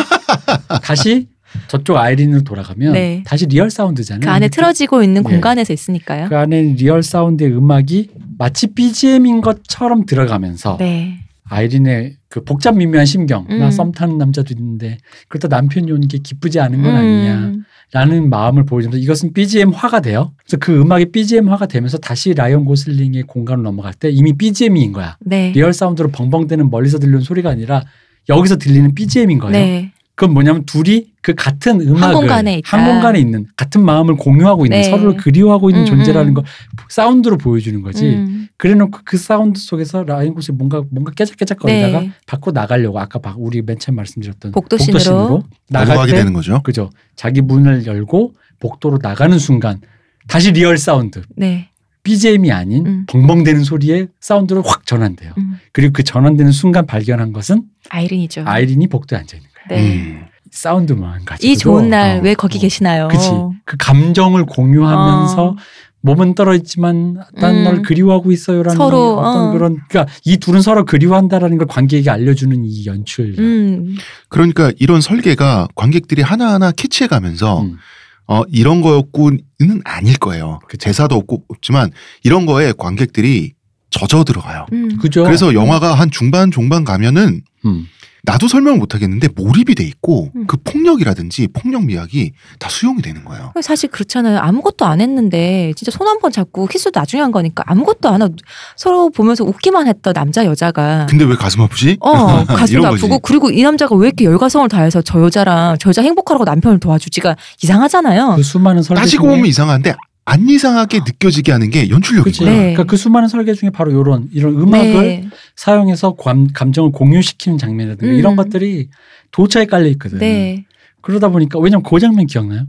다시 저쪽 아이린으로 돌아가면 네. 다시 리얼 사운드잖아요. 그 안에 틀어지고 있는 네. 공간에서 있으니까요. 그 안에 리얼 사운드의 음악이 마치 BGM인 것처럼 들어가면서 네. 아이린의 그 복잡 미묘한 심경 음. 나 썸 타는 남자도 있는데 그렇다 남편이 오는 게 기쁘지 않은 건 음. 아니냐 라는 마음을 보여주면서 이것은 BGM화가 돼요. 그래서 그 음악이 BGM화가 되면서 다시 라이언 고슬링의 공간으로 넘어갈 때 이미 BGM인 거야. 네. 리얼 사운드로 벙벙대는 멀리서 들리는 소리가 아니라 여기서 들리는 BGM인 거예요. 네. 그건 뭐냐면 둘이 그 같은 음악을 공간에 있다. 한 공간에 있는 같은 마음을 공유하고 있는 네. 서로를 그리워하고 있는 음, 존재라는 음. 걸 사운드로 보여주는 거지. 음. 그래놓고 그 사운드 속에서 라인 곳이 뭔가 뭔가 깨작깨작거리다가 네. 밖으로 나가려고 아까 바- 우리 맨 처음 말씀드렸던 복도신으로 나가게 나갈 때 되는 거죠. 그죠. 자기 문을 열고 복도로 나가는 순간 다시 리얼 사운드 네. BGM이 아닌 음. 벙벙대는 소리의 사운드로 확 전환돼요. 음. 그리고 그 전환되는 순간 발견한 것은 아이린이죠. 아이린이 복도에 앉아 있는 거예요. 네. 음. 사운드만 가지고 어, 이 좋은 날 왜 거기 계시나요? 그치. 그 감정을 공유하면서 어. 몸은 떨어 있지만 난 음. 널 그리워하고 있어요라는 서로, 어떤 어. 그런 그러니까 이 둘은 서로 그리워한다라는 걸 관객에게 알려주는 이 연출. 음. 그러니까 이런 설계가 관객들이 하나하나 캐치해가면서 음. 어, 이런 거였고는 아닐 거예요. 그쵸. 대사도 없고 없지만 이런 거에 관객들이 젖어 들어가요. 음. 그죠. 그래서 영화가 한 중반 종반 가면은 음. 나도 설명을 못 하겠는데 몰입이 돼 있고 음. 그 폭력이라든지 폭력 미학이 다 수용이 되는 거예요. 어, 사실 그렇잖아요. 아무것도 안 했는데 진짜 손 한 번 잡고 키스도 나중에 한 거니까 아무것도 안 하고 서로 보면서 웃기만 했던 남자 여자가 음. 그 근데 왜 가슴 아프지? [laughs] 어 가슴도 이런 거지. 아프고 그리고 이 남자가 왜 이렇게 열과성을 다해서 저 여자랑 저 여자 행복하라고 남편을 도와주지가 이상하잖아요. 그 수많은 설계 따지고 중에 보면 이상한데 안 이상하게 느껴지게 하는 게 그치. 연출력이구나. 네. 그러니까 그 수많은 설계 중에 바로 이런 이런 음악을 네. 사용해서 감, 감정을 공유시키는 장면이라든가 음. 이런 것들이 도처에 깔려 있거든. 네. 그러다 보니까 왜냐면 그 장면 기억나요?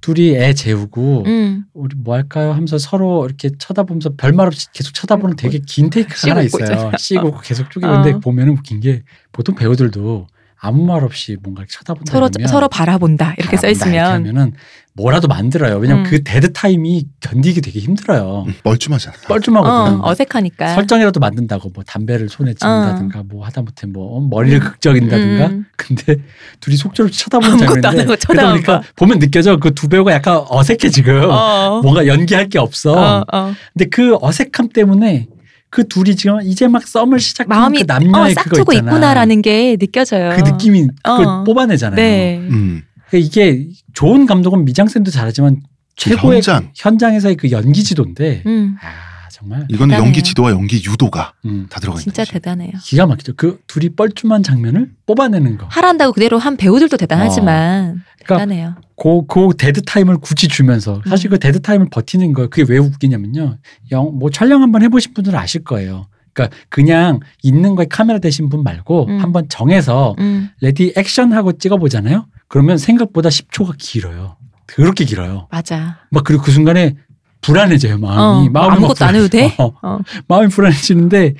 둘이 애 재우고 음. 우리 뭐 할까요? 하면서 서로 이렇게 쳐다보면서 별말 없이 계속 쳐다보는 되게 긴 테이크가 하나 씹고 있어요. 씹고 계속 어. 쪼개는데 보면은 웃긴 게 보통 배우들도 아무 말 없이 뭔가 쳐다본다 서로 그러면 서로 바라본다 이렇게 써 바라본다 이렇게 있으면 하면은 뭐라도 만들어요. 왜냐면 음. 그 데드 타임이 견디기 되게 힘들어요. 음, 멀쩡하잖아. 뻘쭘하거든. 어, 색하니까 설정이라도 만든다고 뭐 담배를 손에 쥐는다든가 뭐 하다못해 뭐 머리를 극적인다든가 음. 근데 둘이 속절없이 쳐다보는 아무것도 안 장면인데 하고 그러다 쳐다만 보니까 봐. 보면 느껴져 그 두 배우가 약간 어색해 지금 어. 뭔가 연기할 게 없어 어, 어. 근데 그 어색함 때문에 그 둘이 지금 이제 막 썸을 시작하는 마음이 그 남녀의 어, 싹 그거 트고 있잖아 있구나라는 게 느껴져요. 그 느낌이 그걸 어. 뽑아내잖아요 네. 음, 그러니까 이게 좋은 감독은 미장센도 잘하지만 최고의 현장. 에서의그 연기 지도인데 음. 아 정말 이건 대단해요. 연기 지도와 연기 유도가 음, 다 들어가 있는 진짜 거지. 대단해요. 기가 막히죠 그 둘이 뻘쭘한 장면을 뽑아내는 거 하란다고 그대로 한 배우들도 대단하지만 그러니까 대단해요. 그, 그 데드 타임을 굳이 주면서 음. 사실 그 데드 타임을 버티는 거 그게 왜 웃기냐면요. 영 뭐 촬영 한번 해보신 분들은 아실 거예요. 그러니까 그냥 있는 거에 카메라 대신 분 말고 음. 한번 정해서 음, 레디 액션 하고 찍어보잖아요. 그러면 생각보다 10초가 길어요. 그렇게 길어요. 맞아. 막 그리고 그 순간에 불안해져요 마음이. 어, 마음이 막 아무것도 안 해도 돼? 불안해져. 어. 마음이 불안해지는데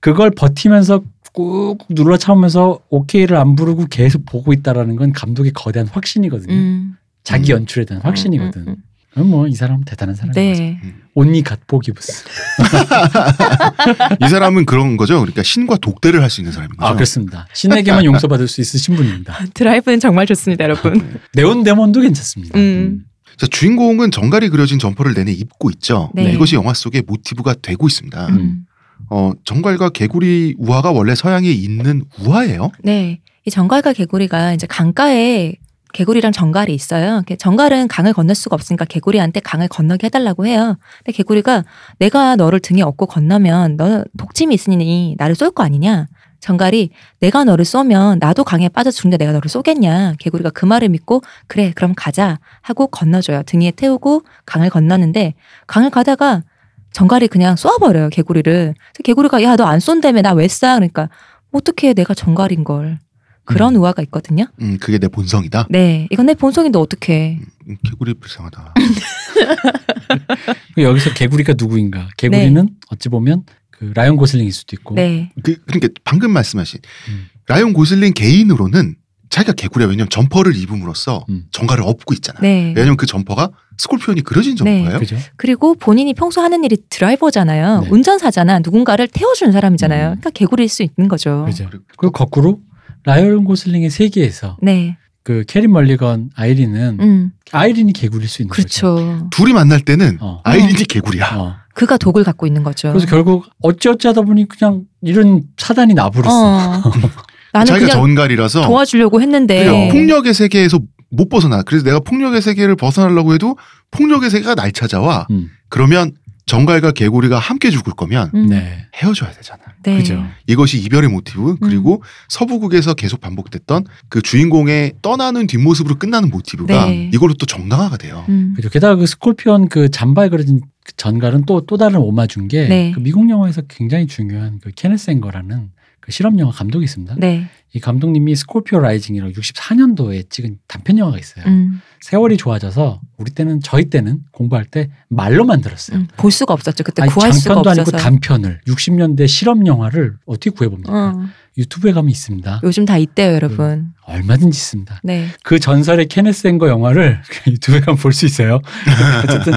그걸 버티면서 꾹 눌러 참으면서 오케이를 안 부르고 계속 보고 있다라는 건 감독의 거대한 확신이거든요. 음. 자기 음. 연출에 대한 확신이거든. 음, 음, 그럼 뭐 이 사람 대단한 음. 사람인 거죠. 네. 온니 갓보기부스. 이 사람은 그런 거죠. 그러니까 신과 독대를 할 수 있는 사람인 거죠. 아 그렇습니다. [laughs] 신에게만 용서받을 수 있으신 분입니다. 음. 드라이브는 정말 좋습니다, 여러분. 네온 데몬도 괜찮습니다. 음. 자, 주인공은 정갈이 그려진 점퍼를 내내 입고 있죠. 네. 이것이 영화 속의 모티브가 되고 있습니다. 음. 어, 정갈과 개구리 우화가 원래 서양에 있는 우화예요. [laughs] 네. 이 정갈과 개구리가 이제 강가에 개구리랑 정갈이 있어요. 이렇게 정갈은 강을 건널 수가 없으니까 개구리한테 강을 건너게 해달라고 해요. 근데 개구리가 내가 너를 등에 업고 건너면 너는 독침이 있으니 나를 쏠 거 아니냐. 정갈이 내가 너를 쏘면 나도 강에 빠져 죽는데 내가 너를 쏘겠냐. 개구리가 그 말을 믿고 그래 그럼 가자 하고 건너줘요. 등 위에 태우고 강을 건너는데 강을 가다가 정갈이 그냥 쏘아버려요 개구리를. 그래서 개구리가 야 너 안 쏜다며 나 왜 쏴? 그러니까 어떻게 내가 정갈인 걸. 그런 음. 우화가 있거든요. 음, 그게 내 본성이다. 네, 이건 내 본성인데 어떡해. 음, 개구리 불쌍하다. [laughs] 여기서 개구리가 누구인가? 개구리는 어찌 보면 그 라이언 고슬링일 수도 있고. 네, 그, 그러니까 방금 말씀하신 음. 라이온 고슬링 개인으로는 자기가 개구리야. 왜냐면 점퍼를 입음으로써 음. 정가를 업고 있잖아. 네. 예. 왜냐면 그 점퍼가 스콜피온이 그려진 점퍼예요. 그죠? 그리고 본인이 평소 하는 일이 드라이버잖아요. 네. 운전사잖아. 누군가를 태워주는 사람이잖아요. 음. 그러니까 개구리일 수 있는 거죠. 그죠. 그리고 거꾸로 라이언 고슬링의 세계에서 네, 그 캐리 멀리건 아이린은 음, 아이린이 개구리일 수 있는 거죠. 그렇죠. 둘이 만날 때는 어. 아이린이 개구리야. 어. 그가 독을 갖고 있는 거죠. 그래서 결국 어찌어찌 하다 보니 그냥 이런 사단이 나부렸어. 어. [laughs] 나는 자기가 그냥 네. 전갈이라서 도와주려고 그냥 했는데 폭력의 세계에서 못 벗어나. 그래서 내가 폭력의 세계를 벗어나려고 해도 폭력의 세계가 날 찾아와. 음. 그러면 정갈과 개구리가 함께 죽을 거면 음, 네. 헤어져야 되잖아. 네. 그죠. 이것이 이별의 모티브 그리고 서부국에서 계속 반복됐던 그 주인공의 떠나는 뒷모습으로 끝나는 모티브가 네. 이걸로 또 정당화가 돼요. 음. 그죠. 게다가 그 스콜피온 그 잔바에 그려진 그 전갈은 또 또 다른 오마주인 게 네. 그 미국 영화에서 굉장히 중요한 그 케네스 앵거라는 그 실험 영화 감독이 있습니다. 네, 이 감독님이 스콜피오 라이징이라고 64년도에 찍은 단편 영화가 있어요. 음, 세월이 좋아져서 우리 때는 저희 때는 공부할 때 말로만 들었어요. 음. 볼 수가 없었죠. 그때 아니, 구할 수가 장편도 아니고 없어서. 단편을 60년대 실험 영화를 어떻게 구해봅니까? 어. 그 유튜브에 가면 있습니다. 요즘 다 있대요, 음. 여러분. 얼마든지 있습니다. 네, 그 전설의 케네스 앵거 영화를 [laughs] 유튜브에 가면 볼 수 있어요. [laughs] 어쨌든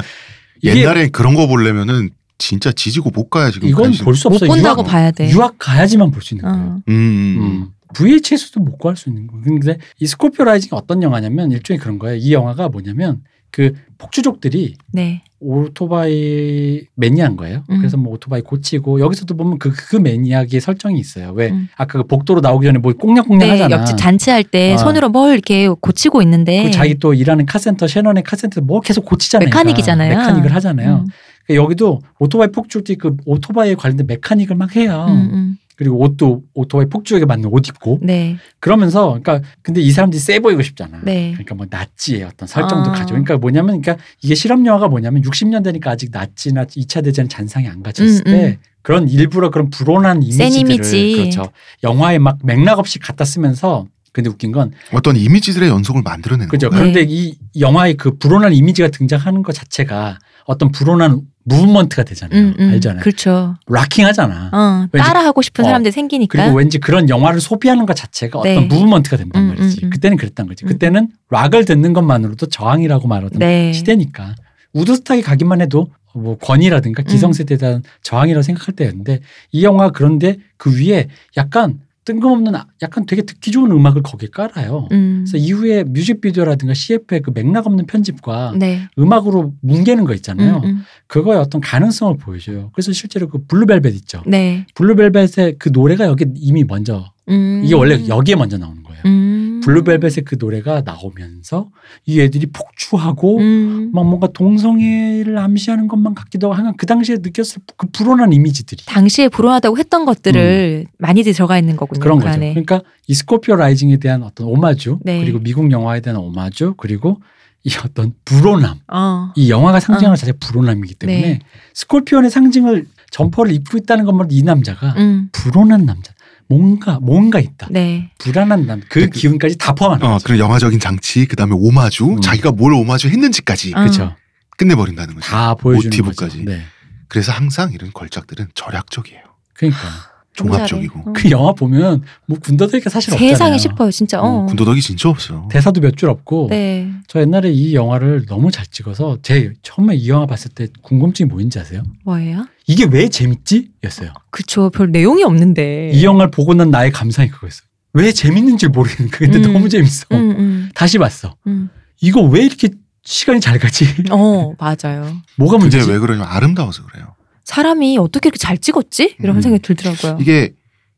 이게 옛날엔 그런 거 보려면은 진짜 지지고 못 가야 지금. 이건 관심. 볼 수 못 없어요. 본다고 유학, 봐야 돼. 유학 가야지만 볼 수 있는 거예요. 어. 음, 음, 음. 음. VHS도 못 구할 수 있는 거예요. 근데 이 스콜피오 라이징이 어떤 영화냐면 일종의 그런 거예요. 이 영화가 뭐냐면 그 폭주족들이 네, 오토바이 매니아인 거예요. 음. 그래서 뭐 오토바이 고치고 여기서도 보면 그, 그 매니아의 설정이 있어요. 왜 음. 아까 그 복도로 나오기 전에 뭐 꽁냥꽁냥 네 하잖아. 옆집 잔치할 때 아. 손으로 뭘 이렇게 고치고 있는데 그 자기 또 일하는 카센터 셰넌의 카센터 뭐 계속 고치잖아요. 메카닉이잖아요. 메카닉을 하잖아요. 음, 그러니까 여기도 오토바이 폭주지 그 오토바이에 관련된 메카닉을 막 해요. 음, 음. 그리고 옷도 오토바이 폭주에게 맞는 옷 입고 네, 그러면서 그러니까 근데 이 사람들이 세 보이고 싶잖아. 네. 그러니까 뭐 나치의 어떤 설정도 아. 가져. 그러니까 뭐냐면 그러니까 이게 실험 영화가 뭐냐면 60년대니까 아직 나치나 2차 대전 잔상이 안 가졌을 음, 음. 때 그런 일부러 그런 불온한 이미지들을 이미지. 그렇죠. 영화에 막 맥락 없이 갖다 쓰면서 근데 웃긴 건 어떤 이미지들의 연속을 만들어내는 그죠. 거죠. 네. 그런데 이 영화의 그 불온한 이미지가 등장하는 것 자체가 어떤 불온한 무브먼트가 되잖아요. 음, 음. 알잖아요. 그렇죠. 락킹하잖아. 어, 왠지- 따라하고 싶은 어, 사람들이 생기니까. 그리고 왠지 그런 영화를 소비하는 것 자체가 네. 어떤 무브먼트가 된단 음, 말이지. 음, 음. 그때는 그랬단 거지. 음. 그때는 락을 듣는 것만으로도 저항이라고 말하던 네. 시대니까. 우드스탁에 가기만 해도 뭐 권위라든가 기성세대에 음. 대한 저항이라고 생각할 때였는데 이 영화 그런데 그 위에 약간 뜬금없는 아- 약간 되게 듣기 좋은 음악을 거기에 깔아요. 음. 그래서 이후에 뮤직비디오라든가 CF의 그 맥락 없는 편집과 네. 음악으로 뭉개는 거 있잖아요. 음, 음. 그거의 어떤 가능성을 보여줘요. 그래서 실제로 그 블루벨벳 있죠. 네. 블루벨벳의 그 노래가 여기 이미 먼저 음. 이게 원래 여기에 먼저 나오는 거예요. 음. 블루벨벳의 그 노래가 나오면서 이 애들이 폭주하고 음. 막 뭔가 동성애를 암시하는 것만 같기도 하고 그 당시에 느꼈을 그 불온한 이미지들이 당시에 불온하다고 했던 것들을 많이 들어가 있는 거군요. 음. 그런 그 거죠. 안에. 그러니까 이 스코피오 라이징에 대한 어떤 오마주 네. 그리고 미국 영화에 대한 오마주 그리고 이 어떤 불온함 어. 이 영화가 상징하는 자체 불온함이기 때문에 네. 스콜피온의 상징을 점퍼를 입고 있다는 것만으로 이 남자가 음. 불온한 남자 뭔가 뭔가 있다 네. 불안한 남그 그- 기운까지 다 포함하는 어, 거죠. 그런 영화적인 장치, 그 다음에 오마주, 음. 자기가 뭘 오마주 했는지까지 아. 그렇죠. 끝내버린다는 거죠. 다 보여주는 어. 모티브까지. 거죠. 네. 그래서 항상 이런 걸작들은 절약적이에요. 어. 그러니까 종합적이고. 너무 잘해. 그 영화 보면 뭐 군더더기가 사실 어. 없잖아요. 음, 세상에 싶어요, 진짜. 어. 어, 군더더기 진짜 없어요. 대사도 몇 줄 없고 네. 저 옛날에 이 영화를 너무 잘 찍어서 제 처음에 이 영화 봤을 때 궁금증이 뭐인지 아세요? 뭐예요? 이게 왜 재밌지?였어요. 그쵸. 별 내용이 없는데. 네. 이 영화를 보고 난 나의 감상이 그거였어. 왜 재밌는지 모르겠는 거. 근데 음. 너무 재밌어. 음, 음. 다시 봤어. 음. 이거 왜 이렇게 시간이 잘 가지? [laughs] 어, 맞아요. 뭐가 근데 문제지? 왜 그러냐면 아름다워서 그래요. 사람이 어떻게 이렇게 잘 찍었지? 이런 음. 생각이 들더라고요. 이게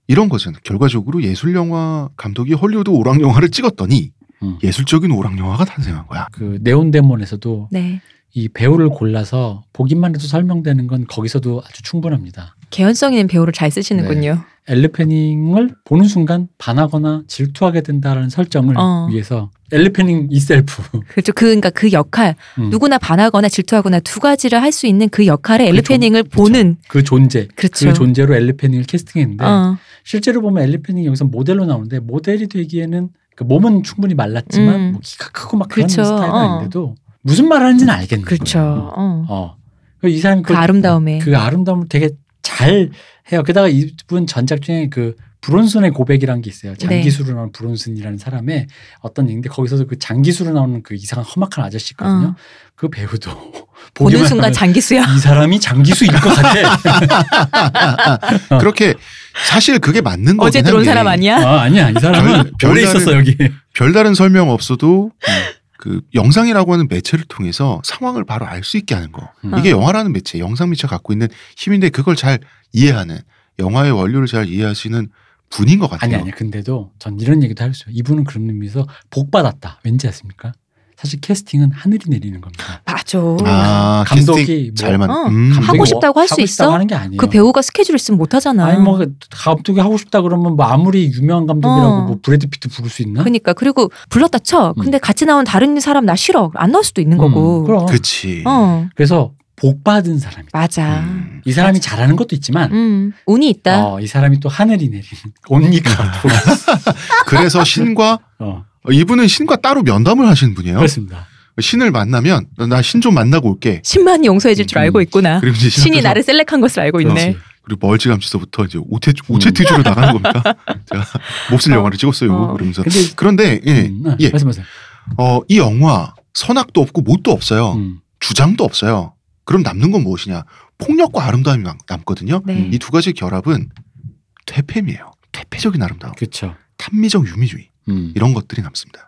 이런 거잖아요. 결과적으로 예술 영화 감독이 헐리우드 오락 영화를 찍었더니 음. 예술적인 오락 영화가 탄생한 거야. 그 네온데몬에서도 네. 이 배우를 골라서 보기만 해도 설명되는 건 거기서도 아주 충분합니다. 개연성 있는 배우를 잘 쓰시는군요. 네. 엘리페닝을 보는 순간 반하거나 질투하게 된다라는 설정을 어. 위해서 엘리페닝 이셀프 그렇죠. 그, 그러니까 그 역할, 음, 누구나 반하거나 질투하거나 두 가지를 할 수 있는 그 역할에 엘리페닝을 종- 그쵸. 보는 그 존재 그렇죠. 그 존재로 엘리페닝을 캐스팅했는데 어, 실제로 보면 엘리 패닝이 여기서 모델로 나오는데 모델이 되기에는 그 몸은 충분히 말랐지만 음. 뭐 키가 크고 막 그런 그렇죠. 스타일은 어. 아닌데도 무슨 말 하는지는 알겠는 그렇죠. 거예요. 어. 어. 그이 사람 그 아름다움에. 그 아름다움을 되게 잘 해요. 게다가 이분 전작 중에 그 브론슨의 고백이라는 게 있어요. 네. 장기수로 나오는 브론슨이라는 사람의 어떤 얘기인데 거기서도 그 장기수로 나오는 그 이상한 험악한 아저씨 있거든요. 어. 그 배우도 [laughs] 보는 보기만 순간 하면 [laughs] 장기수야. 이 사람이 장기수일 것 [laughs] 같아. 어. 그렇게 사실 그게 맞는 거긴 어제 들어온 한데 사람 아니야? 아, 아니야. 이 사람은 별- 별에 별다른- 있었어 여기. 별다른 설명 없어도 그 영상이라고 하는 매체를 통해서 상황을 바로 알 수 있게 하는 거. 음. 이게 영화라는 매체, 영상 매체 갖고 있는 힘인데 그걸 잘 이해하는 영화의 원료를 잘 이해하시는 분인 것 같아요. 아니 아니 근데도 전 이런 얘기도 할 수 있어요. 이분은 그런 의미에서 복 받았다. 왠지 아십니까? 사실 캐스팅은 하늘이 내리는 겁니다. 맞아. 아, 감독이 캐스팅 뭐- 잘 맞. 어, 음. 감독이 뭐 하고 싶다고 할수 하고 싶다고 있어? 하는 게 아니에요. 그 배우가 스케줄 있으면 못 하잖아. 아니 뭐 감독이 하고 싶다 그러면 뭐 아무리 유명한 감독이라고 어. 뭐 브래드 피트 부를 수 있나? 그러니까 그리고 불렀다 쳐. 근데 같이 나온 다른 사람 나 싫어. 안 나올 수도 있는 음, 거고. 그럼. 그치. 어 그래서 복 받은 사람이. 맞아. 네. 음. 음. 이 사람이 잘하는 것도 있지만 운이 있다. 어, 이 사람이 또 하늘이 내리는 온니가 그래서 신과 어, 어, 이분은 신과 따로 면담을 하시는 분이에요. 그렇습니다. 신을 만나면 나 신 좀 만나고 올게. 신만이 용서해 줄 줄 음. 알고 있구나. 그리고 이제 신 아, 신이 앞에서 나를 셀렉한 것을 알고 있네. 그렇지. 그리고 멀찌감치서부터 이제 오테 오체트주로 나가는 겁니까? 제가 몹쓸 어. 영화를 찍었어요. 어. 그러면서 근데 그런데 예, 음, 아, 예. 말씀하세요. 어, 이 영화 선악도 없고 못도 없어요. 음, 주장도 없어요. 그럼 남는 건 무엇이냐? 폭력과 아름다움이 남- 남거든요. 네. 음. 이 두 가지 결합은 퇴폐미예요. 퇴폐적인 아름다움, 그렇죠. 탐미적 유미주의 음. 이런 것들이 남습니다.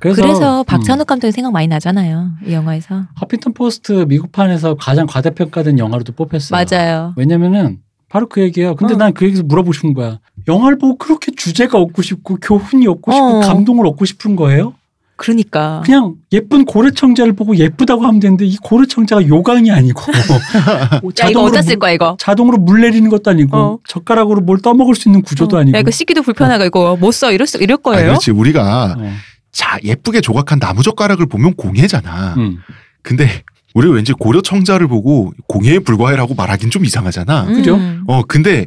그래서, 그래서 음. 박찬욱 감독이 생각 많이 나잖아요. 이 영화에서. 커피턴 포스트 미국판에서 가장 과대평가된 영화로도 뽑혔어요. 맞아요. 왜냐면은 바로 그 얘기예요. 근데 어. 난 그 얘기에서 물어보고 싶은 거야. 영화를 보고 그렇게 주제가 얻고 싶고 교훈이 얻고 어. 싶고 감동을 얻고 싶은 거예요? 그러니까. 그냥 예쁜 고래청자를 보고 예쁘다고 하면 되는데 이 고래청자가 요강이 [laughs] 아니고 [laughs] 뭐 야 이거 자동으로 어디다 쓸 물, 거야 이거. 자동으로 물 내리는 것도 아니고 어. 젓가락으로 뭘 떠먹을 수 있는 구조도 어. 아니고 야 이거 씻기도 불편하고 이거 못 써. 이럴 수 이럴 아, 거예요. 그렇지 우리가 어. 자 예쁘게 조각한 나무젓가락을 보면 공예잖아. 음. 근데 우리 왠지 고려 청자를 보고 공예에 불과해라고 말하긴 좀 이상하잖아. 음. 그죠? 어 근데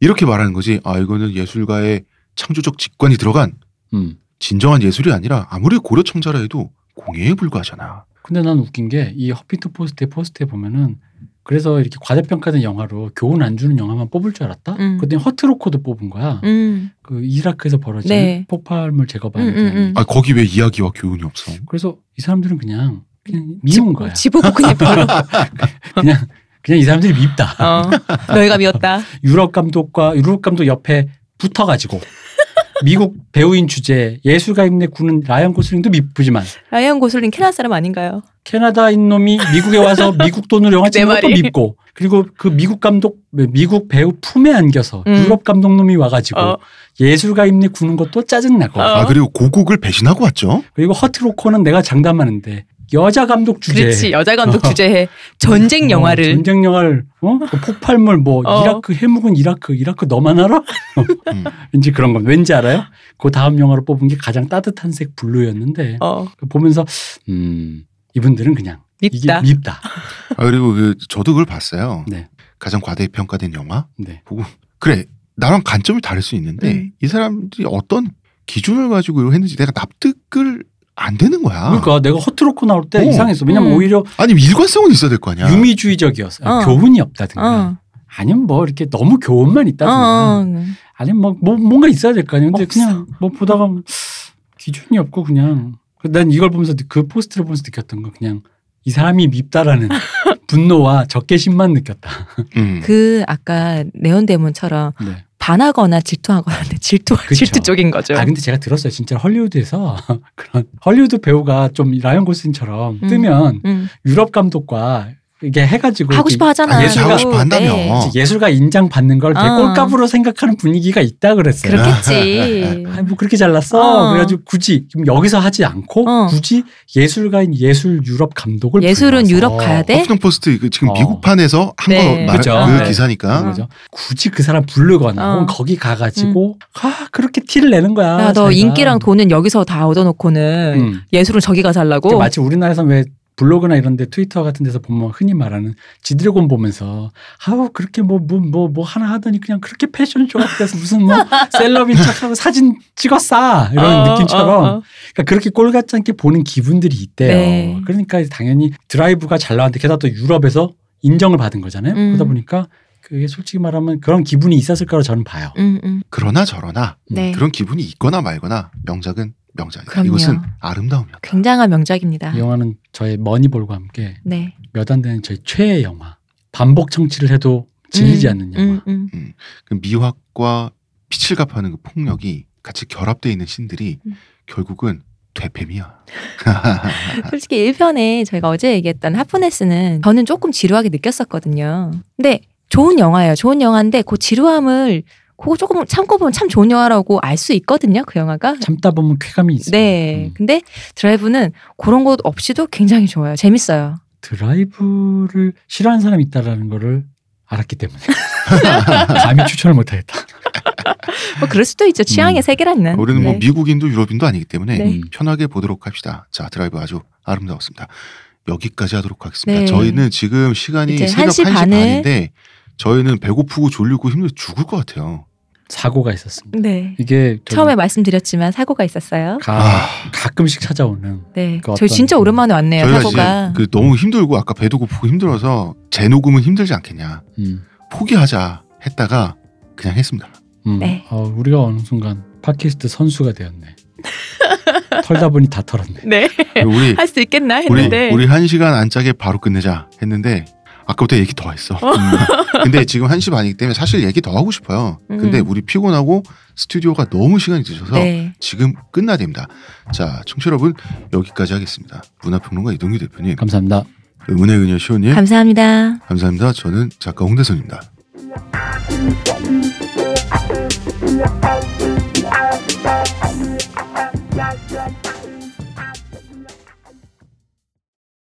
이렇게 말하는 거지. 아 이거는 예술가의 창조적 직관이 들어간 음. 진정한 예술이 아니라 아무리 고려 청자라 해도 공예에 불과하잖아. 근데 난 웃긴 게 이 허피트 포스트의 포스트에 보면은 그래서 이렇게 과대평가된 영화로 교훈 안 주는 영화만 뽑을 줄 알았다? 음. 그랬더니 허트로코도 뽑은 거야. 음. 그 이라크에서 벌어진 네. 폭발물 제거반에 음, 대한 음, 음. 아 거기 왜 이야기와 교훈이 없어? 그래서 그래서 이 사람들은 그냥 그냥 미운 거야. 집어고 [laughs] 그냥 별로. 그냥 그냥 이 사람들이 밉다. 어. 너희가 미웠다. 유럽 감독과 유럽 감독 옆에 [laughs] 붙어가지고 미국 배우인 주제 예술가임에 구는 라이언 고슬링도 미쁘지만 라이언 고슬링 캐나 사람 아닌가요? 캐나다인 놈이 미국에 [laughs] 와서 미국 돈으로 영화 찍는 내 것도 말이. 밉고 그리고 그 미국 감독 미국 배우 품에 안겨서 음. 유럽 감독 놈이 와가지고 어. 예술가임에 구는 것도 짜증 나고 어. 아 그리고 고국을 배신하고 왔죠. 그리고 허트로코는 내가 장담하는데 여자 감독 주제 그렇지 여자 감독 주제에 전쟁 어, 영화를 전쟁 영화를 어? 그 폭발물 뭐 어. 이라크 해묵은 이라크 이라크 너만 알아? [laughs] [laughs] 음. 왠지 그런 건 왠지 알아요? 그 다음 영화로 뽑은 게 가장 따뜻한 색 블루였는데 그 어, 보면서 음 이분들은 그냥 이게 밉다. 밉다. 아 그리고 그 저도 그걸 봤어요. 네. 가장 과대평가된 영화. 네. 그래 나랑 관점이 다를 수 있는데 음. 이 사람들이 어떤 기준을 가지고 이걸 했는지 내가 납득을 안 되는 거야. 그러니까 내가 허트로코 나올 때 어. 이상했어. 왜냐면 음. 오히려 아니 일관성은 있어야 될 거 아니야. 유미주의적이었어. 어. 교훈이 없다든가. 어, 아니면 뭐 이렇게 너무 교훈만 어, 있다든가. 어. 아니면 뭐, 뭐 뭔가 있어야 될 거 아니에요. 근데 없어. 그냥 뭐 보다가 기준이 없고 그냥 난 이걸 보면서 그 포스트를 보면서 느꼈던 건 그냥 이 사람이 [laughs] 밉다라는 분노와 적개심만 느꼈다. 음. 그 아까 네온데몬처럼 네. 반하거나 질투하거나 질투 그쵸. 질투 쪽인 거죠. 아 근데 제가 들었어요. 진짜 헐리우드에서 [laughs] 그런 헐리우드 배우가 좀 라이언 고슬링처럼 음. 뜨면 음. 유럽 감독과 이게 해가지고 하고 이렇게 싶어 하잖아. 아, 예술 하고 그리고. 싶어 한다며. 네. 예술가 인장 받는 걸 되게 어. 꼴값으로 생각하는 분위기가 있다 그랬어요. [laughs] 그렇겠지. 아, 뭐 그렇게 잘났어. 어. 그래가지고 굳이 지금 여기서 하지 않고 어. 굳이 예술가인 예술 유럽 감독을 예술은 불러서 유럽 가야 돼? 허프정 포스트 그 지금 어. 미국판에서 한 거 네. 말그 그죠. 네. 기사니까 그런 거죠. 굳이 그 사람 부르거나 어. 음. 혹은 거기 가가지고 아 그렇게 티를 내는 거야. 야, 너 아, 자기가. 인기랑 돈은 여기서 다 얻어놓고는 음. 예술은 저기 가서 하려고. 마치 우리나라에서 왜 블로그나 이런데 트위터 같은 데서 보면 흔히 말하는 지드래곤 보면서 아우 그렇게 뭐 뭐 뭐 뭐 하나 하더니 그냥 그렇게 패션 조합돼서 무슨 [laughs] 뭐 셀럽인 척하고 사진 찍었어 이런 어, 느낌처럼 어, 어. 그러니까 그렇게 꼴 같지 않게 보는 기분들이 있대요. 네. 그러니까 당연히 드라이브가 잘 나왔는데 게다가 또 유럽에서 인정을 받은 거잖아요. 음. 그러다 보니까 그게 솔직히 말하면 그런 기분이 있었을 거라고 저는 봐요. 음, 음. 그러나 저러나 네. 그런 기분이 있거나 말거나 명작은 명작이다. 그럼요. 이것은 아름다움이었다. 굉장한 명작입니다. 이 영화는 저의 머니볼과 함께 네. 몇 안 되는 저의 최애 영화. 반복 청취를 해도 질리지 음, 않는 영화. 음, 음. 그 미확과 피칠갑하는 그 폭력이 같이 결합되어 있는 신들이 음. 결국은 되팸이야. 아. 솔직히 1편에 저희가 어제 얘기했던 하프네스는 저는 조금 지루하게 느꼈었거든요. 근데 좋은 영화예요. 좋은 영화인데 그 지루함을 그거 조금 참고 보면 참 좋은 영화라고 알 수 있거든요. 그 영화가. 참다 보면 쾌감이 있어요. 네. 음. 근데 드라이브는 그런 것 없이도 굉장히 좋아요. 재밌어요. 드라이브를 싫어하는 사람이 있다라는 거를 알았기 때문에 [laughs] 감히 추천을 못하겠다. 뭐 그럴 수도 있죠. 취향의 음. 세계라는. 우리는 뭐 네. 미국인도 유럽인도 아니기 때문에 네. 음. 편하게 보도록 합시다. 자, 드라이브 아주 아름다웠습니다. 여기까지 하도록 하겠습니다. 네. 저희는 지금 시간이 이제 새벽 1시 1시, 반에 반인데 저희는 배고프고 졸리고 힘들어 죽을 것 같아요. 사고가 있었습니다. 네. 이게 저기 처음에 말씀드렸지만 사고가 있었어요. 가, 가끔씩 찾아오는 네. 그 저희 어떤- 진짜 오랜만에 왔네요. 아, 저희가 사고가. 이제 그 너무 힘들고 아까 배도 고프고 힘들어서 재녹음은 힘들지 않겠냐. 음. 포기하자 했다가 그냥 했습니다. 음. 네. 어, 우리가 어느 순간 팟캐스트 선수가 되었네. [laughs] 털다 보니 다 털었네. 네. 그리고 우리 [laughs] 할 수 있겠나 우리 했는데. 우리 한 시간 안 짜게 바로 끝내자 했는데 아까부터 얘기 더 했어. 음. 근데 지금 한 시 반이기 때문에 사실 얘기 더 하고 싶어요. 근데 음. 우리 피곤하고 스튜디오가 너무 시간이 늦어서 네. 지금 끝나야 됩니다. 자, 청취 여러분 여기까지 하겠습니다. 문화평론가 이동규 대표님, 감사합니다. 음원의 그녀 시호님 감사합니다. 감사합니다. 저는 작가 홍대선입니다.